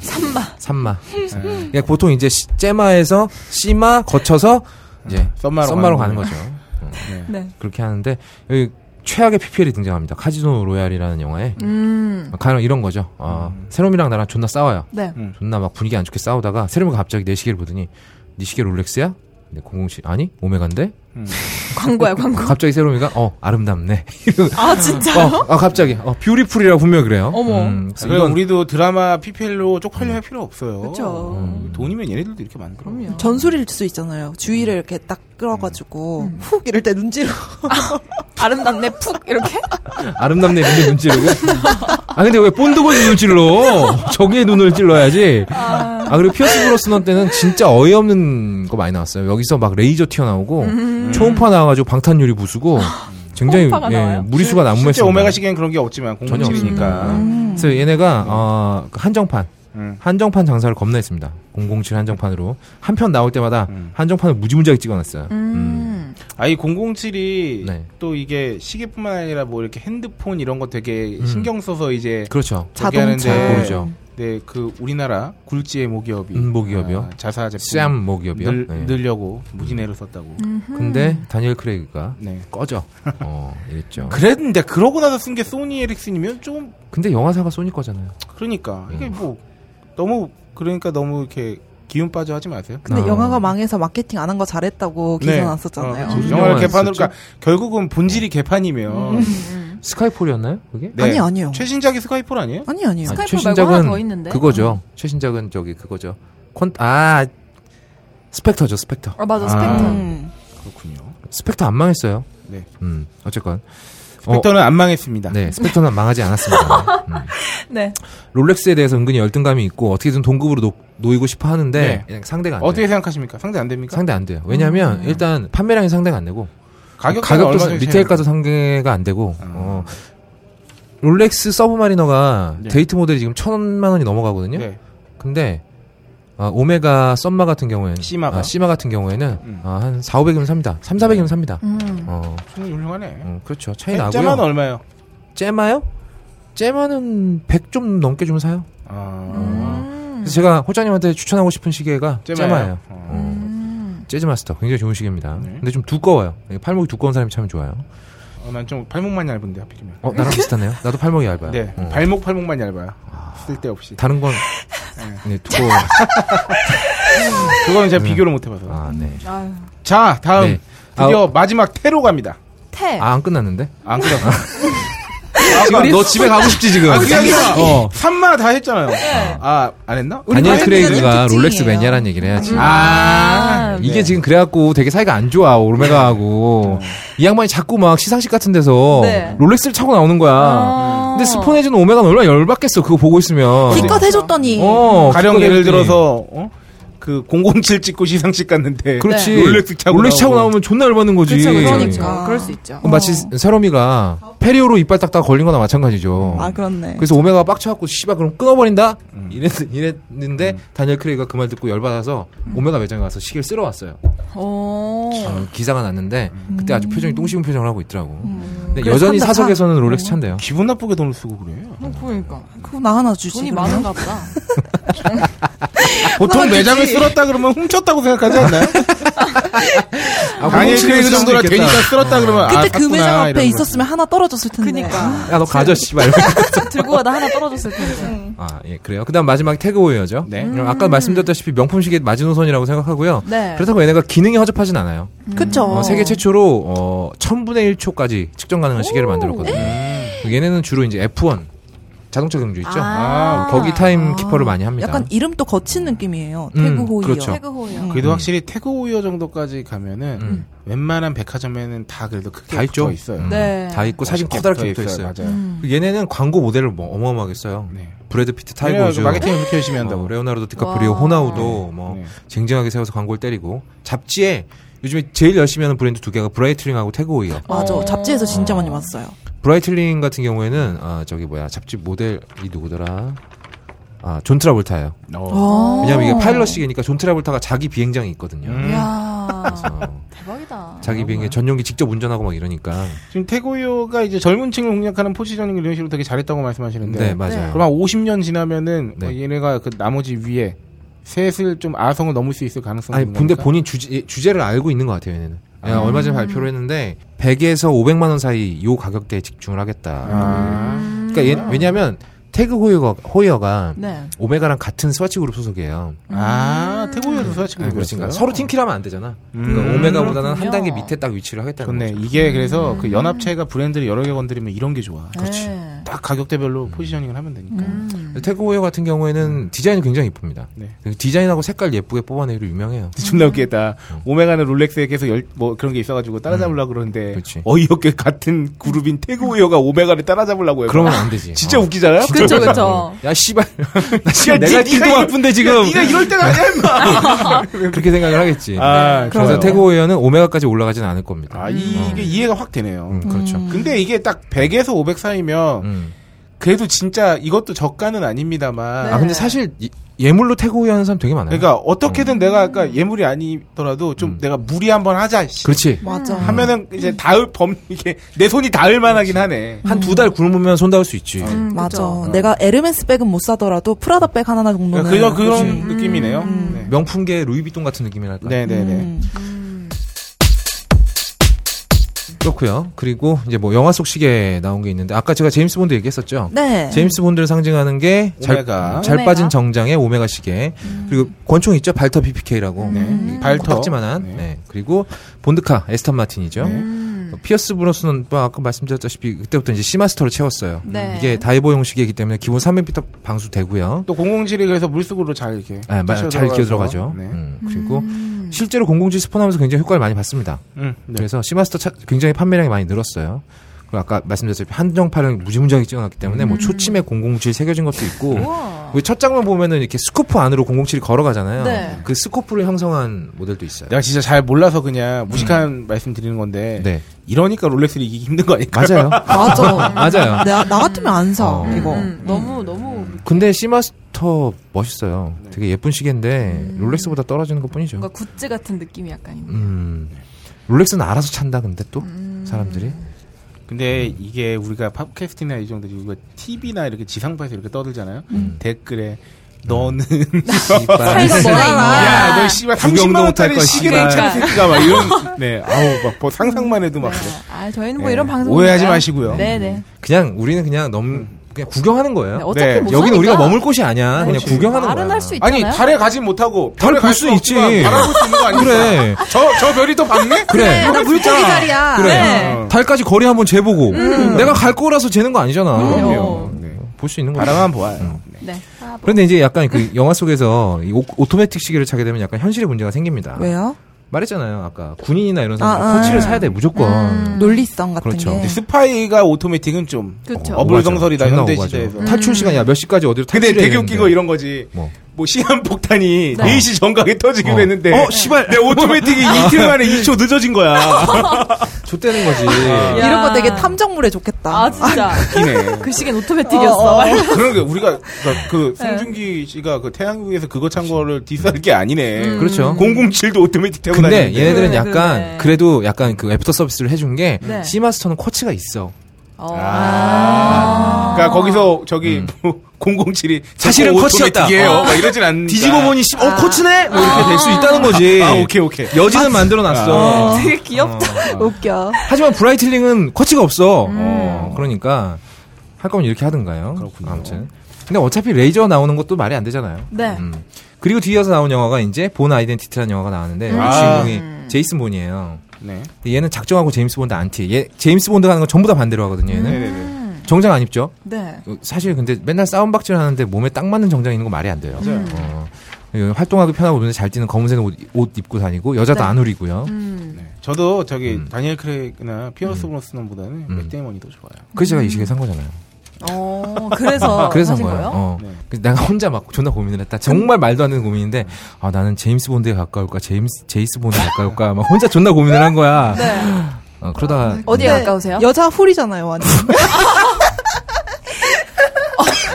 S4: 산마. 그러니까 보통 이제 시- 제마에서 시마 거쳐서 이제
S5: 썸마로
S4: 네. 썸마로
S5: 가는
S4: 가는
S5: 거예요.
S4: 거죠.
S3: 네.
S4: 그렇게 하는데 여기 최악의 PPL이 등장합니다. 카지노 로얄이라는 영화에
S3: 음.
S4: 가령 이런 거죠. 어, 세롬이랑 나랑 존나 싸워요.
S3: 네.
S4: 존나 막 분위기 안 좋게 싸우다가 세롬이가 갑자기 내 시계를 보더니 네 시계 롤렉스야? 근데 007 아니 오메가인데
S3: 광고야, 광고.
S4: 갑자기 세롬이가 어 아름답네.
S3: 아, 진짜요?
S4: 어, 아 갑자기 어 뷰티풀이라고 분명히 그래요. 음,
S3: 어머.
S4: 그래서
S5: 그러니까
S4: 이건
S5: 우리도 드라마 PPL로 쪽팔려 할 필요 없어요.
S6: 그쵸.
S5: 음. 돈이면 얘네들도 이렇게 만들어.
S3: 그럼요.
S6: 전술일 수 있잖아요. 주위를 이렇게 딱
S3: 음.
S6: 끌어가지고 훅 이럴 때 눈질로
S5: 아.
S3: 아름답네, 푹, 이렇게?
S4: 아름답네 근데 눈 찌르고. 아 근데 왜 본드고지 눈 찔러? 저기에 눈을 찔러야지. 아 그리고 피어스 브로스넌 때는 진짜 어이없는 거 많이 나왔어요. 여기서 막 레이저 튀어나오고 초음파 나와가지고 방탄유리 부수고 굉장히
S3: 초음파가
S4: 예,
S3: 나와요?
S4: 무리수가 난무했어요.
S5: 실제 오메가 시계는 그런 게 없지만
S4: 전혀
S5: 공공칠이니까.
S6: 음.
S4: 그래서 얘네가 어, 그 한정판
S5: 음.
S4: 한정판 장사를 겁나 했습니다. 007 한정판으로 한 편 나올 때마다
S5: 음.
S4: 한정판을 무지무지하게 찍어놨어요. 음.
S3: 음.
S5: 아이 007이
S4: 네.
S5: 또 이게 시계뿐만 아니라 뭐 이렇게 핸드폰 이런 거 되게
S4: 음.
S5: 신경 써서 이제
S4: 그렇죠.
S5: 저기 하는데
S4: 잘 모르죠.
S5: 네, 그 우리나라 굴지의 모기업이
S4: 음, 모기업이요?
S5: 아, 자사 제품
S4: 쌈 모기업이요.
S5: 늘,
S4: 네.
S5: 늘려고 무진애를 썼다고.
S6: 음.
S3: 음.
S4: 근데 다니엘 크레이그가
S5: 네.
S4: 꺼져. 어, 이랬죠.
S5: 그랬는데 그러고 나서 쓴 게 소니 에릭슨이면 좀
S4: 근데 영화사가 소니 거잖아요.
S5: 그러니까 이게 뭐 너무 그러니까 너무 이렇게 기운 빠져 하지 마세요.
S6: 근데
S4: 아.
S6: 영화가 망해서 마케팅 안 한 거 잘했다고 뭐 기사
S5: 네.
S6: 났었잖아요.
S5: 어, 그렇죠.
S4: 무슨
S5: 영화를
S4: 영화였었죠?
S5: 개판으로 그러니까 결국은 본질이 개판이면
S4: 스카이폴이었나요? 그게?
S5: 네.
S6: 아니 아니요.
S5: 최신작이 스카이폴 아니에요?
S6: 아니 아니요.
S4: 아니,
S3: 스카이폴 말고 하나 더 있는데.
S4: 그거죠. 최신작은 저기 그거죠. 콘, 아, 스펙터죠, 스펙터.
S3: 아, 맞아, 스펙터.
S5: 아.
S6: 음.
S5: 그렇군요.
S4: 스펙터 안 망했어요.
S5: 네.
S4: 음, 어쨌건. 어,
S5: 스펙터는 안 망했습니다.
S4: 네, 스펙터는 망하지 않았습니다. 음.
S3: 네.
S4: 롤렉스에 대해서 은근히 열등감이 있고 어떻게든 동급으로 놓, 이고 싶어 하는데
S5: 네.
S4: 그냥 상대가 안
S5: 어떻게
S4: 돼요.
S5: 생각하십니까? 상대 안 됩니까?
S4: 상대 안 돼요. 왜냐하면
S3: 음.
S4: 일단 판매량이 상대가 안 되고
S5: 가격
S4: 가격도 사- 리테일가도 상대가 안 되고
S5: 아.
S4: 어, 롤렉스 서브마리너가
S5: 네.
S4: 데이트 모델이 지금 천만 원이 넘어가거든요.
S5: 네.
S4: 근데 아, 오메가 썸마 같은 경우에는
S5: 시마가?
S4: 아, 시마 같은 경우에는
S5: 음.
S4: 아, 한 4, 500이면 삽니다. 3, 400이면 삽니다.
S3: 음.
S4: 어,
S5: 충분히 훌륭하네.
S4: 어, 그렇죠. 차이
S5: 음.
S4: 나고요.
S5: 짜만 얼마요?
S4: 요 째마는 100좀 넘게 주면 사요.
S5: 아,
S4: 그래서 제가 호장님한테 추천하고 싶은 시계가
S5: 째마요?
S4: 째마예요.
S5: 어.
S4: 어, 재즈마스터 굉장히 좋은 시계입니다.
S5: 네.
S4: 근데 좀 두꺼워요. 팔목이 두꺼운 사람이 참 좋아요.
S5: 어, 난 좀 팔목만 얇은데 하필이면.
S4: 어, 나랑 비슷하네요. 나도 팔목이 얇아요.
S5: 네,
S4: 어.
S5: 발목 팔목만 얇아요. 쓸데없이.
S4: 다른 건 네, 두꺼워.
S5: 그거는 제가 비교를 못 해봐서.
S4: 아, 네.
S3: 아유.
S5: 자, 다음
S4: 네.
S5: 드디어 마지막 테로 갑니다.
S3: 태.
S4: 아, 안 끝났는데?
S5: 안 그래요?
S4: 지금 너 집에 가고 싶지 지금.
S5: 아, 그게 아니라
S4: 어.
S5: 산마 다 했잖아요. 아, 안 했나? 우리
S4: 다니엘
S6: 마인드는
S4: 크레이그가
S6: 특징이에요.
S4: 롤렉스 매니아라는 얘기를 해야지.
S5: 아,
S4: 이게
S5: 네.
S4: 지금 그래갖고 되게 사이가 안 좋아 오메가하고 이 양반이 자꾸 막 시상식 같은 데서
S3: 네.
S4: 롤렉스를 차고 나오는 거야.
S3: 아.
S4: 근데 스폰해주는 오메가는 얼마나 열받겠어 그거 보고 있으면.
S6: 기껏 해줬더니
S4: 어,
S5: 가령
S4: 기껏
S5: 예를
S4: 해줬더니.
S5: 들어서 어? 그007 찍고 시상식 갔는데
S4: 그렇지.
S5: 롤렉스 차고
S4: 롤렉스 차고 나오면 존나 열받는 거지.
S3: 그쵸,
S6: 그러니까.
S3: 그러니까. 그럴 수 있죠.
S4: 예. 그건 어, 마치 세롬이가 페리오로 이빨 딱딱 걸린 거나
S5: 어.
S4: 마찬가지죠.
S6: 아 그렇네.
S4: 그래서 오메가가 빡쳐갖고 씨발 그럼 끊어버린다 이랬, 는데 다니엘 크레이가 그 말 듣고 열받아서 오메가 매장에 가서 시계를 쓰러 왔어요
S3: 오.
S4: 어, 기사가 났는데 그때 아주 표정이 똥심은 표정을 하고 있더라고 근데
S6: 그래서
S4: 여전히
S6: 산다,
S4: 사석에서는 롤렉스 찬대요
S5: 기분 나쁘게 돈을 쓰고 그래요.
S3: 그러니까.
S6: 그거 나 하나 주지.
S3: 돈이
S6: 그러면.
S3: 많은가 보다.
S5: 보통
S6: 그러지.
S5: 매장을 쓸었다 그러면 훔쳤다고 생각하지 않나요?
S4: 아, 그럼
S5: 강의 그
S4: 쓸 수도
S5: 정도라
S4: 있겠다.
S5: 되니까 쓸었다 그러면 아,
S6: 그때 그
S5: 샀구나,
S6: 매장
S5: 이런
S6: 앞에
S5: 거지.
S6: 있었으면 하나 떨어졌을 텐데. 음.
S3: 그니까.
S4: 야너 가져 씨발
S3: 들고 가다 하나 떨어졌을
S1: 네.
S3: 텐데.
S4: 아예 그래요 그다음 마지막 태그웨어죠
S5: 네.
S4: 그럼 아까 말씀드렸다시피 명품 시계 마지노선이라고 생각하고요
S3: 네.
S4: 그렇다고 얘네가 기능이 허접하진 않아요
S6: 그쵸.
S4: 어, 세계 최초로 어, 1000분의 1초까지 측정 가능한 시계를 만들었거든요
S5: 네.
S4: 얘네는 주로 이제 F1 자동차 경주 있죠
S3: 아.
S4: 거기 타임키퍼를 많이 합니다
S6: 약간 이름도 거친 느낌이에요.
S4: 음,
S6: 태국 호이요.
S4: 그렇죠.
S3: 태그 호요.
S5: 그래도 확실히 태그오이어 정도까지 가면은
S4: 음.
S5: 웬만한 백화점에는 다 그래도 크게
S4: 다 있죠.
S5: 붙어 있어요.
S4: 음,
S3: 네.
S4: 다 있고 사진
S5: 멋있게
S4: 커다랗게
S5: 붙어
S4: 붙어 있어요. 음.
S5: 맞아요.
S4: 얘네는 광고 모델을 뭐 어마어마하게 써요.
S5: 네.
S4: 브래드 피트, 타이거
S5: 왜냐면
S4: 우즈,
S5: 마케팅을 그렇게 열심히
S4: 어,
S5: 한다고.
S4: 레오나르도 디카프리오, 호나우도 뭐
S5: 네.
S4: 쟁쟁하게 세워서 광고를 때리고 잡지에 요즘에 제일 열심히 하는 브랜드 두 개가 브라이틀링하고 태그오이요.
S6: 맞아.
S3: 어.
S6: 잡지에서 진짜 많이 봤어요.
S4: 브라이틀링 같은 경우에는 아 저기 뭐야 잡지 모델이 누구더라? 아존 트라볼타예요. 어.
S6: 어.
S4: 왜냐면 이게 파일럿 시계니까 존 트라볼타가 자기 비행장이 있거든요.
S5: 음.
S3: 이야.
S4: 어,
S3: 대박이다.
S4: 자기 비행에 전용기 직접 운전하고 막 이러니까.
S5: 지금 태고요가 이제 젊은 층을 공략하는 포지셔닝 이런 식으로 되게 잘했다고
S4: 네,
S5: 말씀하시는데
S4: 맞아요.
S5: 그럼 한 50년 지나면은
S4: 네.
S5: 어, 얘네가 그 나머지 위에 셋을 좀 아성을 넘을 수 있을 가능성이
S4: 아니
S5: 있는
S4: 근데
S5: 겁니까?
S4: 본인 주제, 주제를 알고 있는 것 같아요 얘네는 예, 얼마 전에 발표를 했는데 100에서 500만 원 사이 요 가격대에 집중을 하겠다.
S5: 아.
S4: 그러니까 얘- 왜냐하면 태그 호이어가, 호이어가
S6: 네.
S4: 오메가랑 같은 스와치 그룹 소속이에요.
S3: 음.
S4: 네,
S5: 아, 태국에서 소아친구
S4: 그렇지 서로 팀킬하면 안 되잖아. 그러니까 오메가보다는 한 단계 밑에 딱 위치를 하겠다는
S5: 음. 좋네.
S4: 거죠.
S3: 음.
S5: 이게 그래서 그 연합체가 브랜드를 여러 개 건드리면 이런 게
S3: 네.
S5: 좋아.
S6: 그렇지.
S5: 딱
S4: 음.
S5: 가격대별로 포지셔닝을 하면 되니까.
S3: 음.
S4: 태그 호이어 같은 경우에는 디자인이 굉장히 이쁩니다.
S5: 네.
S4: 디자인하고 색깔 예쁘게 뽑아내기로 유명해요.
S5: 존나 웃기겠다. 오메가는 롤렉스에 계속 열, 뭐 그런 게 있어가지고 따라잡으려고 그러는데
S4: 음. 그치.
S5: 어이없게 같은 그룹인 태그웨어가 오메가를 따라잡으려고 해요.
S4: 그러면 안 되지.
S5: 진짜
S4: 어.
S5: 웃기잖아요?
S3: 그쵸, 그쵸.
S4: 야 씨발 나
S5: 야,
S4: 지금 내가
S5: 니-
S4: 띵도
S5: 니가
S4: 아픈데 지금
S5: 네가 이럴 때가 아니야, 임마!
S4: 그렇게 생각을 하겠지.
S5: 아,
S4: 네. 그래서
S5: 좋아요.
S4: 태그 호이어는 오메가까지 올라가진 않을 겁니다.
S5: 아, 이게 이해가 확
S4: 음,
S5: 되네요.
S4: 그렇죠.
S5: 근데 이게 딱 100에서 500 사이면
S4: 음.
S5: 그래도 진짜 이것도 저가는 네. 아닙니다만
S4: 아 근데 사실 이- 예물로 태그 호이어하는 사람 되게 많아요.
S5: 그러니까 어떻게든 내가 아까 예물이 아니더라도 좀 내가 무리 한번 하자. 씨.
S4: 음. 그렇지.
S6: 맞아.
S5: 하면은 이제 닿을 범 이게 내 손이 닿을 만하긴 하네.
S4: 한 두 달 굶으면 손 닿을 수 있지.
S3: 음,
S6: 맞아.
S1: 어.
S6: 내가 에르메스 백은 못 사더라도 프라다 백 하나 정도는.
S5: 그러니까 그런 그런 느낌이네요. 네.
S4: 명품계 루이비통 같은 느낌이랄까.
S5: 네네네.
S6: 음.
S4: 그렇고요. 그리고 이제 뭐 영화 속 시계 나온 게 있는데 아까 제가 제임스 본드 얘기했었죠.
S6: 네.
S4: 제임스 본드를 상징하는 게 잘,
S5: 오메가.
S4: 잘
S1: 아, 오메가. 음.
S4: 빠진 정장에 오메가 시계 그리고 권총 있죠 발터 BPK라고
S5: 네. 발터.
S4: 딱지만한
S5: 네.
S4: 네. 그리고 본드카 에스턴 마틴이죠.
S5: 네.
S1: 음.
S4: 피어스 브로스는 뭐 아까 말씀드렸다시피 그때부터 이제 시마스터로 채웠어요.
S1: 네.
S4: 이게 다이버용 시계이기 때문에 기본 300m 방수되고요.
S5: 또 007이 그래서 물속으로 잘 이렇게
S4: 아, 마- 잘
S5: 뛰쳐들어가서.
S4: 기어 들어가죠.
S5: 네.
S4: 음, 그리고 실제로 007 스폰하면서 굉장히 효과를 많이 봤습니다.
S5: 음, 네.
S4: 그래서 시마스터 차- 굉장히 판매량이 많이 늘었어요. 그리고 아까 말씀드렸듯이 한정판을 무지무지하게 찍어놨기 때문에
S1: 음.
S4: 뭐 초침에 007 새겨진 것도 있고 왜 첫 장면 보면은 이렇게 스코프 안으로 007이 걸어가잖아요.
S1: 네.
S4: 그 스코프를 형성한 모델도 있어요.
S5: 내가 진짜 잘 몰라서 그냥 무식한 말씀 드리는 건데
S4: 음. 네.
S5: 이러니까 롤렉스를 이기기 힘든 거 아닐까?
S4: 맞아요.
S6: 맞아.
S4: 맞아요.
S6: 나, 나 같으면 안 사,
S4: 어.
S6: 이거.
S1: 음, 너무 너무
S4: 근데 시마스터 멋있어요. 되게 예쁜 시계인데 롤렉스보다 떨어지는 것뿐이죠.
S1: 음. 뭔가 굿즈 같은 느낌이 약간 있는.
S4: 음. 롤렉스는 알아서 찬다 근데 또
S1: 음.
S4: 사람들이
S5: 근데 이게 우리가 팟캐스트나 이 정도 이거 TV나 이렇게 지상파에서 이렇게 떠들잖아요.
S1: 음.
S5: 댓글에
S4: 음.
S5: 너는
S4: 씨발.
S1: 차이가 뭐야?
S5: 야, 너 씨발
S4: 구경도
S5: 30만
S4: 못할
S5: 원짜리
S4: 걸, 씨발.
S5: 시계를 차는 새끼가 막
S1: 어.
S5: 이런 네. 아우 막뭐 상상만 해도 막
S1: 네.
S5: 그래.
S1: 아 저희는 뭐
S5: 네.
S1: 이런 방송
S5: 오해하지 마시고요.
S1: 네네.
S4: 그냥 우리는 그냥 너무 그냥 구경하는 거예요.
S1: 네, 어차피
S5: 네.
S1: 못
S4: 여기는
S1: 사니까.
S4: 우리가 머물 곳이 아니야. 그냥
S5: 그렇지.
S4: 구경하는 거야.
S1: 말은 할 수 네. 있잖아요.
S5: 아니, 달에 가지 못하고 별에
S4: 볼
S5: 갈
S4: 수
S5: 수는
S4: 있지.
S5: 없지만 바라볼 수 있는 거 아니야?
S4: 그래.
S5: 저, 저 별이 더 밝네?
S4: 그래.
S6: 나 물고기 자리야. 음.
S4: 그래.
S1: 네.
S4: 어. 달까지 거리 한번 재보고 내가 갈 거라서 재는 거 아니잖아.
S1: 그럼요.
S5: 네.
S4: 볼 수 있는 거야.
S5: 바라만 보아요.
S4: 음.
S1: 네. 아,
S4: 그런데 이제 약간 그 영화 속에서 이 오, 오토매틱 시계를 차게 되면 약간 현실의 문제가 생깁니다.
S6: 왜요?
S4: 말했잖아요. 아까 군인이나 이런 사람들
S6: 아, 음. 아.
S4: 코치를 사야 돼 무조건.
S1: 음.
S6: 논리성 같은
S4: 그렇죠.
S6: 게.
S5: 근데 스파이가 오토매틱은 좀
S1: 그렇죠.
S5: 어, 어불성설이다,
S4: 존나
S5: 현대
S4: 오바죠.
S5: 시대에서.
S4: 탈출 시간 야몇 시까지 어디로 탈출해?
S5: 근데 되게
S4: 이랬는데.
S5: 웃기고 이런 거지.
S4: 뭐.
S5: 뭐, 시한폭탄이
S1: 네.
S5: 4시 정각에 터지기로
S4: 어.
S5: 했는데.
S4: 어, 씨발.
S5: 내 오토매틱이 이틀 만에 2초 늦어진 거야.
S4: 좆되는 거지.
S1: 야.
S6: 이런 거 되게 탐정물에 좋겠다.
S1: 아 진짜.
S5: 웃기네.
S1: 그 시계는 오토매틱이었어. 말-
S5: 아, 그런 게 우리가 그러니까 그 송중기 씨가 그 태양국에서 그거 찬 거를 디스할 게 아니네.
S4: 그렇죠.
S5: 007도 음. 오토매틱 태고
S4: 근데
S5: 다니는데.
S4: 얘네들은
S1: 그래,
S4: 약간
S1: 그래.
S4: 그래도 약간 그 애프터 서비스를 해준 게
S1: 네.
S4: 시마스터는 코치가 있어.
S1: 어.
S3: 아.
S5: 그러니까 거기서 저기 뭐 007이
S4: 사실은 컷이었다.
S5: 이에요
S4: 어.
S5: 막 이러진 않는.
S4: 뒤집어 보니 씨,
S6: 아.
S4: 어 코치네 뭐 이렇게 될 수 있다는 거지.
S5: 아 오케이 오케이.
S4: 여지는 만들어 놨어.
S1: 되게 귀엽다. 웃겨.
S4: 하지만 브라이틀링은 코치가 없어. 어, 그러니까 할 거면 이렇게 하든가요.
S5: 음. 그렇군요.
S4: 아무튼. 근데 어차피 레이저 나오는 것도 말이 안 되잖아요.
S1: 네.
S4: 음. 그리고 뒤이어서 나온 영화가 이제 본 아이덴티티라는 영화가 나왔는데 여기
S5: 아.
S4: 주인공이 제이슨 본이에요.
S5: 네.
S4: 근데 얘는 작정하고 제임스 본드 안티. 얘 제임스 본드가 하는 건 전부 다 반대로 하거든요. 얘는
S5: 네네네.
S3: 음.
S4: 정장 안 입죠.
S1: 네.
S4: 어, 사실 근데 맨날 싸움박질 하는데 몸에 딱 맞는 정장 있는 거 말이 안 돼요.
S5: 맞아요.
S4: 어. 어, 활동하기 편하고 눈에 잘 띄는 검은색 옷, 옷 입고 다니고 여자도
S1: 네.
S4: 안 우리고요.
S1: 음.
S5: 네. 저도 저기 다니엘 크레이나 피어스 브로스넌보다는
S4: 음.
S5: 맥데이먼이 더 좋아요.
S4: 그래서 제가 이 시계 산 거잖아요.
S1: 어 그래서
S4: 그래서 산
S1: 사신
S4: 거예요. 어.
S5: 네.
S4: 그래서 내가 혼자 막 존나 고민을 했다. 정말 말도 안 되는 고민인데 아 나는 제임스 본드에 가까울까, 제임스 제이스 본드에 가까울까 막 혼자 존나 고민을 한 거야.
S1: 네.
S4: 어, 그러다가
S1: 어디에
S6: 근데
S1: 가까우세요?
S6: 여자 훌이잖아요, 완전.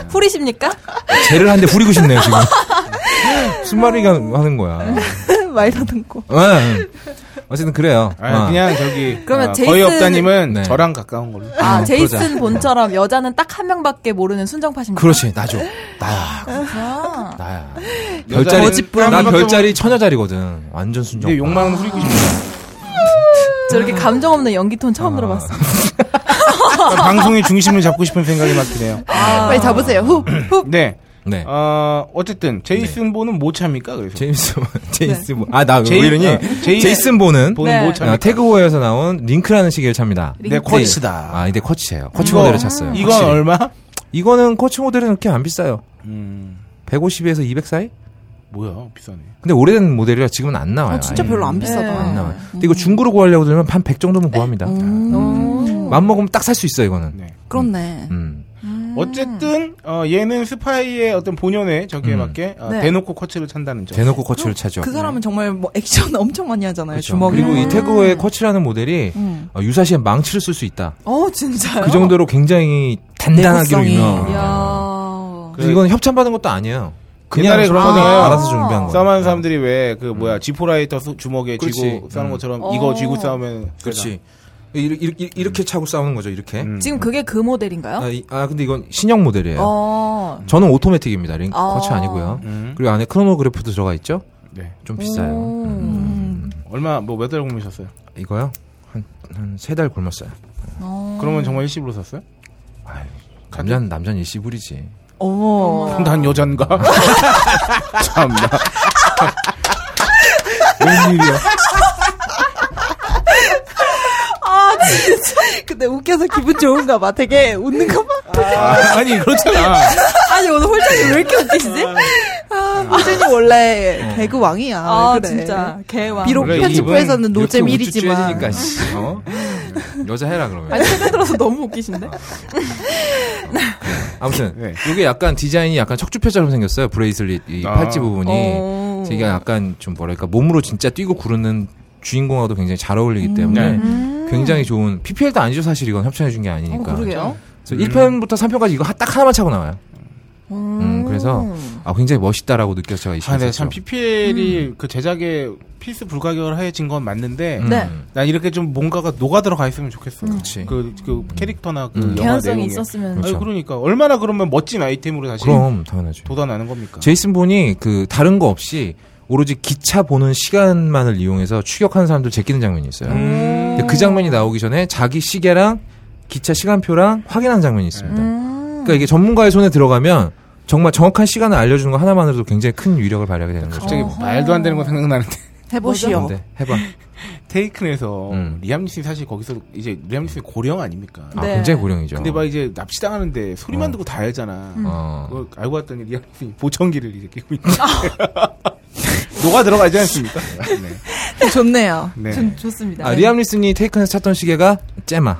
S4: 음,
S1: 풀이십니까?
S4: 뭐 죄를 한 대 부리고 싶네요 지금. 순말이가 하는 거야.
S6: 말도 듣고.
S4: 어, 어. 어쨌든 그래요.
S5: 아,
S4: 어.
S5: 그냥 저기
S1: 그러면
S5: 아, 거의
S1: 제이슨-
S5: 없다님은
S4: 네.
S5: 저랑 가까운 걸로.
S1: 아 제이슨
S4: 그러자.
S1: 본처럼 여자는 딱 한 명밖에 모르는 순정파십니까?
S4: 그렇지 나죠. 나야
S1: 아.
S4: 나야.
S5: 여자는
S4: 별자리 난
S5: 깜빡깜빡-
S4: 그렇죠. 별자리 처녀자리거든. 완전 순정.
S5: 근데 욕망은 후리고 싶다.
S1: 저렇게 감정 없는 연기톤
S4: 아,
S1: 처음 들어봤어.
S5: 방송의 중심을 잡고 싶은 생각이 막 드네요.
S7: 빨리 잡으세요. 훅, 훅.
S5: 네.
S4: 네.
S5: 어, 어쨌든 제이슨 보는 뭐 참입니까? 그래서
S4: 제임스 본.
S6: 네.
S4: 제이스 본. 아, 나왜
S5: 제이-
S4: 이러니?
S5: 어, 제이-
S4: 제이슨 본은
S5: 보는
S1: 네.
S5: 뭐
S4: 아,
S5: 참입니까?
S4: 태그워에서 나온 링크라는 시계를 찹니다.
S5: 네, 쿼츠다.
S8: 아, 근데 쿼츠예요. 쿼츠
S5: 이거-
S8: 모델을 찼어요.
S5: 이건
S8: 확실히.
S5: 얼마?
S4: 이거는 코치 모델은 그렇게 안 비싸요.
S5: 음,
S4: 150에서 200 사이?
S5: 뭐야 비싸네.
S4: 근데 오래된 모델이라 지금은 안 나와요.
S6: 어, 진짜
S4: 아예.
S6: 별로 안 비싸다. 음. 네.
S1: 네.
S4: 안 나와요. 근데 이거 중고로 구하려고 들면 한 100 정도면 구합니다.
S1: 음.
S4: 음.
S1: 오.
S4: 맘먹으면 딱 살 수 있어, 이거는.
S5: 네.
S6: 음. 그렇네.
S4: 음.
S5: 어쨌든 어, 얘는 스파이의 어떤 본연의 저기에
S4: 음.
S5: 맞게 어,
S7: 네.
S5: 대놓고 쿼츠를 찬다는 점.
S4: 대놓고 코치를 차죠. 네.
S6: 그 사람은 정말 뭐 액션 엄청 많이 하잖아요.
S4: 그렇죠.
S6: 주먹
S4: 그리고 이 태그워의 코치라는 모델이
S6: 음.
S4: 어, 유사시에 망치를 쓸 수 있다.
S1: 어, 진짜요?
S4: 그 정도로 굉장히 단단하기로
S6: 내구성이.
S4: 유명합니다.
S1: 이야.
S4: 그래서 이건 협찬받은 것도 아니에요.
S5: 옛날에 그런
S4: 알아서-
S5: 거잖아요.
S4: 알아서 준비한 거예요. 음.
S5: 싸움하는 사람들이 왜 그 뭐야 지포라이터 수- 주먹에
S4: 그렇지.
S5: 쥐고 싸는
S4: 음.
S5: 것처럼
S1: 어.
S5: 이거 쥐고 싸우면
S4: 그렇지. 네? 이렇게, 이렇게, 이렇게 차고 싸우는 거죠, 이렇게.
S5: 음.
S1: 지금 그게 그 모델인가요?
S4: 아, 예. 이- 아, 근데 이건 신형 모델이에요.
S1: 어.
S4: 저는 오토매틱입니다. 링
S1: 아.
S4: 커츠 아니고요.
S5: 음.
S4: 그리고 안에 크로노그래프도 들어가 있죠.
S5: 네.
S4: 좀 비싸요.
S1: 오.
S5: 얼마 뭐 몇 달 굶으셨어요?
S4: 이거요? 한한세달 굶었어요.
S1: 음.
S5: 그러면 정말 일시불로 샀어요?
S4: 남자는 남자는 일시불이지.
S6: 어머.
S5: 그럼 난 여잔가? 참나. 웬일이야?
S6: 근데 웃겨서 기분 좋은가 봐. 되게 웃는 거 봐.
S5: 아, 아니 그렇잖아.
S1: 아니, 오늘 홀장님 왜 이렇게 웃기시지?
S6: 호준이 원래
S4: 네.
S6: 개그 왕이야.
S1: 아,
S6: 그래.
S1: 진짜. 개왕.
S6: 비록
S5: 원래
S6: 편집부에서는 노잼
S4: 그러니까 이렇게 우쭈쭈
S6: 1이지만
S4: 해지니까, 씨, 어? 여자 해라 그러면.
S1: 아니, 최근 들어서 너무 웃기신데?
S4: 아무튼
S5: 네.
S4: 이게 약간 디자인이 약간 척추뼈처럼 생겼어요. 브레이슬릿 이
S5: 아.
S4: 팔찌 부분이
S1: 어.
S4: 되게 약간 좀 뭐랄까 몸으로 진짜 뛰고 구르는 주인공하고도 굉장히 잘
S1: 음.
S4: 어울리기 때문에
S5: 네.
S4: 굉장히 좋은 PPL도 아니죠 사실 이건 협찬해 준 게 아니니까.
S1: 어, 그러게요.
S4: 그래서 1편부터 3편까지 이거 하- 딱 하나만 차고 나와요. 음, 그래서 아 굉장히 멋있다라고 느껴서 제가 이
S5: 아, 네,
S4: 시간에
S5: 참 PPL이
S1: 음.
S5: 그 제작에 필수 불가결 하여진 건 맞는데
S4: 음.
S1: 네.
S5: 난 이렇게 좀 뭔가가 녹아 들어가 있으면 좋겠어.
S4: 그치.
S5: 그, 그 캐릭터나 그
S4: 음.
S5: 영화
S1: 음. 개연성이
S5: 내용에.
S1: 있었으면.
S5: 아니,
S4: 그렇죠.
S5: 그러니까 얼마나 그러면 멋진 아이템으로 다시
S4: 그럼 당연하죠.
S5: 돋아나는 겁니까?
S4: 제이슨 본이 그 다른 거 없이 오로지 기차 보는 시간만을 이용해서 추격하는 사람들 제끼는 장면이 있어요.
S1: 음.
S4: 근데 그 장면이 나오기 전에 자기 시계랑 기차 시간표랑 확인한 장면이 있습니다. 그러니까 이게 전문가의 손에 들어가면 정말 정확한 시간을 알려주는 거 하나만으로도 굉장히 큰 위력을 발휘하게 되는 거죠.
S5: 갑자기 말도 안 되는 거 생각나는데
S6: 해보시오.
S4: 근데 해봐.
S5: 테이큰에서
S4: 음.
S5: 리암 니슨이 사실 거기서 이제 리암 니슨이 고령 아닙니까?
S4: 아,
S1: 네.
S4: 굉장히 고령이죠.
S5: 근데 막 이제 납치당하는데 소리만 듣고 다 알잖아.
S4: 어.
S5: 그걸 알고 왔더니 리암 니슨이 보청기를 이제 끼고 있는 녹아 들어가지 않습니까?
S4: 네.
S6: 좋네요.
S5: 네. 네.
S1: 좀 좋습니다.
S4: 아, 리암 리슨이 테이큰에서 찾던 시계가 제마.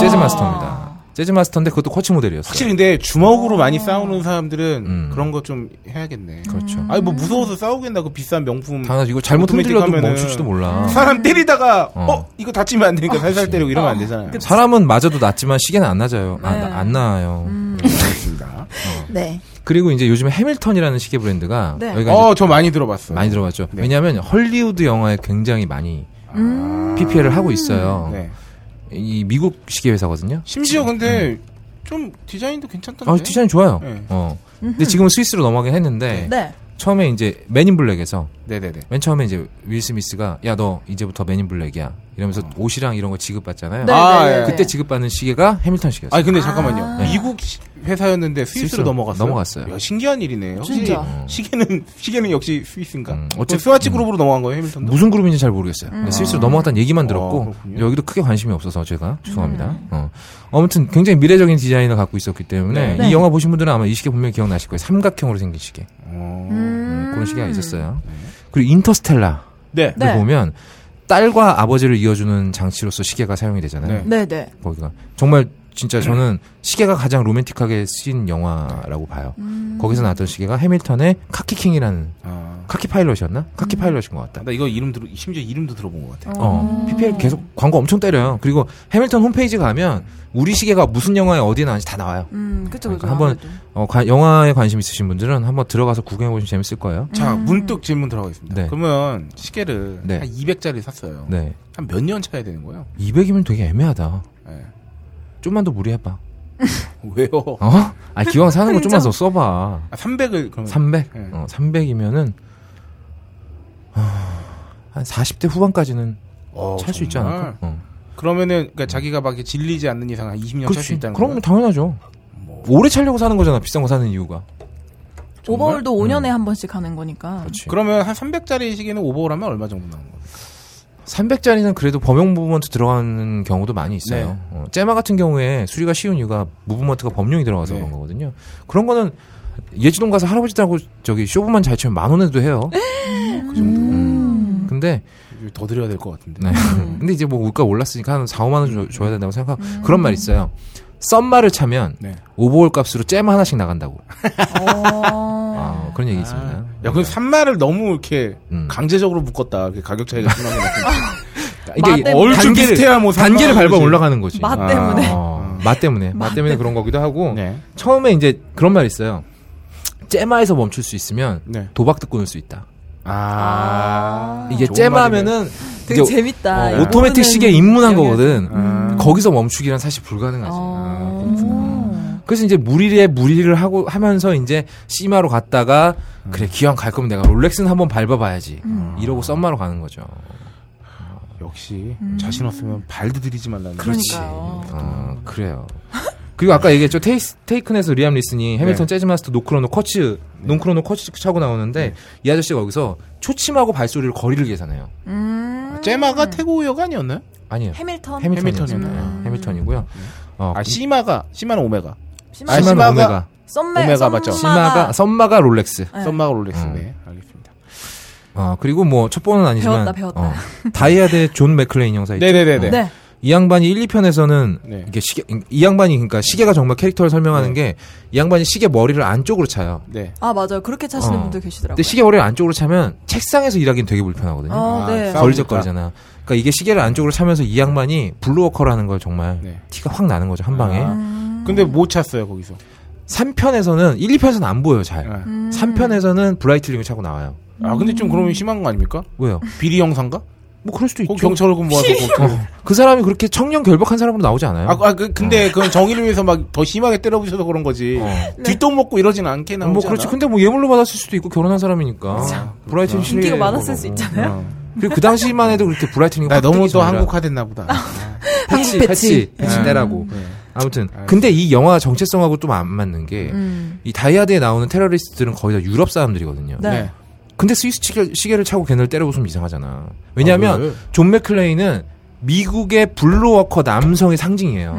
S4: 재즈 마스터입니다. 재즈 마스터인데 그것도 코치 모델이었어요.
S5: 아. 확실히 근데 주먹으로 많이 싸우는 사람들은
S4: 음.
S5: 그런 거 좀 해야겠네.
S4: 그렇죠.
S5: 아니 뭐 무서워서 싸우겠나 그 비싼 명품
S4: 당연하지. 이거 잘못
S5: 오토매틱
S4: 흔들려도
S5: 뭐 하면은 음.
S4: 멈출지도 몰라.
S5: 사람 때리다가 어,
S4: 어.
S5: 이거 다치면 안 되니까 살살 때리고 이러면 안 되잖아요.
S4: 사람은 맞아도 낫지만 시계는 안 낮아요. 아, 나- 안 나아요.
S5: 그렇습니다.
S6: 네.
S4: 그리고 이제 요즘에 해밀턴이라는 시계 브랜드가
S1: 네.
S4: 여기가 이제
S5: 어 저 많이 들어봤어요.
S4: 많이 들어봤죠.
S5: 네.
S4: 왜냐하면 헐리우드 영화에 굉장히 많이
S5: 음.
S4: PPL을 하고 있어요.
S5: 네.
S4: 이 미국 시계 회사거든요.
S5: 심지어 근데 좀 디자인도 괜찮던데.
S4: 아, 디자인 좋아요.
S5: 네.
S4: 어. 근데 지금은 스위스로 넘어가긴 했는데
S1: 네.
S4: 처음에 이제 맨인 블랙에서
S5: 네네네.
S4: 맨 처음에 이제 윌 스미스가 야 너 이제부터 맨인 블랙이야 이러면서 옷이랑 이런 거 지급받잖아요.
S1: 네,
S5: 아,
S1: 네, 네.
S5: 예.
S4: 그때 지급받는 시계가 해밀턴 시계였어요.
S5: 아 근데 잠깐만요. 미국 시- 회사였는데 스위스로
S4: 스위스로
S5: 넘어갔어요.
S4: 넘어갔어요. 어.
S5: 야, 신기한 일이네. 요
S1: 진짜.
S5: 시계는 시계는 역시 스위스인가?
S4: 음,
S5: 어쨌든
S4: 어쨌든-
S5: 스와치 그룹으로 넘어간 거예요, 해밀턴도.
S4: 무슨 그룹인지 잘 모르겠어요. 근데 스위스로 넘어갔다는 얘기만
S5: 음. 아,
S4: 들었고
S5: 그렇군요. 음.
S4: 여기도 크게 관심이 없어서 제가 죄송합니다. 어. 아무튼 굉장히 미래적인 디자인을 갖고 있었기
S5: 네.
S4: 때문에 이 영화 보신 분들은 아마 이 시계 분명히 기억나실 거예요. 삼각형으로 생긴 시계
S5: 어.
S4: 음, 그런 시계가 있었어요. 그리고 인터스텔라를
S5: 네.
S1: 네.
S4: 보면 딸과 아버지를 이어주는 장치로서 시계가 사용이 되잖아요.
S5: 네.
S1: 네네.
S4: 거기가 정말 진짜 저는 시계가 가장 로맨틱하게 쓰인 영화라고 봐요.
S5: 음.
S4: 거기서 나왔던 시계가 해밀턴의 카키킹이라는
S5: 아.
S4: 카키 파일럿이었나?
S5: 음.
S4: 카키 파일럿인 것 같다.
S5: 나 이거 이름 들 심지어 이름도 들어본 것 같아.
S4: 어,
S1: 음,
S4: PPL 계속 광고 엄청 때려요. 그리고 해밀턴 홈페이지 가면 우리 시계가 무슨 영화에 어디에 나왔는지 다 나와요.
S1: 음, 그쵸, 그쵸.
S4: 그러니까 한번
S1: 아무래도.
S4: 어, 가- 영화에 관심 있으신 분들은 한번 들어가서 구경해 보시면 재밌을 거예요.
S5: 자, 문득 질문 들어가겠습니다.
S4: 네.
S5: 그러면 시계를
S4: 네.
S5: 한 200짜리 샀어요.
S4: 네.
S5: 한 몇 년 차야 되는 거예요?
S4: 200이면 되게 애매하다.
S5: 네.
S4: 좀만 더 무리해 봐.
S5: 왜요?
S4: 어? 아, 기왕 사는 거 좀만 더써 봐.
S5: 아, 300을 그러면
S4: 300.
S5: 네.
S4: 어, 300이면은 한 40대 아, 후반까지는
S5: 어,
S4: 찰 수 있지
S5: 정말?
S4: 않을까? 어.
S5: 그러면은 그러니까 자기가 막 이렇게 질리지 않는 이상 한 20년 찰 수
S4: 그렇지.
S5: 있다는
S4: 그럼
S5: 거예요? 뭐.
S4: 당연하죠. 오래 차려고 사는 거잖아. 비싼 거 사는 이유가.
S5: 정말?
S1: 오버월도 5년에 한 번씩 하는 거니까.
S4: 음. 그렇지.
S5: 그러면 한 300짜리 시계는 오버홀 하면 얼마 정도 나오는 거예요?
S4: 300짜리는 그래도 범용 무브먼트 들어가는 경우도 많이 있어요.
S5: 네.
S4: 어, 제마 같은 경우에 수리가 쉬운 이유가 무브먼트가 범용이 들어가서
S5: 네.
S4: 그런 거거든요. 그런 거는 예지동 가서 할아버지들하고 저기 쇼부만 잘 치면 만 원에도 해요. 음.
S5: 그 정도.
S4: 근데
S5: 더 드려야 될 것 같은데.
S4: 네. 근데 이제 뭐 물가 올랐으니까 한 4, 5만 원 줘- 줘야 된다고 생각하고 그런 말 있어요. 썸마를 차면
S5: 네.
S4: 오버올 값으로 제마 하나씩 나간다고.
S1: 어.
S4: 아, 그런 얘기 있습니다.
S5: 야, 그럼 산마를 너무 이렇게
S4: 음.
S5: 강제적으로 묶었다. 이렇게 가격 차이가 심한 것 같은데.
S1: 그러니까
S5: 얼추 비슷해야 뭐 산마
S4: 단계를 밟아
S5: 그러지.
S4: 올라가는 거지.
S1: 맛
S5: 아.
S1: 때문에.
S4: 어, 맛 때문에 맛 때문에 그런 거기도 하고
S5: 네.
S4: 처음에 이제 그런 말 있어요. 제마에서 멈출 수 있으면
S5: 네.
S4: 도박도 끊을 수 있다.
S5: 아.
S4: 이게
S5: 좋은
S4: 제마면은
S1: 되게 아,
S4: 이제
S1: 재밌다.
S4: 어,
S1: 이거는
S4: 오토매틱 시계에 입문한 거거든. 아,
S5: 말이네.
S4: 거기서 멈추기란 사실 불가능하지.
S1: 어.
S4: 그래서 이제 무리에 무리를 하고 하면서 이제 시마로 갔다가
S5: 음.
S4: 그래 기왕 갈 거면 내가 롤렉스는 한번 밟아봐야지. 이러고 썸마로 가는 거죠.
S5: 아, 역시 자신 없으면 발도 들이지 말라는.
S1: 그러니까요.
S4: 어, 그래요. 그리고 아까 얘기했죠. 테이스, 테이큰에서 리암 리슨이 해밀턴 재즈마스터 노크로노 커츠, 논크로노 커츠 차고 나오는데 이 아저씨가 거기서 초침하고 발소리로 거리를 계산해요.
S1: 음.
S5: 거지. 제마가 아, 태고 여관이었나요?
S4: 아니에요.
S1: 해밀턴.
S4: 해밀턴이었어요.
S5: 해밀턴이었나요?
S4: 네, 해밀턴이고요. 어,
S5: 아, 시마가, 시마는 오메가.
S1: 심하-
S5: 아,
S4: 시마는
S5: 시마가-
S4: 오메가,
S1: 썸메,
S5: 오메가 아.
S1: 썸마가
S5: 맞죠?
S4: 시마가, 썸마가 롤렉스.
S1: 네.
S5: 썸마가 롤렉스.
S4: 음.
S5: 네, 알겠습니다.
S4: 어, 그리고 뭐 첩보는 아니지만
S1: 배웠다, 배웠다.
S4: 어, 다이아드 존 맥클레인 형사 있죠.
S5: 네네네네.
S1: 네.
S4: 이 양반이 1, 2편에서는
S5: 네.
S4: 이게 시계 이 양반이 그러니까 시계가 정말 캐릭터를 설명하는 게 이 양반이 시계 머리를 안쪽으로 차요.
S5: 네.
S1: 아 맞아요. 그렇게 차시는
S4: 어.
S1: 분들 계시더라고요.
S4: 근데 시계 머리를 안쪽으로 차면 책상에서 일하기는 되게 불편하거든요.
S1: 아, 네.
S5: 싸우니까.
S4: 걸리적거리잖아. 그러니까 이게 시계를 안쪽으로 차면서 이 양반이 블루워커라는 걸 정말
S5: 네.
S4: 티가 확 나는 거죠 한 방에.
S5: 아, 근데 못 찼어요, 거기서.
S4: 3편에서는 1, 2편에서는 안 보여 잘.
S5: 네.
S4: 3편에서는 브라이틀링을 차고 나와요.
S5: 아, 근데 좀 그러면 심한 거 아닙니까?
S4: 왜요?
S5: 비리 영상가?
S4: 뭐 그럴 수도
S5: 혹
S4: 있죠.
S5: 어, 경찰을 근무하서 거기-
S4: 그 사람이 그렇게 청년 결박한 사람으로 나오지 않아요.
S5: 아, 아, 그,
S4: 어.
S5: 근데 그건 정의를 위해서 막 더 심하게 때려부셔서 그런 거지. 네. 뒷돈 먹고 이러진 않게 나오지 아,
S4: 뭐 그렇지.
S5: 않아?
S4: 근데 뭐 예물로 받았을 수도 있고 결혼한 사람이니까. 브라이튼 시
S1: 인기가 많았을 수 있잖아요.
S4: 그리고 그 당시만 해도 그렇게 브라이튼이
S5: 어. 나
S4: 확
S5: 아, 너무
S4: 뜨기
S5: 또
S4: 전이라.
S5: 한국화 네. 됐나 보다. 음.
S4: 패치 패치 패치 때라고. 아무튼 근데 이 영화 정체성하고 좀 안 맞는 게 이 다이아드에 나오는 테러리스트들은 거의 다 유럽 사람들이거든요.
S1: 음. 네.
S4: 근데 스위스 시계, 시계를 차고 걔네를 때려부수면 이상하잖아. 왜냐하면 존 맥클레인은 미국의 블루워커 남성의
S1: 음.
S4: 상징이에요.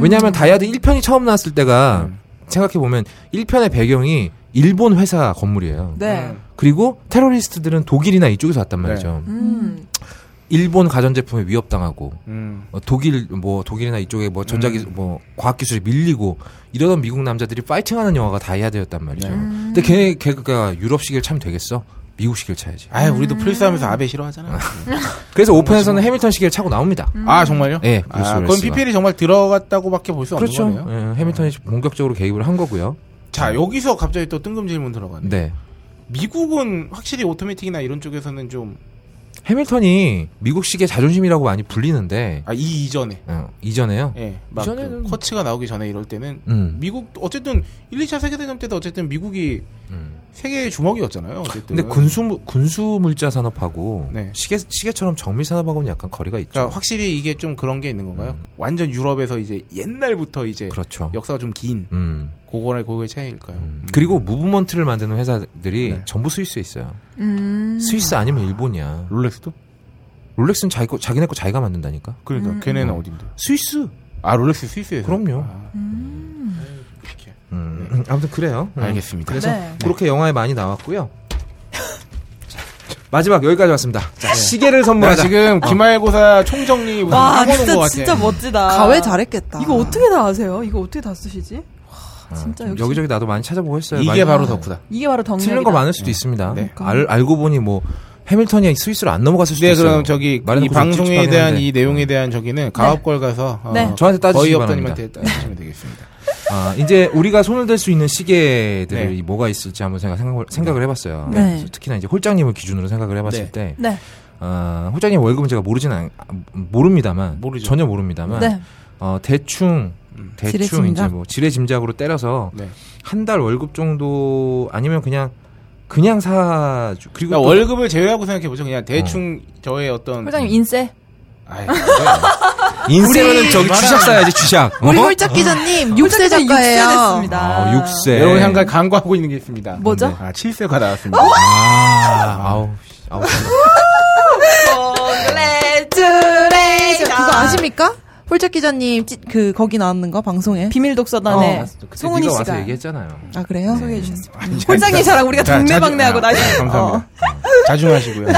S4: 왜냐하면 다이아드 1편이 음. 처음 나왔을 때가 생각해보면 1편의 배경이 일본 회사 건물이에요.
S1: 네.
S4: 그리고 테러리스트들은 독일이나 이쪽에서 왔단 말이죠.
S1: 음.
S4: 일본 가전제품에 위협당하고
S5: 음.
S4: 어, 독일 뭐 독일이나 이쪽에 뭐 전자기 뭐 과학 기술이 밀리고 이러던 미국 남자들이 파이팅하는 영화가 다이아드였단
S5: 네.
S4: 말이죠. 근데 걔 걔가 유럽 시계를 차면 되겠어? 미국 시계를 차야지.
S5: 아유, 우리도 플리스하면서 아베 싫어하잖아.
S4: 그래서 오픈에서는 해밀턴 시계를 차고 나옵니다.
S5: 아, 정말요?
S4: 예, 브루스
S5: 아, 그건
S4: 윌리스가.
S5: PPL이 정말 들어갔다고밖에 볼 수 없는
S4: 그렇죠.
S5: 거네요.
S4: 예, 해밀턴이 본격적으로 개입을 한 거고요.
S5: 자, 여기서 갑자기 또 뜬금 질문 들어가네.
S4: 네.
S5: 미국은 확실히 오토매틱이나 이런 쪽에서는 좀,
S4: 해밀턴이 미국 시계 자존심이라고 많이 불리는데
S5: 아, 이 이전에.
S4: 어, 이전에요.
S5: 예, 막그
S4: 이전에는-
S5: 커츠가 나오기 전에 이럴 때는
S4: 음.
S5: 미국 어쨌든 1, 2차 세계대전 때도 어쨌든 미국이
S4: 음.
S5: 세계의 주먹이었잖아요. 어쨌든.
S4: 근데 군수 군수 물자 산업하고
S5: 네.
S4: 시계 시계처럼 정밀 산업하고는 약간 거리가 있죠.
S5: 그러니까 확실히 이게 좀 그런 게 있는 건가요? 완전 유럽에서 이제 옛날부터 이제
S4: 음. 그렇죠.
S5: 예. 역사가 좀 긴
S4: 음.
S5: 고거랑 고거의 차이일까요?
S4: 음. 그리고 무브먼트를 만드는 회사들이
S5: 네.
S4: 전부 스위스에 있어요.
S1: 음.
S4: 스위스 아니면 일본이야.
S5: 롤렉스도?
S4: 롤렉스는 자기 거, 자기네 거 자기가 만든다니까.
S5: 그러니까 걔네는 어딘데?
S4: 스위스.
S5: 아 롤렉스
S4: 음.
S5: 스위스에서.
S4: 그럼요.
S5: 아, 이렇게.
S4: 음, 아무튼 그래요. 음.
S5: 알겠습니다.
S4: 그래서
S1: 네.
S4: 그렇게 영화에 많이 나왔고요. 자, 마지막 여기까지 왔습니다.
S1: 네.
S4: 자, 시계를
S5: 나
S4: 선물하자. 어.
S5: 지금 기말고사 총정리 무슨
S1: 와
S5: 하고 오는 것
S1: 진짜
S5: 같아.
S1: 진짜 멋지다.
S6: 가외 잘했겠다.
S1: 이거 어떻게 다 아세요? 이거 어떻게 다 쓰시지? 와, 진짜 역시
S4: 여기저기 나도 많이 찾아보고 했어요.
S5: 이게
S4: 많이 네.
S5: 바로 덕후다.
S1: 이게 바로 덕력이다.
S4: 틀린 거 많을 수도 있습니다.
S5: 네.
S4: 알, 알고 보니 뭐 해밀턴이 스위스로 안 넘어갔을 수도
S5: 네,
S4: 있어요.
S5: 그럼 저기 이
S4: 말해놓고 좀
S5: 방송에
S4: 찝찝하긴
S5: 대한
S4: 한데.
S5: 이 내용에 대한 저기는 가업걸 가서 어,
S1: 네.
S4: 저한테 따지시기
S5: 거의
S4: 바랍니다.
S5: 없다님한테 따지시면 되겠습니다.
S4: 아, 이제 우리가 손을 댈 수 있는 시계들이
S5: 네.
S4: 뭐가 있을지 한번 생각, 생각을, 생각을 해봤어요.
S1: 네.
S4: 그래서 특히나 이제 홀장님을 기준으로 생각을 해봤을
S5: 네.
S4: 때,
S1: 네.
S4: 어, 홀장님 월급은 제가 모르진 않, 아, 모릅니다만,
S5: 모르죠.
S4: 전혀 모릅니다만,
S1: 네.
S4: 어, 대충,
S9: 음.
S4: 대충
S6: 지레짐작?
S9: 네.
S4: 이제 뭐 지레짐작으로 때려서
S5: 네.
S4: 한 달 월급 정도 아니면 그냥 그냥 사주 그리고
S5: 그러니까
S4: 또-
S5: 월급을 제외하고 생각해보죠. 그냥 대충 저의 어떤.
S1: 회장님 인세.
S5: 아이, 네. 그거야.
S4: 인생은 저기 주작 사야지 주작.
S6: 우리
S4: 어?
S6: 아. 홀짝 기자님 육세 작가예요.
S10: 됐습니다.
S4: 아, 육세.
S5: 여러분 향가 광고하고 있는 게 있습니다.
S1: 뭐죠?
S5: 아, 7세가 나왔습니다.
S10: 어?
S4: 아, 아우, 씨, 아우.
S6: 그거 아십니까? 홀짝 기자님 찌- 그 거기 나왔는 거 방송에.
S10: 비밀
S1: 아,
S10: 독서단에
S1: 네.
S6: 어.
S9: 아, 그때
S10: 송은이
S9: 네가
S10: 씨가
S9: 와서 얘기했잖아요.
S6: 아 그래요?
S10: 소개해 주셨습니다. 홀장이 자랑 우리가 어.
S5: 자,
S10: 동네방네하고
S5: 자주- 아,
S10: 나지.
S5: 감사합니다. 자중하시고요.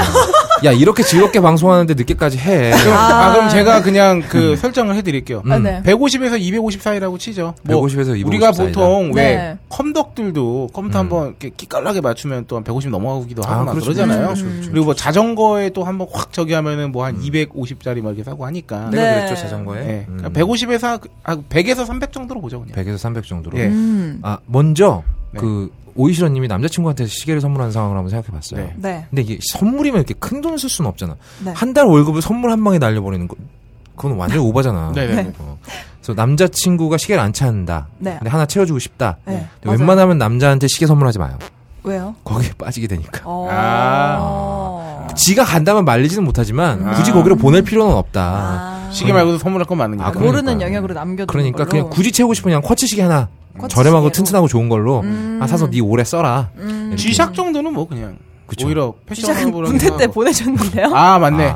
S4: 야 이렇게 즐겁게 방송하는데 늦게까지 해.
S5: 그럼, 아, 그럼 제가 그냥 그 설정을 해드릴게요.
S4: 음.
S1: 아, 네.
S5: 150에서 250 사이라고 치죠. 뭐
S4: 150에서 250
S5: 우리가
S4: 사이다. 음.
S5: 보통
S1: 네.
S5: 왜 컴덕들도 컴퓨터 한번 이렇게 끼깔나게 맞추면 또 한 150 넘어가기도 하고 막
S4: 그렇죠,
S5: 그러잖아요.
S4: 그렇죠, 그렇죠. 음.
S5: 그리고뭐 자전거에 또 한번 확 저기 하면은 뭐 한 250짜리 막 이렇게 사고 하니까.
S4: 내가
S1: 네.
S4: 그랬죠 자전거에.
S5: 예. 그러니까
S4: 음.
S5: 150에서 아, 100에서 300 정도로 보죠 그냥.
S4: 100에서 300 정도로.
S5: 예.
S1: 음.
S4: 아 먼저
S5: 네.
S4: 그 오이시러님이 남자친구한테 시계를 선물한 상황을 한번 생각해봤어요.
S5: 네.
S1: 네.
S4: 근데 이게 선물이면 이렇게 큰 돈 쓸 수는 없잖아.
S1: 네.
S4: 한 달 월급을 선물 한 방에 날려버리는 거 그건 완전 오바잖아.
S5: 네네.
S4: 어. 그래서 남자친구가 시계를 안 찾는다.
S1: 네.
S4: 근데 하나 채워주고 싶다.
S1: 네.
S4: 근데 웬만하면 남자한테 시계 선물하지 마요.
S1: 왜요?
S4: 거기에 빠지게 되니까.
S1: 어.
S5: 아.
S4: 지가 간다면 말리지는 못하지만
S5: 아.
S4: 굳이 거기로 보낼 필요는 없다.
S1: 아.
S5: 시계 말고도 선물할 건 많은 게.
S4: 아,
S5: 아,
S4: 그럼-
S1: 모르는
S4: 그러니까요.
S1: 영역으로 남겨둔
S4: 그러니까
S1: 걸로. 음.
S4: 그냥 굳이 채우고 싶으면 그냥 쿼츠 시계 하나
S1: 쿼츠
S4: 저렴하고
S1: 시계로.
S4: 튼튼하고 좋은 걸로
S1: 음.
S4: 아, 사서 네 오래 써라.
S1: 음.
S4: 이렇게.
S5: G샥 정도는 뭐 그냥.
S4: 그쵸.
S5: 오히려
S10: 시작은
S5: 패션으로
S10: 군대 때 보내셨는데요.
S5: 아 맞네.
S4: 아.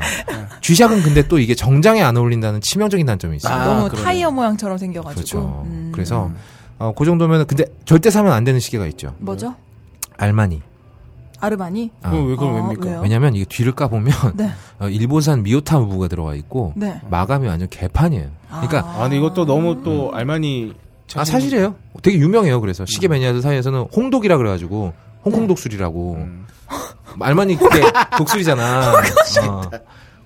S4: 쥐샥은 근데 또 이게 정장에 안 어울린다는 치명적인 단점이 있어요.
S5: 아,
S1: 너무
S5: 그러네.
S1: 타이어 모양처럼 생겨가지고.
S4: 그렇죠.
S1: 음.
S4: 그래서 어, 그 정도면 근데 절대 사면 안 되는 시계가 있죠.
S1: 뭐죠?
S4: 알마니.
S1: 아르바니.
S4: 아.
S5: 그럼 왜 그걸
S1: 어,
S5: 웹니까?
S1: 왜요?
S4: 왜냐면 이게 뒤를 까 보면
S1: 네.
S4: 어, 일본산 미오타 우부가 들어가 있고
S1: 네.
S4: 마감이 완전 개판이에요. 그러니까
S5: 아, 근데 이것도 너무 또 알만이.
S4: 음. 아 사실이에요. 되게 유명해요. 그래서
S5: 음.
S4: 시계 매니아들 사이에서는 홍독이라 그래가지고 홍콩 독수리라고
S5: 네. 음.
S4: 알만이 그게 독수리잖아. 어.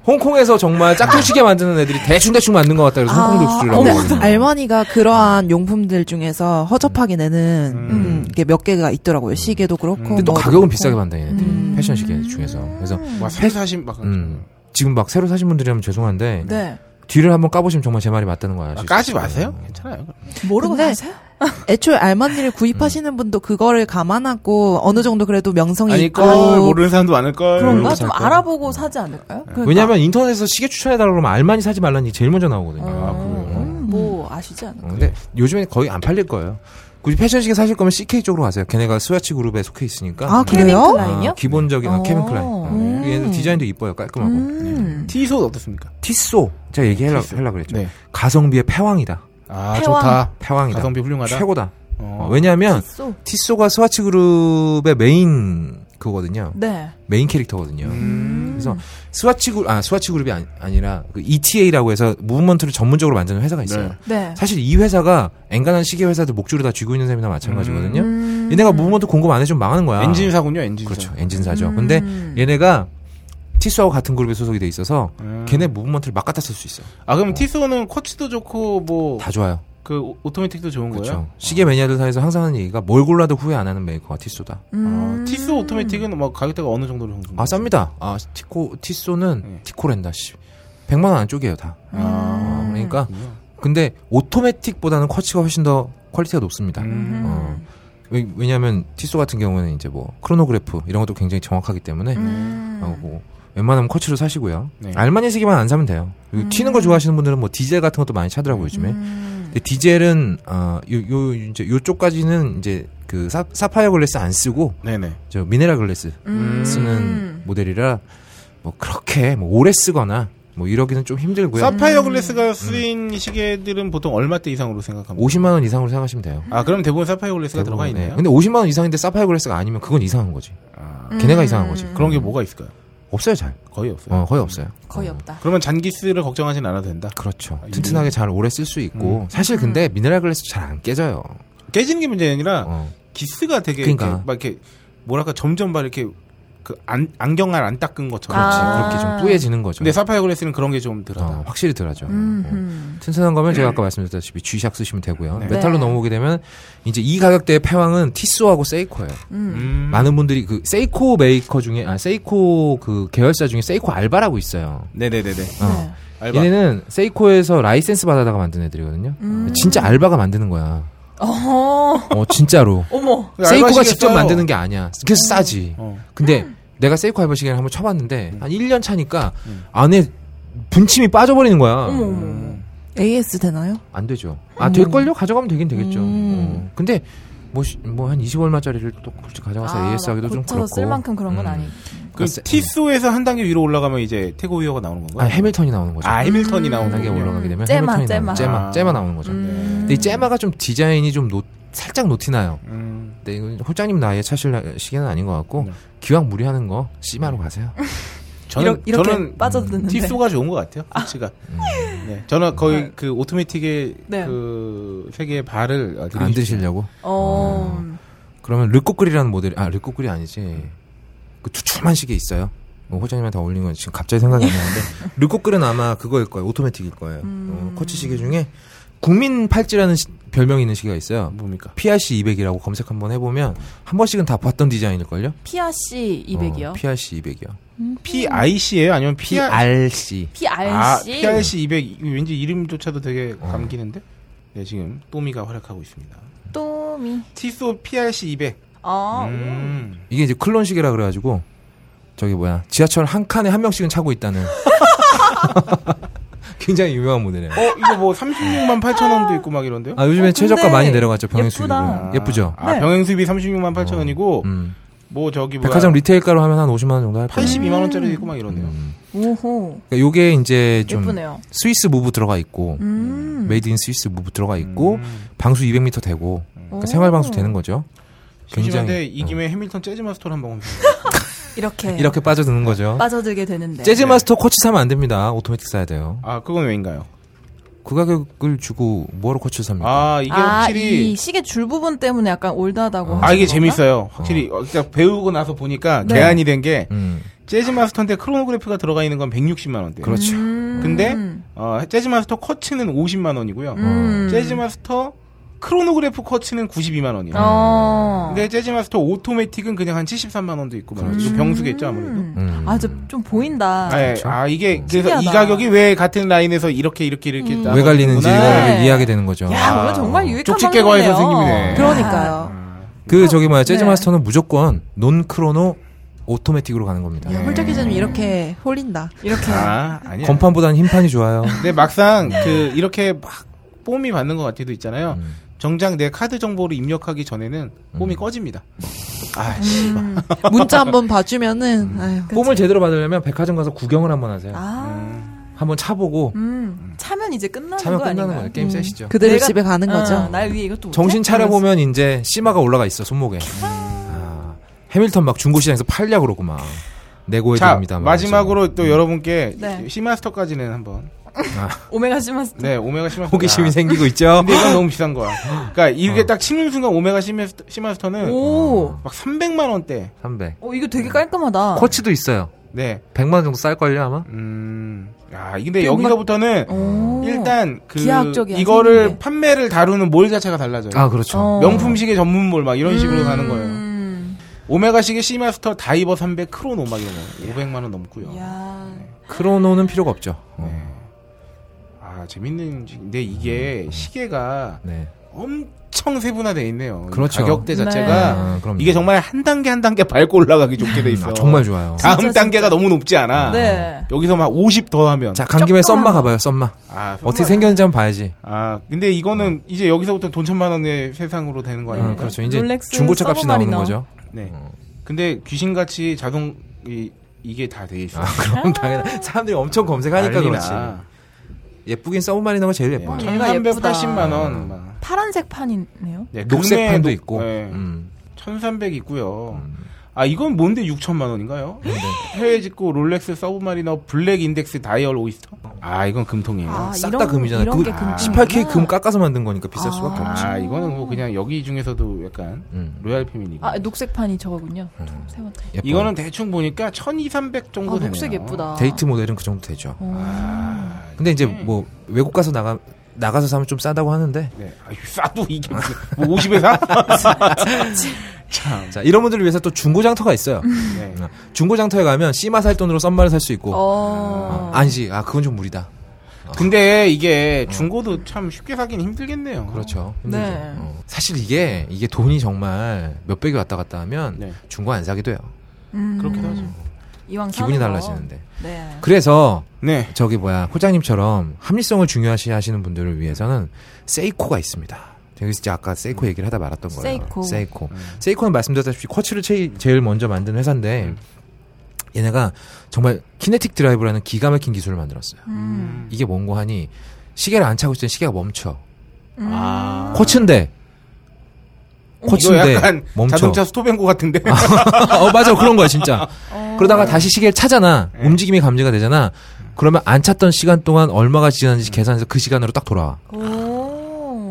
S4: 홍콩에서 정말 짝퉁 시계 만드는 애들이 대충 대충 만든 것 같다. 그래서 홍콩
S1: 아,
S4: 독수리라고.
S6: 아,
S5: 네.
S6: 근데
S4: 그러거든요.
S6: 알마니가 그러한 용품들 중에서 허접하게 내는
S5: 음.
S6: 음, 이게 몇 개가 있더라고요. 시계도 그렇고.
S5: 근데
S4: 근데 또
S6: 뭐도 그렇고.
S4: 가격은
S1: 음.
S4: 비싸게 판다 얘네들. 패션 시계 중에서. 그래서
S5: 와 새로 사신 막.
S4: 음, 지금 막 새로 사신 분들이라면 죄송한데
S1: 네.
S4: 뒤를 한번 까보시면 정말 제 말이 맞다는 거야. 음.
S5: 아, 까지 마세요. 괜찮아요.
S1: 모르고
S6: 근데
S1: 사세요?
S6: 애초에
S5: 음.
S6: 알마니를 구입하시는 분도 그거를 감안하고 어느 정도 그래도 명성이
S5: 아니
S6: 있고
S5: 걸 모르는 사람도 많을 걸.
S1: 그런가?
S4: 모르고
S1: 좀
S4: 살까?
S1: 알아보고 사지 않을까요? 그러니까.
S4: 왜냐면 인터넷에서 시계 추천해달라고 그러면 알만이 사지 말라는 게 제일 먼저 나오거든요.
S1: 어, 음, 뭐 아시지 않을까?
S4: 어,
S5: 네.
S4: 근데 요즘에 거의 안 팔릴 거예요. 굳이 패션 시계 사실 거면 CK 쪽으로 가세요. 걔네가 스와치 그룹에 속해 있으니까.
S6: 아,
S4: 음.
S6: 그래요?
S1: 케빈 클라인이요?
S4: 아, 기본적인
S1: 어.
S4: 아, 케빈 클라인. 어,
S6: 음.
S4: 얘는 디자인도 이뻐요. 깔끔하고.
S1: 음.
S5: 티소 어떻습니까?
S4: 티소. 제가 얘기하려
S5: 티소.
S4: 하려고 그랬죠.
S5: 네.
S4: 가성비의 패왕이다.
S5: 아
S1: 태왕.
S5: 좋다.
S4: 패왕이다.
S5: 가성비 훌륭하다.
S4: 최고다.
S5: 어.
S4: 어, 왜냐하면
S1: 소.
S4: 티소가 스와치 그룹의 메인 그거거든요.
S1: 네.
S4: 메인 캐릭터거든요.
S5: 음.
S4: 그래서 스와치 그룹 아 스와치 그룹이 아니, 라그 ETA라고 해서 무브먼트를 전문적으로 만드는 회사가 있어요.
S5: 네.
S1: 네.
S4: 사실 이 회사가 엔간한 시계 회사들 목줄을 다 쥐고 있는 셈이나 마찬가지거든요.
S1: 음.
S4: 얘네가 무브먼트 공급 안 해주면 망하는 거야.
S5: 엔진사군요, 엔진사.
S4: 그렇죠. 엔진사죠. 근데 얘네가 티스하고 같은 그룹에 소속이 돼 있어서
S5: 음.
S4: 걔네 무브먼트를 막 갖다 쓸 수 있어.
S5: 아 그럼 티소는 쿼츠도 좋고 뭐
S4: 다
S5: 그
S4: 좋아요.
S5: 오토매틱도 좋은
S4: 그렇죠.
S5: 거예요. 어.
S4: 시계 매니아들 사이에서 항상 하는 얘기가 뭘 골라도 후회 안 하는 메이커가 티소다.
S5: 아, 티소 오토매틱은 뭐 가격대가 어느 정도로 형성?
S4: 아 쌉니다. 아 티코 티소는
S5: 네.
S4: 티코랜다 씨. 100만 원 안쪽이에요 다. 어,
S5: 아.
S4: 그러니까 근데 오토매틱보다는 쿼츠가 훨씬 더 퀄리티가 높습니다.
S5: 음.
S4: 어. 왜, 왜냐하면 티소 같은 경우는 이제 뭐 크로노그래프 이런 것도 굉장히 정확하기 때문에 어, 뭐 웬만하면 쿼츠로 사시고요.
S5: 음. 네. 음.
S4: 알마니 세기만 안 사면 돼요. 그리고 튀는 거 좋아하시는 분들은 뭐 디젤 같은 것도 많이 차더라고요 요즘에.
S1: 음.
S4: 근데 디젤은 어, 요, 요 이제 요쪽까지는 이제 그 사, 사파이어 글래스 안 쓰고
S5: 네네.
S4: 저 미네랄 글래스
S5: 음.
S4: 쓰는 모델이라 뭐 그렇게 뭐 오래 쓰거나 뭐 이러기는 좀 힘들고요.
S5: 사파이어
S4: 음.
S5: 글래스가 쓰인 시계들은 보통 얼마대 이상으로 생각합니다.
S4: 50만 원 이상으로 생각하시면 돼요.
S5: 아 그럼 대부분 사파이어 글래스가 들어가
S4: 대부분,
S5: 있네요.
S4: 네. 근데 50만 원 이상인데 사파이어 글래스가 아니면 그건 이상한 거지.
S1: 음.
S4: 걔네가 이상한 거지.
S5: 그런 게 뭐가 있을까요?
S4: 없어요 잘.
S5: 거의 없어요.
S4: 어, 거의 없어요.
S1: 거의 없다.
S5: 그러면 잔기스를 걱정하진 않아도 된다.
S4: 그렇죠.
S5: 아, 이게- 음.
S4: 튼튼하게 잘 오래 쓸 수 있고 사실 근데
S1: 음.
S4: 미네랄 글래스 잘 안 깨져요.
S5: 깨지는 게 문제가 아니라
S4: 어.
S5: 기스가 되게
S4: 그러니까.
S5: 이렇게 막 이렇게 뭐랄까 점점 막 이렇게 그 안, 안경알 안 닦은 것처럼. 그렇죠.
S1: 그렇지. 아.
S4: 그렇게 좀 뿌얘지는 거죠.
S5: 근데 사파이어 글래스는 그런 게 좀 들어.
S4: 어,
S5: 다
S4: 확실히 덜하죠. 어.
S1: 음.
S4: 튼튼한 거면 제가 아까 말씀드렸다시피 G샥 쓰시면 되고요.
S5: 네.
S4: 메탈로
S1: 네.
S4: 넘어오게 되면 이제 이 가격대의 패왕은 티소하고 세이코예요.
S5: 음.
S4: 많은 분들이 그 세이코 메이커 중에 아 세이코 그 계열사 중에 세이코 알바라고 있어요.
S5: 네네네네.
S4: 어.
S1: 네.
S5: 알바.
S1: 음.
S4: 얘네는 세이코에서 라이센스 받아다가 만든 애들이거든요. 진짜 알바가 만드는 거야.
S1: 어,
S4: 어 진짜로.
S1: 어머.
S4: 세이코가 직접 만드는 게 아니야. 그래서 싸지.
S5: 어. 음.
S4: 근데 내가 세이코 알바 시계를 한번 쳐봤는데 한 1년 차니까 안에 분침이 빠져버리는 거야.
S1: 어머, 어머.
S6: AS 되나요?
S4: 안 되죠. 아 될걸요? 가져가면 되긴 되겠죠.
S1: 음.
S4: 어. 근데 뭐뭐한 20얼마짜리를 또 굳이 가져가서
S1: 아,
S4: AS 하기도 좀
S1: 고쳐서
S4: 그렇고.
S1: 쓸 만큼 그런 건
S4: 음.
S1: 아니고.
S5: 그
S4: 세-
S5: 티스에서 한 단계 위로 올라가면 이제 태고 위어가 나오는
S4: 아
S5: 건가요?
S4: 해밀턴이 나오는 거죠.
S5: 아,
S1: 음.
S5: 해밀턴이
S4: 한
S5: 나오는
S4: 단계
S5: 거군요.
S4: 올라가게 되면
S1: 쨈마,
S4: 해밀턴이 나오는
S1: 쨈마.
S4: 쨈마
S5: 아.
S4: 쨈마 나오는 거죠.
S1: 음.
S4: 근데 이 쨈마가 좀 디자인이 좀 노- 살짝 노티나요.
S5: 음.
S4: 근데 네, 이건 홀장님 나이에 차실 시계는 아닌 것 같고
S5: 네.
S4: 기왕 무리하는 거
S1: 네.
S4: 씨마로 가세요.
S5: 저는
S1: 이렇게
S5: 저는
S1: 빠져드는데.
S5: 티스가 좋은 것 같아요. 티스가.
S4: 음.
S5: 네. 저는 거의 그 오토매틱의
S1: 네.
S5: 그 세계의 발을 아,
S4: 안 드시려고.
S1: 어.
S4: 그러면 르꼬끌이라는 모델 아 르꼬끌이
S1: 네.
S4: 아니지 그 투출만 시계 있어요. 뭐 호장님한테 어울리는 건 지금 갑자기 생각이 안 나는데 르꼬끌은 아마 그거일 거예요. 오토매틱일 거예요.
S1: 음.
S4: 어, 코치 시계 중에 국민 팔찌라는 시- 별명이 있는 시계가 있어요.
S5: 뭡니까?
S4: PRC 200이라고 검색 한번 해보면 한 번씩은 다 봤던 디자인일걸요?
S1: PRC 200이요.
S4: 어, PRC 200이요.
S5: PIC예요? 아니면 PR?
S4: PRC.
S1: PRC.
S5: 아, PRC 200 이거 왠지 이름조차도 되게
S4: 어.
S5: 감기는데. 네, 지금 또미가 활약하고 있습니다.
S1: 또미.
S5: 티소 PRC 200.
S1: 아,
S5: 음.
S4: 이게 이제 클론 시계라 그래가지고 저기 뭐야 지하철 한 칸에 한 명씩은 차고 있다는 굉장히 유명한 모델이에요.
S5: 어, 이거 뭐 36만 8천 원도 있고 막 이런데요?
S4: 아 요즘에
S1: 어,
S4: 최저가
S1: 근데
S4: 많이 내려갔죠 병행 수입은
S1: 예쁘다.
S4: 예쁘죠.
S5: 아,
S1: 네.
S5: 병행 수입이 36만 8천 원이고
S4: 음.
S5: 뭐 저기 뭐야
S4: 백화점 리테일가로 하면 한 50만 원 정도 할 거예요.
S5: 82만 원짜리도 있고 막 이러네요.
S4: 음,
S1: 오호.
S4: 그러니까 요게 이제 좀
S1: 예쁘네요.
S4: 스위스 무브 들어가 있고
S1: 음.
S4: 메이드 인 스위스 무브 들어가 있고 방수 200m 되고 그러니까 생활 방수 되는 거죠.
S5: 심심한데
S4: 굉장히 어. 네.
S5: 이 김에 해밀턴 재즈 마스터를 한번 보면
S1: 이렇게
S4: 이렇게 빠져드는 거죠.
S1: 빠져들게 되는데.
S4: 재즈 마스터 코치 사면 안 됩니다. 오토매틱 사야 돼요.
S5: 아 그건 왜인가요?
S4: 그 가격을 주고 뭐하러 코치를 삽니까?
S5: 아 이게
S1: 아,
S5: 확실히
S1: 이 시계 줄 부분 때문에 약간 올드하다고.
S5: 아
S1: 하시는
S5: 이게
S1: 건가?
S5: 재밌어요. 확실히 어, 그러니까 배우고 나서 보니까 개안이 된 게
S4: 음.
S5: 재즈 마스터인데 크로노그래프가 들어가 있는 건 160만 원대.
S4: 그렇죠.
S1: 음.
S5: 근데 어, 재즈 마스터 커츠는 50만 원이고요.
S1: 음.
S5: 재즈 마스터 크로노그래프 커츠는 92만 원이에요.
S1: 어.
S5: 근데 재즈 마스터 오토매틱은 그냥 한 73만 원도 있고 막
S1: 그렇죠.
S5: 이거 병수겠죠 아무래도.
S4: 음.
S1: 아, 저 좀 보인다.
S5: 아, 예.
S4: 그렇죠.
S5: 아, 이게 그래서
S1: 음. 신기하다. 음.
S5: 이 가격이 왜 같은 라인에서 이렇게 이렇게 이렇게 나눠지는구나.
S4: 왜 갈리는지
S1: 네.
S4: 이해하게 되는 거죠.
S1: 야, 오늘 정말 유익한
S5: 아, 쪽집게 과외
S1: 방송이네요.
S5: 선생님이네.
S6: 그러니까요.
S5: 음.
S4: 그 저기 뭐야 재즈
S1: 네.
S4: 마스터는 무조건 논 크로노 오토매틱으로 가는 겁니다.
S6: 야, 홀짝
S5: 음.
S6: 기자님 이렇게 홀린다.
S1: 이렇게
S5: 아,
S4: 예.
S5: 아니야.
S4: 건판보다는 흰판이 좋아요.
S5: 근데 막상
S4: 네.
S5: 그 이렇게 막 뽐이 받는 것 같아도 있잖아요.
S4: 음.
S5: 정작 내 카드 정보를 입력하기 전에는 뽐이 꺼집니다.
S4: 음.
S5: 아, 씨.
S6: 문자 한번 봐주면은 아유.
S5: 음.
S4: 뽐을 제대로 받으려면 백화점 가서 구경을 한번 하세요.
S1: 아,
S4: 한번 차보고
S1: 음. 차면 이제 끝나는
S4: 차면
S1: 거
S4: 끝나는
S1: 아닌가요? 음.
S4: 거예요. 게임 셋이죠.
S6: 그대로
S1: 네, 내가-
S6: 집에 가는 거죠.
S1: 어, 날 위해 이것도 못해?
S4: 정신 차려 보면 이제 씨마가 올라가 있어 손목에. 아, 해밀턴 막 중고시장에서 팔려 그러고 막 내고해
S5: 자,
S4: 줍니다. 음. 막
S5: 마지막으로 또 여러분께
S1: 네.
S5: 시마스터까지는 한번.
S1: 오메가 시마스
S5: 네, 오메가 시마스터.
S4: 호기심이 어.
S5: 아,
S4: 생기고 있죠.
S5: 근데 이건 너무 비싼 거야. 그러니까 이게 딱 치는 순간 오메가 시마스터, 시마스터는
S1: 오,
S5: 막 300만 원대.
S4: 300.
S1: 어 이거 되게 깔끔하다.
S4: 코치도 있어요.
S5: 네.
S4: 100만 원 정도 쌀 걸요 아마.
S5: 음. 야, 근데 여기서부터는
S1: 오. 음.
S5: 일단 그
S1: 어. 기하학적이야,
S5: 이거를
S1: 생긴 게.
S5: 판매를 다루는 몰 자체가 달라져요.
S4: 아 그렇죠.
S1: 어.
S5: 명품 시계 전문몰 막 이런 식으로 가는 거예요.
S1: 음.
S5: 오메가 시계 시마스터 다이버 300 크로노 막 이런 거 500만 원 넘고요. 네.
S1: 야.
S4: 크로노는 필요가 없죠. 어.
S5: 아 재밌는 시- 근데 이게 시계가
S4: 네.
S5: 엄청 세분화돼 있네요. 이
S4: 그렇죠.
S5: 가격대
S1: 네.
S5: 자체가
S4: 아, 그럼
S5: 이게 정말 한 단계 한 단계 밟고 올라가기 좋게 돼 있어.
S4: 아, 정말 좋아요.
S5: 다음
S1: 진짜,
S5: 단계가 너무 높지 않아.
S1: 네.
S5: 여기서 막 50 더하면
S4: 자, 간 김에 썸마 가봐요, 썸마.
S5: 아 정말-
S4: 어떻게 생겼는지 한번 봐야지.
S5: 아 근데 이거는 이제 여기서부터 돈 천만 원의 세상으로 되는 거 아니에요?
S4: 어, 그렇죠. 음. 이제
S1: 롤렉스
S4: 중고차 값이
S1: 서버
S4: 나오는
S1: 말이나.
S4: 거죠.
S5: 네. 근데 귀신같이 자동 이, 이게 다 돼
S4: 아,
S5: 있어.
S1: 아.
S4: 그럼 당연히 사람들이 엄청 검색하니까 그렇지. 예쁘긴 서브마리너가 제일 예뻐요.
S1: 어, 얘가 예쁘다.
S5: 1380만 네. 원. 막.
S1: 파란색 판이네요.
S5: 네,
S4: 녹색
S5: 금매
S4: 판도
S5: 녹-
S4: 있고.
S5: 네,
S4: 음.
S5: 1300 있고요. 아 이건 뭔데 6천만 원인가요? 해외 직구 롤렉스 서브마리너 블랙 인덱스 다이얼 오이스터?
S4: 어.
S5: 아 이건 금통이에요. 아,
S1: 아,
S4: 싹
S1: 이런
S4: 다
S1: 거-
S4: 금이잖아요.
S1: 이런 게
S4: 그
S1: 금통이구나.
S4: 18K 금 깎아서 만든 거니까 비쌀 수밖에 없지.
S5: 이거는 뭐 그냥 여기 중에서도 약간
S4: 음.
S5: 로얄 패밀리.
S1: 아 녹색 판이 저거군요. 세 번째.
S4: 예뻐요.
S5: 이거는 대충 보니까 1200 정도
S1: 아
S5: 되네요.
S1: 녹색 예쁘다.
S4: 데이트 모델은 그 정도 되죠.
S3: 어.
S5: 아,
S4: 근데 이제 뭐 외국 가서 나가 나가서 사면 좀 싸다고 하는데
S5: 네. 아유, 싸도 이게 무슨 뭐 50에 사? 참.
S4: 자 이런 분들을 위해서 또 중고 장터가 있어요.
S5: 네.
S4: 음. 중고 장터에 가면 씨마 살 돈으로 썸마를 살 수 있고
S1: 음. 어.
S4: 아니지 아 그건 아, 좀 무리다.
S5: 근데 이게 중고도 참 쉽게 사긴 힘들겠네요.
S4: 어. 그렇죠. 힘들죠.
S3: 네.
S4: 어. 사실 이게 이게 돈이 정말 몇백이 왔다 갔다 하면
S5: 네.
S4: 중고 안 사게 돼요.
S3: 음.
S5: 그렇기도 하죠.
S3: 이왕
S4: 기분이
S3: 사는 거.
S4: 달라지는데.
S3: 네.
S4: 그래서
S5: 네.
S4: 저기 뭐야 호장님처럼 합리성을 중요시 하시는 분들을 위해서는 세이코가 있습니다. 제가 진짜 아까 세이코 얘기를 하다 말았던 거예요.
S3: 세이코.
S4: 세이코. 세이코는 말씀드렸다시피 쿼츠를 제일, 제일 먼저 만든 회사인데 얘네가 정말 키네틱 드라이브라는 기가 막힌 기술을 만들었어요.
S3: 음.
S4: 이게 뭔고 하니 시계를 안 차고 있을 때 시계가 멈춰.
S3: 음.
S1: 음.
S5: 아.
S4: 쿼츠인데
S5: 이거
S4: 쿼츠인데
S5: 약간
S4: 멈춰.
S5: 자동차 어. 스토벤고 같은데.
S4: 어 맞아 그런 거야 진짜.
S3: 어.
S4: 그러다가 다시 시계를 차잖아.
S5: 네.
S4: 움직임이 감지가 되잖아. 그러면 안 찼던 시간 동안 얼마가
S5: 음.
S4: 지났는지 계산해서 그 시간으로 딱 돌아와.
S3: 오.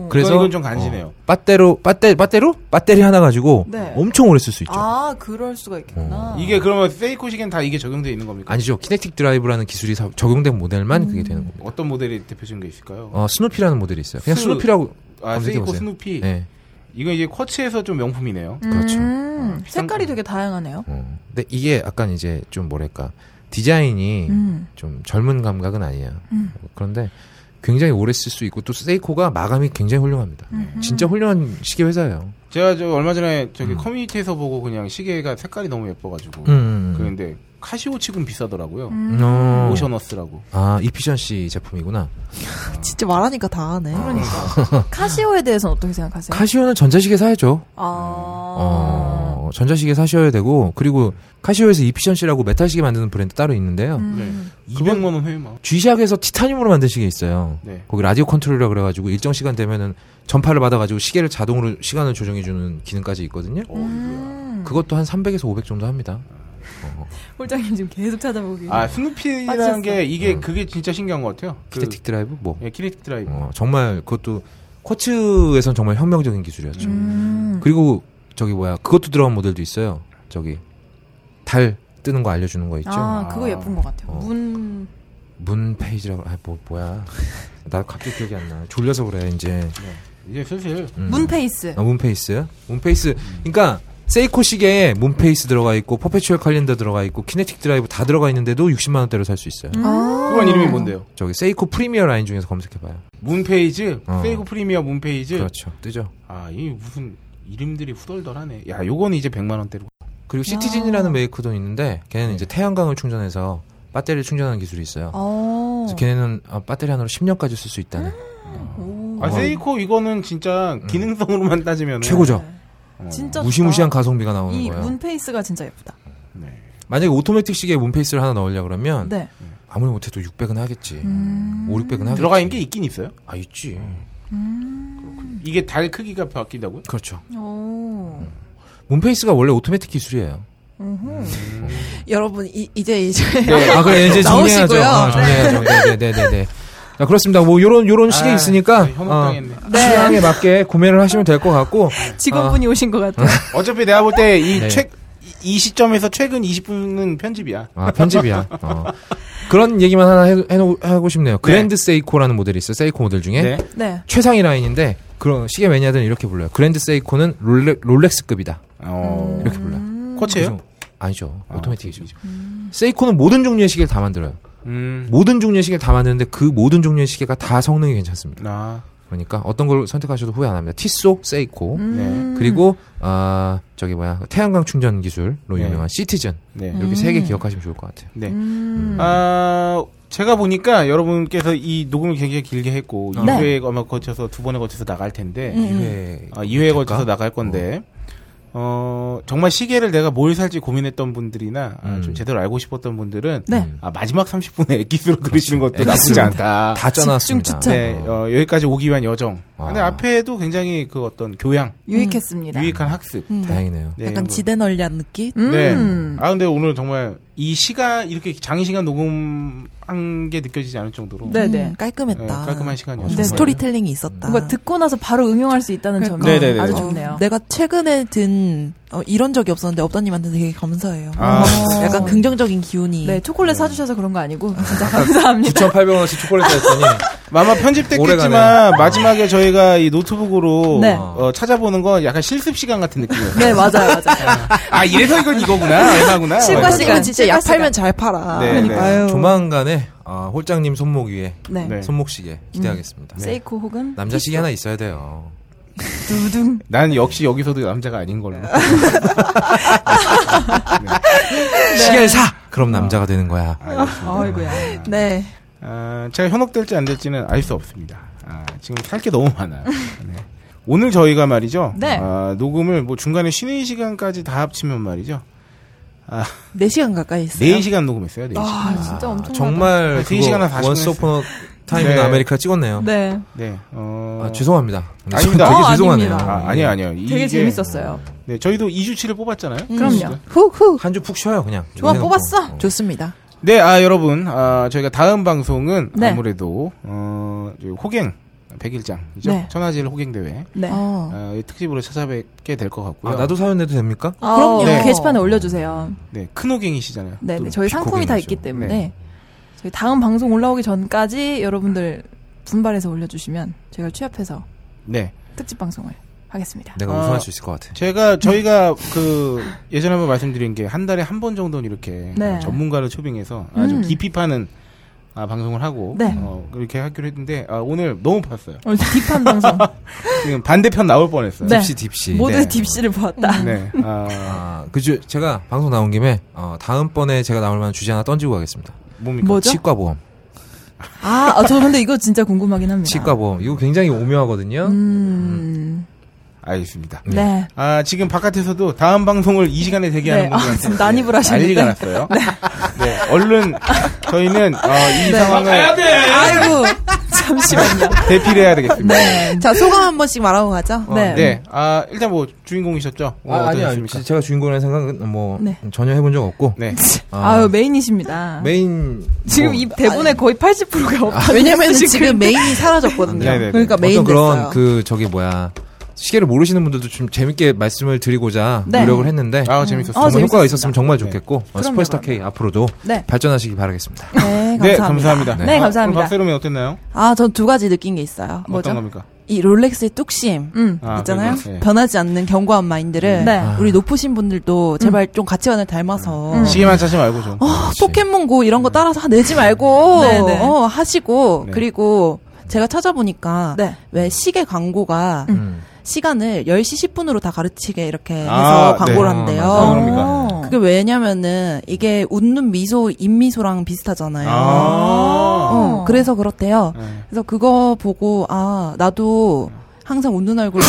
S4: 그래서
S5: 이건 좀 간지네요.
S4: 어, 배터로 배터 배터로 배터리 하나 가지고
S3: 네.
S4: 엄청 오래 쓸 수 있죠.
S3: 아, 그럴 수가 있겠구나.
S5: 이게 그러면 세이코 시계는 다 이게 적용되어 있는 겁니까?
S4: 아니죠. 키네틱 드라이브라는 기술이 사- 적용된 모델만
S3: 음.
S4: 그게 되는 겁니다.
S5: 어떤 모델이 대표적인 게 있을까요?
S4: 어, 스누피라는 모델이 있어요. 그냥
S5: 스-
S4: 스누... 피라고
S5: 아,
S4: 검색해
S5: 세이코
S4: 보세요.
S5: 스누피.
S4: 예.
S5: 이건 이제 쿼츠에서 좀 명품이네요.
S4: 그렇죠.
S3: 음. 색깔이 되게 다양하네요.
S5: 음.
S4: 어. 근데 이게 약간 이제 좀 뭐랄까 디자인이
S3: 음.
S4: 좀 젊은 감각은 아니에요. 그런데 굉장히 오래 쓸 수 있고 또 세이코가 마감이 굉장히 훌륭합니다. 진짜 훌륭한 시계 회사예요.
S5: 제가 저 얼마 전에 저기 커뮤니티에서 보고 그냥 시계가 색깔이 너무 예뻐가지고.
S4: 음.
S5: 그런데 카시오 치곤
S3: 음.
S5: 비싸더라고요.
S1: 음.
S4: 어.
S5: 오셔너스라고.
S4: 아 이피션시 제품이구나.
S3: 아.
S6: 진짜 말하니까 다 하네.
S5: 아.
S3: 그러니까. 카시오에 대해서는 어떻게 생각하세요?
S4: 카시오는 전자시계 사야죠.
S3: 아.
S4: 어, 전자시계 사셔야 되고 그리고 카시오에서 이피션시라고 메탈시계 만드는 브랜드 따로 있는데요.
S3: 음.
S1: 음.
S5: 네. 200만 원 회마.
S4: G샥에서 티타늄으로 만든 시계 있어요.
S5: 네.
S4: 거기 라디오 컨트롤이라 그래가지고 일정 시간 되면은 전파를 받아가지고 시계를 자동으로 시간을 조정해주는 기능까지 있거든요.
S1: 음.
S5: 어,
S3: 음.
S4: 그것도 한 300에서 500 정도 합니다.
S1: 홀장님 지금 계속 찾아보기.
S5: 아 스누피라는
S1: 빠졌어.
S5: 게 이게
S4: 음.
S5: 그게 진짜 신기한 것 같아요. 그-
S4: 키네틱 드라이브 뭐
S5: 예, 키네틱 드라이브.
S4: 어, 정말 그것도 쿼츠에선 정말 혁명적인 기술이었죠.
S3: 음.
S4: 그리고 저기 뭐야 그것도 들어간 모델도 있어요. 저기 달 뜨는 거 알려주는 거 있죠.
S3: 아, 그거 예쁜 것 같아요.
S4: 어.
S3: 문.
S4: 문 페이지라고 아 뭐 뭐야 나 갑자기 기억이 안 나. 졸려서 그래 이제.
S5: 이제 슬슬
S4: 음.
S3: 네. 문페이스.
S4: 아, 문페이스. 문페이스. 그러니까 세이코 시계에 문페이스 들어가 있고 퍼페추얼 칼린더 들어가 있고 키네틱 드라이브 다 들어가 있는데도 60만 원대로 살 수
S3: 음.
S4: 있어요.
S5: 그건 이름이 뭔데요?
S4: 저기 세이코 프리미어 라인 중에서 검색해 봐요.
S5: 문페이즈,
S4: 어.
S5: 세이고 프리미어 문페이즈.
S4: 그렇죠. 뜨죠.
S5: 아, 이 무슨 이름들이 후덜덜하네. 야, 요건 이제 100만 원대로.
S4: 그리고 시티즌이라는 메이크도 있는데
S5: 네.
S4: 걔는 이제 태양광을 충전해서 배터리를 충전하는 기술이 있어요.
S3: 어.
S4: 그래서 걔네는 아, 배터리 하나로 10년까지 쓸 수 있다는
S3: 오.
S5: 아, 세이코 이거는 진짜 기능성으로만 따지면
S4: 어. 음. 최고죠.
S3: 진짜
S4: 무시무시한
S3: 좋다.
S4: 가성비가 나오는
S3: 이
S4: 거예요.
S3: 문페이스가 진짜 예쁘다.
S4: 만약에 오토매틱 시계에 문페이스를 하나 넣으려 그러면
S3: 네.
S4: 아무리 못해도 600은 하겠지. 5, 600은 하겠지.
S5: 들어가 있는 게 있긴 있어요. 음.
S4: 아 있지.
S5: 이게 달 크기가 바뀐다고요?
S4: 그렇죠.
S3: 오.
S4: 문페이스가 원래 오토매틱 기술이에요.
S6: 여러분 이, 이제 이제
S5: 네.
S4: 아 그래 이제 정리해야죠.
S6: 나오시고요.
S4: 아, 정리해야죠. 네네네네. 자 그렇습니다. 뭐 요런 요런 시계
S5: 아,
S4: 있으니까
S5: 네, 현혹당했네.
S4: 어, 취향에 맞게 구매를 하시면 될 것 같고
S1: 직원분이 오신 것 같아요.
S5: 어차피 내가 볼 때 이
S4: 네.
S5: 최, 이 시점에서 최근 20분은 편집이야.
S4: 아 편집이야. 어. 그런 얘기만 하나 해, 해놓- 하고 싶네요. 그랜드 세이코라는 모델이 있어요. 세이코 모델 중에
S5: 네.
S3: 네.
S4: 최상위 라인인데 그런 시계 매니아들은 이렇게 불러요. 그랜드 세이코는 롤렉, 롤렉스급이다.
S5: 어.
S4: 이렇게 불러요.
S5: 코치예요?
S4: 그래서- 아니죠.
S5: 아,
S4: 오토매틱이죠. 음.
S5: 오토매틱이죠.
S4: 세이코는 모든 종류의 시계를 다 만들어요.
S5: 음.
S4: 모든 종류의 시계를 다 만드는데 그 모든 종류의 시계가 다 성능이 괜찮습니다.
S5: 나.
S4: 그러니까 어떤 걸 선택하셔도 후회 안 합니다. 티소, 세이코
S3: 음.
S5: 네.
S4: 그리고 아 저기 뭐야 태양광 충전 기술로
S5: 네.
S4: 유명한 시티즌
S5: 네.
S4: 이렇게 세 개 기억하시면 좋을 것 같아요.
S3: 음.
S1: 음.
S5: 네. 아, 제가 보니까 여러분께서 이 녹음을 굉장히 길게 했고, 이
S4: 네. 음.
S5: 2회 아마 거쳐서, 두 번에 거쳐서 나갈 텐데,
S4: 이회
S5: 아, 2회에 거쳐서 나갈 건데, 어, 정말 시계를 내가 뭘 살지 고민했던 분들이나, 아, 좀
S4: 음.
S5: 제대로 알고 싶었던 분들은,
S3: 네.
S5: 아, 마지막 30분에 액기스로 들으시는 것도
S4: 액기스로.
S5: 나쁘지 않다.
S4: 다 짜놨습니다.
S3: 집중
S5: 아, 네, 어, 여기까지 오기 위한 여정. 근데
S4: 아.
S5: 앞에도 굉장히 그 어떤 교양,
S3: 유익했습니다.
S5: 유익한 학습.
S4: 다행이네요.
S5: 네,
S6: 음,
S5: 이런
S6: 약간
S5: 거.
S6: 지대널리한 느낌?
S5: 네.
S3: 음.
S5: 아 근데 오늘 정말 이 시간 이렇게 장기 시간 녹음한 게 느껴지지 않을 정도로
S3: 네, 네.
S6: 음, 깔끔했다.
S5: 네, 깔끔한 시간이었어요.
S3: 네.
S6: 스토리텔링이 있었다.
S3: 뭔가 듣고 나서 바로 응용할 수 있다는 점이
S5: 네, 네, 네.
S3: 아주
S5: 어,
S3: 좋네요.
S6: 내가 최근에 든 어, 이런 적이 없었는데 업다님한테 되게 감사해요.
S5: 아.
S6: 약간 긍정적인 기운이.
S3: 네, 초콜릿 사주셔서 그런 거 아니고 진짜 감사합니다.
S11: 9,800원어치 초콜릿 했더니
S5: 뭐 아마 편집됐겠지만
S11: 오래가네요.
S5: 마지막에 저희가 이 노트북으로
S3: 네.
S5: 어, 찾아보는 건 약간 실습 시간 같은 느낌이었어요.
S3: 네, 맞아요, 맞아요.
S5: 아 이래서 이건 이거구나 얼마구나.
S3: 실과
S5: 어,
S3: 시간.
S6: 진짜 약
S3: 시간.
S6: 팔면 잘 팔아.
S5: 네, 네.
S6: 아유.
S4: 조만간에 아, 홀장님 손목 위에
S12: 네.
S5: 네.
S4: 손목 시계 기대하겠습니다.
S1: 네.
S12: 세이코 혹은
S4: 네. 남자 시계 하나 있어야 돼요.
S1: 두둥.
S5: 난 역시 여기서도 남자가 아닌 걸로.
S4: 시계를 사. 그럼
S5: 아.
S4: 남자가 되는 거야.
S5: 알겠습니다.
S1: 아이고야.
S6: 네.
S5: 아, 제가 현혹될지 안 될지는 알 수 없습니다. 아, 지금 살 게 너무 많아요. 네. 오늘 저희가 말이죠.
S1: 네.
S5: 아, 녹음을 뭐 중간에 쉬는 시간까지 다 합치면 말이죠. 아,
S6: 4시간 가까이 있어요.
S5: 4시간 녹음했어요. 4시간.
S1: 아, 진짜 엄청나다.
S4: 정말
S5: 세 아, 그 시간이나 사십 분
S4: 원스 오퍼 타임
S5: 네.
S4: 인 아메리카 찍었네요.
S1: 네.
S5: 네. 어...
S4: 아, 죄송합니다.
S5: 아닙니다.
S4: 되게
S1: 어,
S4: 죄송하네요.
S1: 아닙니다.
S5: 아, 아니요, 아니요.
S1: 되게
S5: 이게-
S1: 재밌었어요. 음.
S5: 네, 저희도 2주치를 뽑았잖아요.
S1: 그럼요.
S6: 후후.
S4: 한 주 푹 쉬어요, 그냥.
S12: 좋아
S4: 이거
S12: 뽑았어.
S4: 해놓고.
S6: 좋습니다.
S5: 네, 아, 여러분. 아, 저희가 다음 방송은
S1: 네.
S5: 아무래도, 어, 저희 호갱 101장이죠.
S12: 네.
S5: 천하질 호갱대회.
S1: 네.
S6: 어.
S5: 아, 이 특집으로 찾아뵙게 될 것 같고요.
S4: 아, 나도 사연 내도 됩니까?
S1: 아,
S12: 그럼요.
S5: 네.
S1: 게시판에 올려주세요.
S5: 네, 큰 호갱이시잖아요.
S1: 네,
S5: 또.
S1: 네. 저희 상품이 다
S4: 비코갱이죠.
S1: 있기 때문에
S5: 네.
S1: 저희 다음 방송 올라오기 전까지 여러분들 분발해서 올려주시면 저희가 취합해서
S5: 네.
S1: 특집 방송을 하겠습니다.
S4: 내가
S5: 아.
S4: 우승할 수 있을 것 같아.
S5: 제가 저희가 그 예전에 한번 말씀드린 게 한 달에 한 번 정도는 이렇게
S1: 네.
S5: 전문가를 초빙해서 아주
S1: 음.
S5: 깊이 파는 아, 방송을 하고
S1: 네.
S5: 어, 그렇게 하기로 했는데 아, 오늘 너무 팠어요.
S1: 오늘 딥한 방송
S5: 지금 반대편 나올 뻔했어요.
S1: 네.
S4: 딥시, 딥시.
S1: 모두
S5: 네.
S1: 딥씨를 보았다.
S5: 네. 아,
S4: 아, 그죠. 제가 방송 나온 김에, 어, 다음번에 제가 나올 만한 주제 하나 던지고 가겠습니다.
S5: 뭡니까?
S1: 뭐죠?
S4: 치과보험.
S1: 아, 아, 저 근데 이거 진짜 궁금하긴 합니다.
S4: 치과보험. 이거 굉장히 오묘하거든요.
S1: 음,
S5: 알겠습니다.
S1: 네.
S5: 아, 지금 바깥에서도 다음 방송을 이 시간에
S1: 네.
S5: 대기하는
S1: 아,
S5: 분들 네.
S1: 지금 난입을
S5: 난리가
S1: 하시는데.
S5: 났어요. 네. 얼른 저희는 어,
S1: 네.
S5: 이 상황을
S1: 아이고, 잠시만요.
S5: 대필해야 되겠습니다.
S6: 자, 소감 한 번씩 말하고 가죠.
S5: 어,
S1: 네.
S5: 네. 아, 일단 뭐 주인공이셨죠? 오늘
S4: 아, 아니, 아니.
S5: 어떠셨습니까?
S4: 제가 주인공이라는 생각은 뭐,
S1: 네.
S4: 전혀 해본 적 없고.
S5: 네.
S4: 아,
S1: 아유, 메인이십니다.
S4: 메인.
S1: 지금
S4: 뭐,
S1: 이 대본에 거의 80%가 없다.
S6: 왜냐면 지금 메인이 사라졌거든요.
S5: 네네네.
S6: 그러니까 메인
S4: 어떤
S6: 됐어요.
S4: 그런 그 저기 뭐야 시계를 모르시는 분들도 좀 재밌게 말씀을 드리고자
S1: 네.
S4: 노력을 했는데 정말
S5: 아, 재밌었어요.
S1: 재밌었습니다. 네.
S4: 효과가 있었으면 정말 좋겠고 어,
S1: 그럼요,
S4: 스포스타
S1: 그럼요.
S4: K 앞으로도
S1: 네.
S4: 발전하시기 바라겠습니다.
S6: 네, 감사합니다.
S5: 네, 감사합니다.
S1: 네,
S5: 아,
S1: 감사합니다.
S5: 오늘 박세롬이 어땠나요?
S6: 아, 전 두 가지 느낀 게 있어요.
S5: 어떤 겁니까?
S6: 이 롤렉스의 뚝심
S1: 음.
S5: 아,
S6: 있잖아요.
S5: 그래서, 예.
S6: 변하지 않는 견고한 마인드를
S1: 네.
S6: 우리 높으신 분들도 제발 좀 가치관을 닮아서
S1: 음.
S5: 시계만 찾지 말고 좀.
S6: 어, 포켓몬고 이런 거 따라서 내지 말고
S1: 네, 네.
S6: 어, 하시고
S5: 네.
S6: 그리고 제가 찾아보니까
S1: 네.
S6: 왜 시계 광고가
S4: 음.
S6: 시간을 10시 10분으로 다 가르치게 이렇게 해서
S5: 아,
S6: 광고를
S4: 네.
S6: 한대요.
S4: 아, 맞아요.
S5: 그럼-
S6: 그게 왜냐면은 이게 웃는 미소, 입미소랑 비슷하잖아요.
S5: 아.
S6: 어, 그래서 그렇대요.
S5: 네.
S6: 그래서 그거 보고 아 나도 항상 웃는 얼굴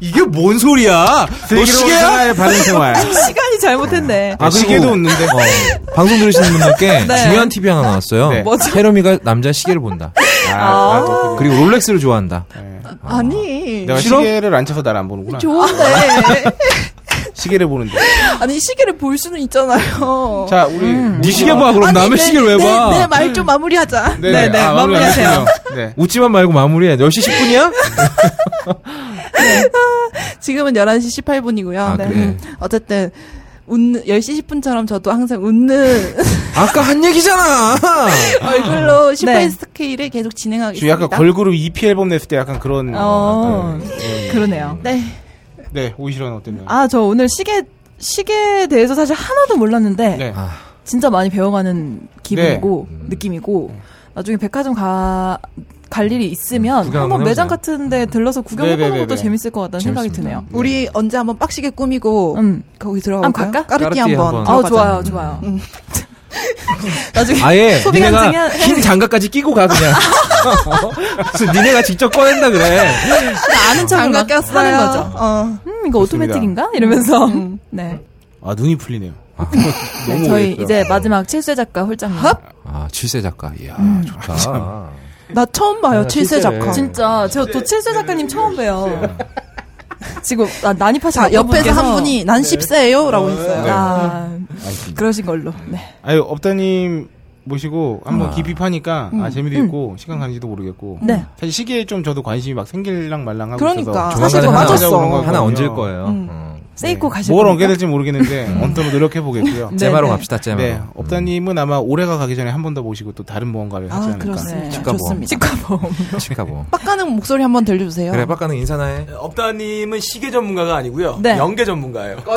S4: 이게 뭔
S5: 아, 뭐
S4: 소리야?
S5: 슬기로운 하나의 바른 생활.
S1: 어. 시간이 잘못했네.
S5: 아, 시계도 웃는데. 어.
S4: 방송 들으시는 분들께
S1: 네.
S4: 중요한 팁이 하나 나왔어요.
S5: 네.
S1: 뭐죠?
S4: 헤로미가 남자 시계를 본다.
S5: 아, 아, 그렇군요.
S4: 그리고 롤렉스를 좋아한다.
S5: 네.
S1: 아니.
S5: 내가
S4: 싫어?
S5: 시계를 안 쳐서 나를 안 보는구나.
S1: 좋은데.
S5: 시계를 보는데.
S6: 아니 시계를 볼 수는 있잖아요.
S5: 자, 우리. 뭐-
S4: 네 시계 봐. 그럼 남의 시계를
S1: 네,
S4: 왜 봐?
S6: 내 네, 말 좀 마무리하자.
S5: 네, 네, 아, 마무리하세요. 네.
S4: 웃지만 말고 마무리해. 10시 10분이야?
S6: 지금은 11시 18분이고요. 네.
S4: 아, 그래.
S6: 어쨌든 웃는 10시 10분처럼 저도 항상 웃는
S4: 아까 한 얘기잖아. 아.
S6: 얼굴로
S1: 네.
S6: 슈퍼스케일을 계속
S5: 저
S6: 진행하겠습니다.
S5: 약간 걸그룹 EP 앨범 냈을 때 약간 그런.
S1: 어,
S5: 아, 네.
S1: 그러네요.
S6: 네.
S5: 네, 오이시런 어땠나요?
S1: 아, 저 오늘 시계, 시계에 대해서 사실 하나도 몰랐는데,
S5: 네. 음.
S1: 진짜 많이 배워가는 기분이고, 느낌이고, 나중에 백화점 가, 갈 일이 있으면
S4: 구경
S1: 한번
S4: 한번
S1: 매장
S4: 해보세요.
S1: 같은 데 들러서 구경해보는
S5: 네네네네. 음.
S1: 것도 재밌을 것 같다는 생각이
S4: 재밌습니다.
S1: 드네요.
S6: 우리 언제 한번 빡시게 꾸미고
S1: 음.
S6: 거기
S1: 한번
S6: 들어가볼까요?
S1: 갈까?
S6: 까르띠
S4: 까르띠
S6: 한번.
S4: 한번.
S1: 아,
S6: 들어가자.
S1: 좋아요, 좋아요.
S5: 음.
S1: 나중에
S4: 아예
S1: 소비
S4: 니네가
S1: 간증해-
S4: 흰 장갑까지 끼고 가 그냥. 그래서 니네가 직접 꺼낸다 그래.
S1: 아는 척을
S6: 장갑
S1: 막
S6: 꼈어요.
S1: 하는 거죠.
S6: 어.
S1: 음, 이거
S5: 좋습니다.
S1: 오토매틱인가? 이러면서. 네.
S5: 아, 눈이 풀리네요.
S1: 네,
S5: 너무
S1: 저희
S5: 오래됐어요.
S1: 이제 마지막 칠세 작가 홀장님.
S4: 아, 칠세 작가. 이야, 좋다.
S6: 나 처음 봐요. 칠세
S4: 아, 실제래.
S6: 작가.
S1: 네. 진짜 제가 또 칠세 작가님 처음
S5: 네.
S1: 봬요. 지금 아, 난입하시는
S6: 자, 옆에서
S1: 분께서-
S6: 한 분이
S4: 네.
S6: 난 10세예요 라고 했어요.
S1: 아,
S5: 음.
S1: 그러신 걸로. 네.
S5: 아유, 업다님 모시고 한번
S4: 아.
S5: 깊이 파니까
S6: 음,
S5: 아, 재미도 있고 시간 가는지도 모르겠고.
S1: 네.
S5: 사실 시계에 좀 저도 관심이 막 생길랑 말랑하고
S6: 그러니까.
S5: 있어서.
S6: 사실
S4: 조만간에
S6: 맞았어.
S5: 찾아보는 거거든요. 네.
S4: 하나 얹을 거예요. 음.
S1: 세이코 가실
S5: 뭘 얹게
S1: 겁니까?
S5: 될지 모르겠는데
S6: 음.
S5: 언더로 노력해 보겠고요.
S4: 제마로
S1: 네.
S4: 갑시다, 제마로.
S13: 음.
S5: 네, 업다님은 아마 올해가 가기 전에 한 번 더 모시고 또 다른 무언가를 하지
S6: 아,
S5: 않을까.
S6: 그렇습니다.
S4: 치과보험.
S6: 좋습니다.
S1: 치과보험.
S4: 음, 치카고.
S6: 빡가는 목소리 한번 들려주세요.
S4: 그래, 빡가는 인사나 해.
S13: 네, 업다님은 시계 전문가가 아니고요.
S1: 네.
S13: 연계 전문가예요.
S1: 어,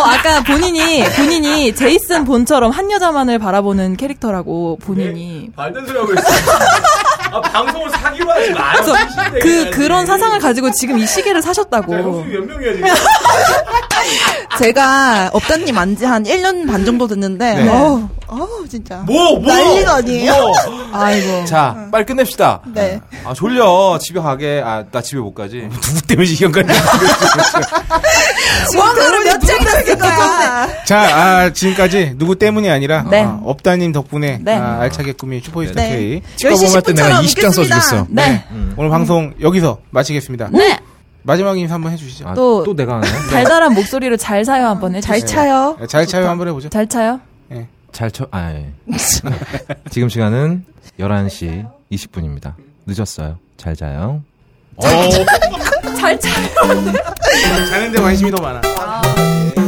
S1: 아까 본인이, 본인이 제이슨 본처럼 한 여자만을 바라보는 캐릭터라고 본인이.
S13: 말도 안 소리 하고 있어. 아, 방송을 사기로 하지 마.
S1: 그래서 그, 그런 사상을 가지고 지금 이 시계를 사셨다고.
S13: 몇 명이야 지금?
S6: 제가 업다님 안지 한 1년 반 정도 됐는데,
S5: 네.
S6: 어우, 어우, 진짜.
S13: 뭐, 뭐?
S6: 난리가 아니에요.
S4: 음.
S1: 아이고.
S4: 자, 빨리 끝냅시다.
S6: 네.
S4: 아, 졸려. 집에 가게. 아, 나 집에 못 가지.
S5: 누구 때문에 시간까지?
S4: 뭐
S6: 지금 그걸 몇 장이나 쓸 거야.
S5: 자, 아, 지금까지 누구 때문이 아니라
S1: 네.
S5: 아, 업다님 덕분에
S1: 네.
S5: 아, 알차게 꾸민 슈퍼히스터
S6: 네.
S5: K.
S6: 10시
S4: 할때 내가
S6: 10분처럼
S4: 20장 써주겠어.
S1: 네.
S5: 오늘 방송 여기서 마치겠습니다.
S1: 네.
S5: 마지막 인사 한번 해주시죠.
S4: 아,
S1: 또-
S4: 또 내가 하네.
S1: 달달한 목소리로 잘 사요 한번 해주세요.
S6: 잘 차요.
S5: 네, 잘 차요 한번 해보죠.
S1: 잘 차요?
S4: 잘 쳐, 아, 예. 지금 시간은 11시 20분입니다. 늦었어요. 잘 자요.
S5: 어,
S1: 잘 차요.
S5: 자는데 관심이 더 많아.
S1: 아,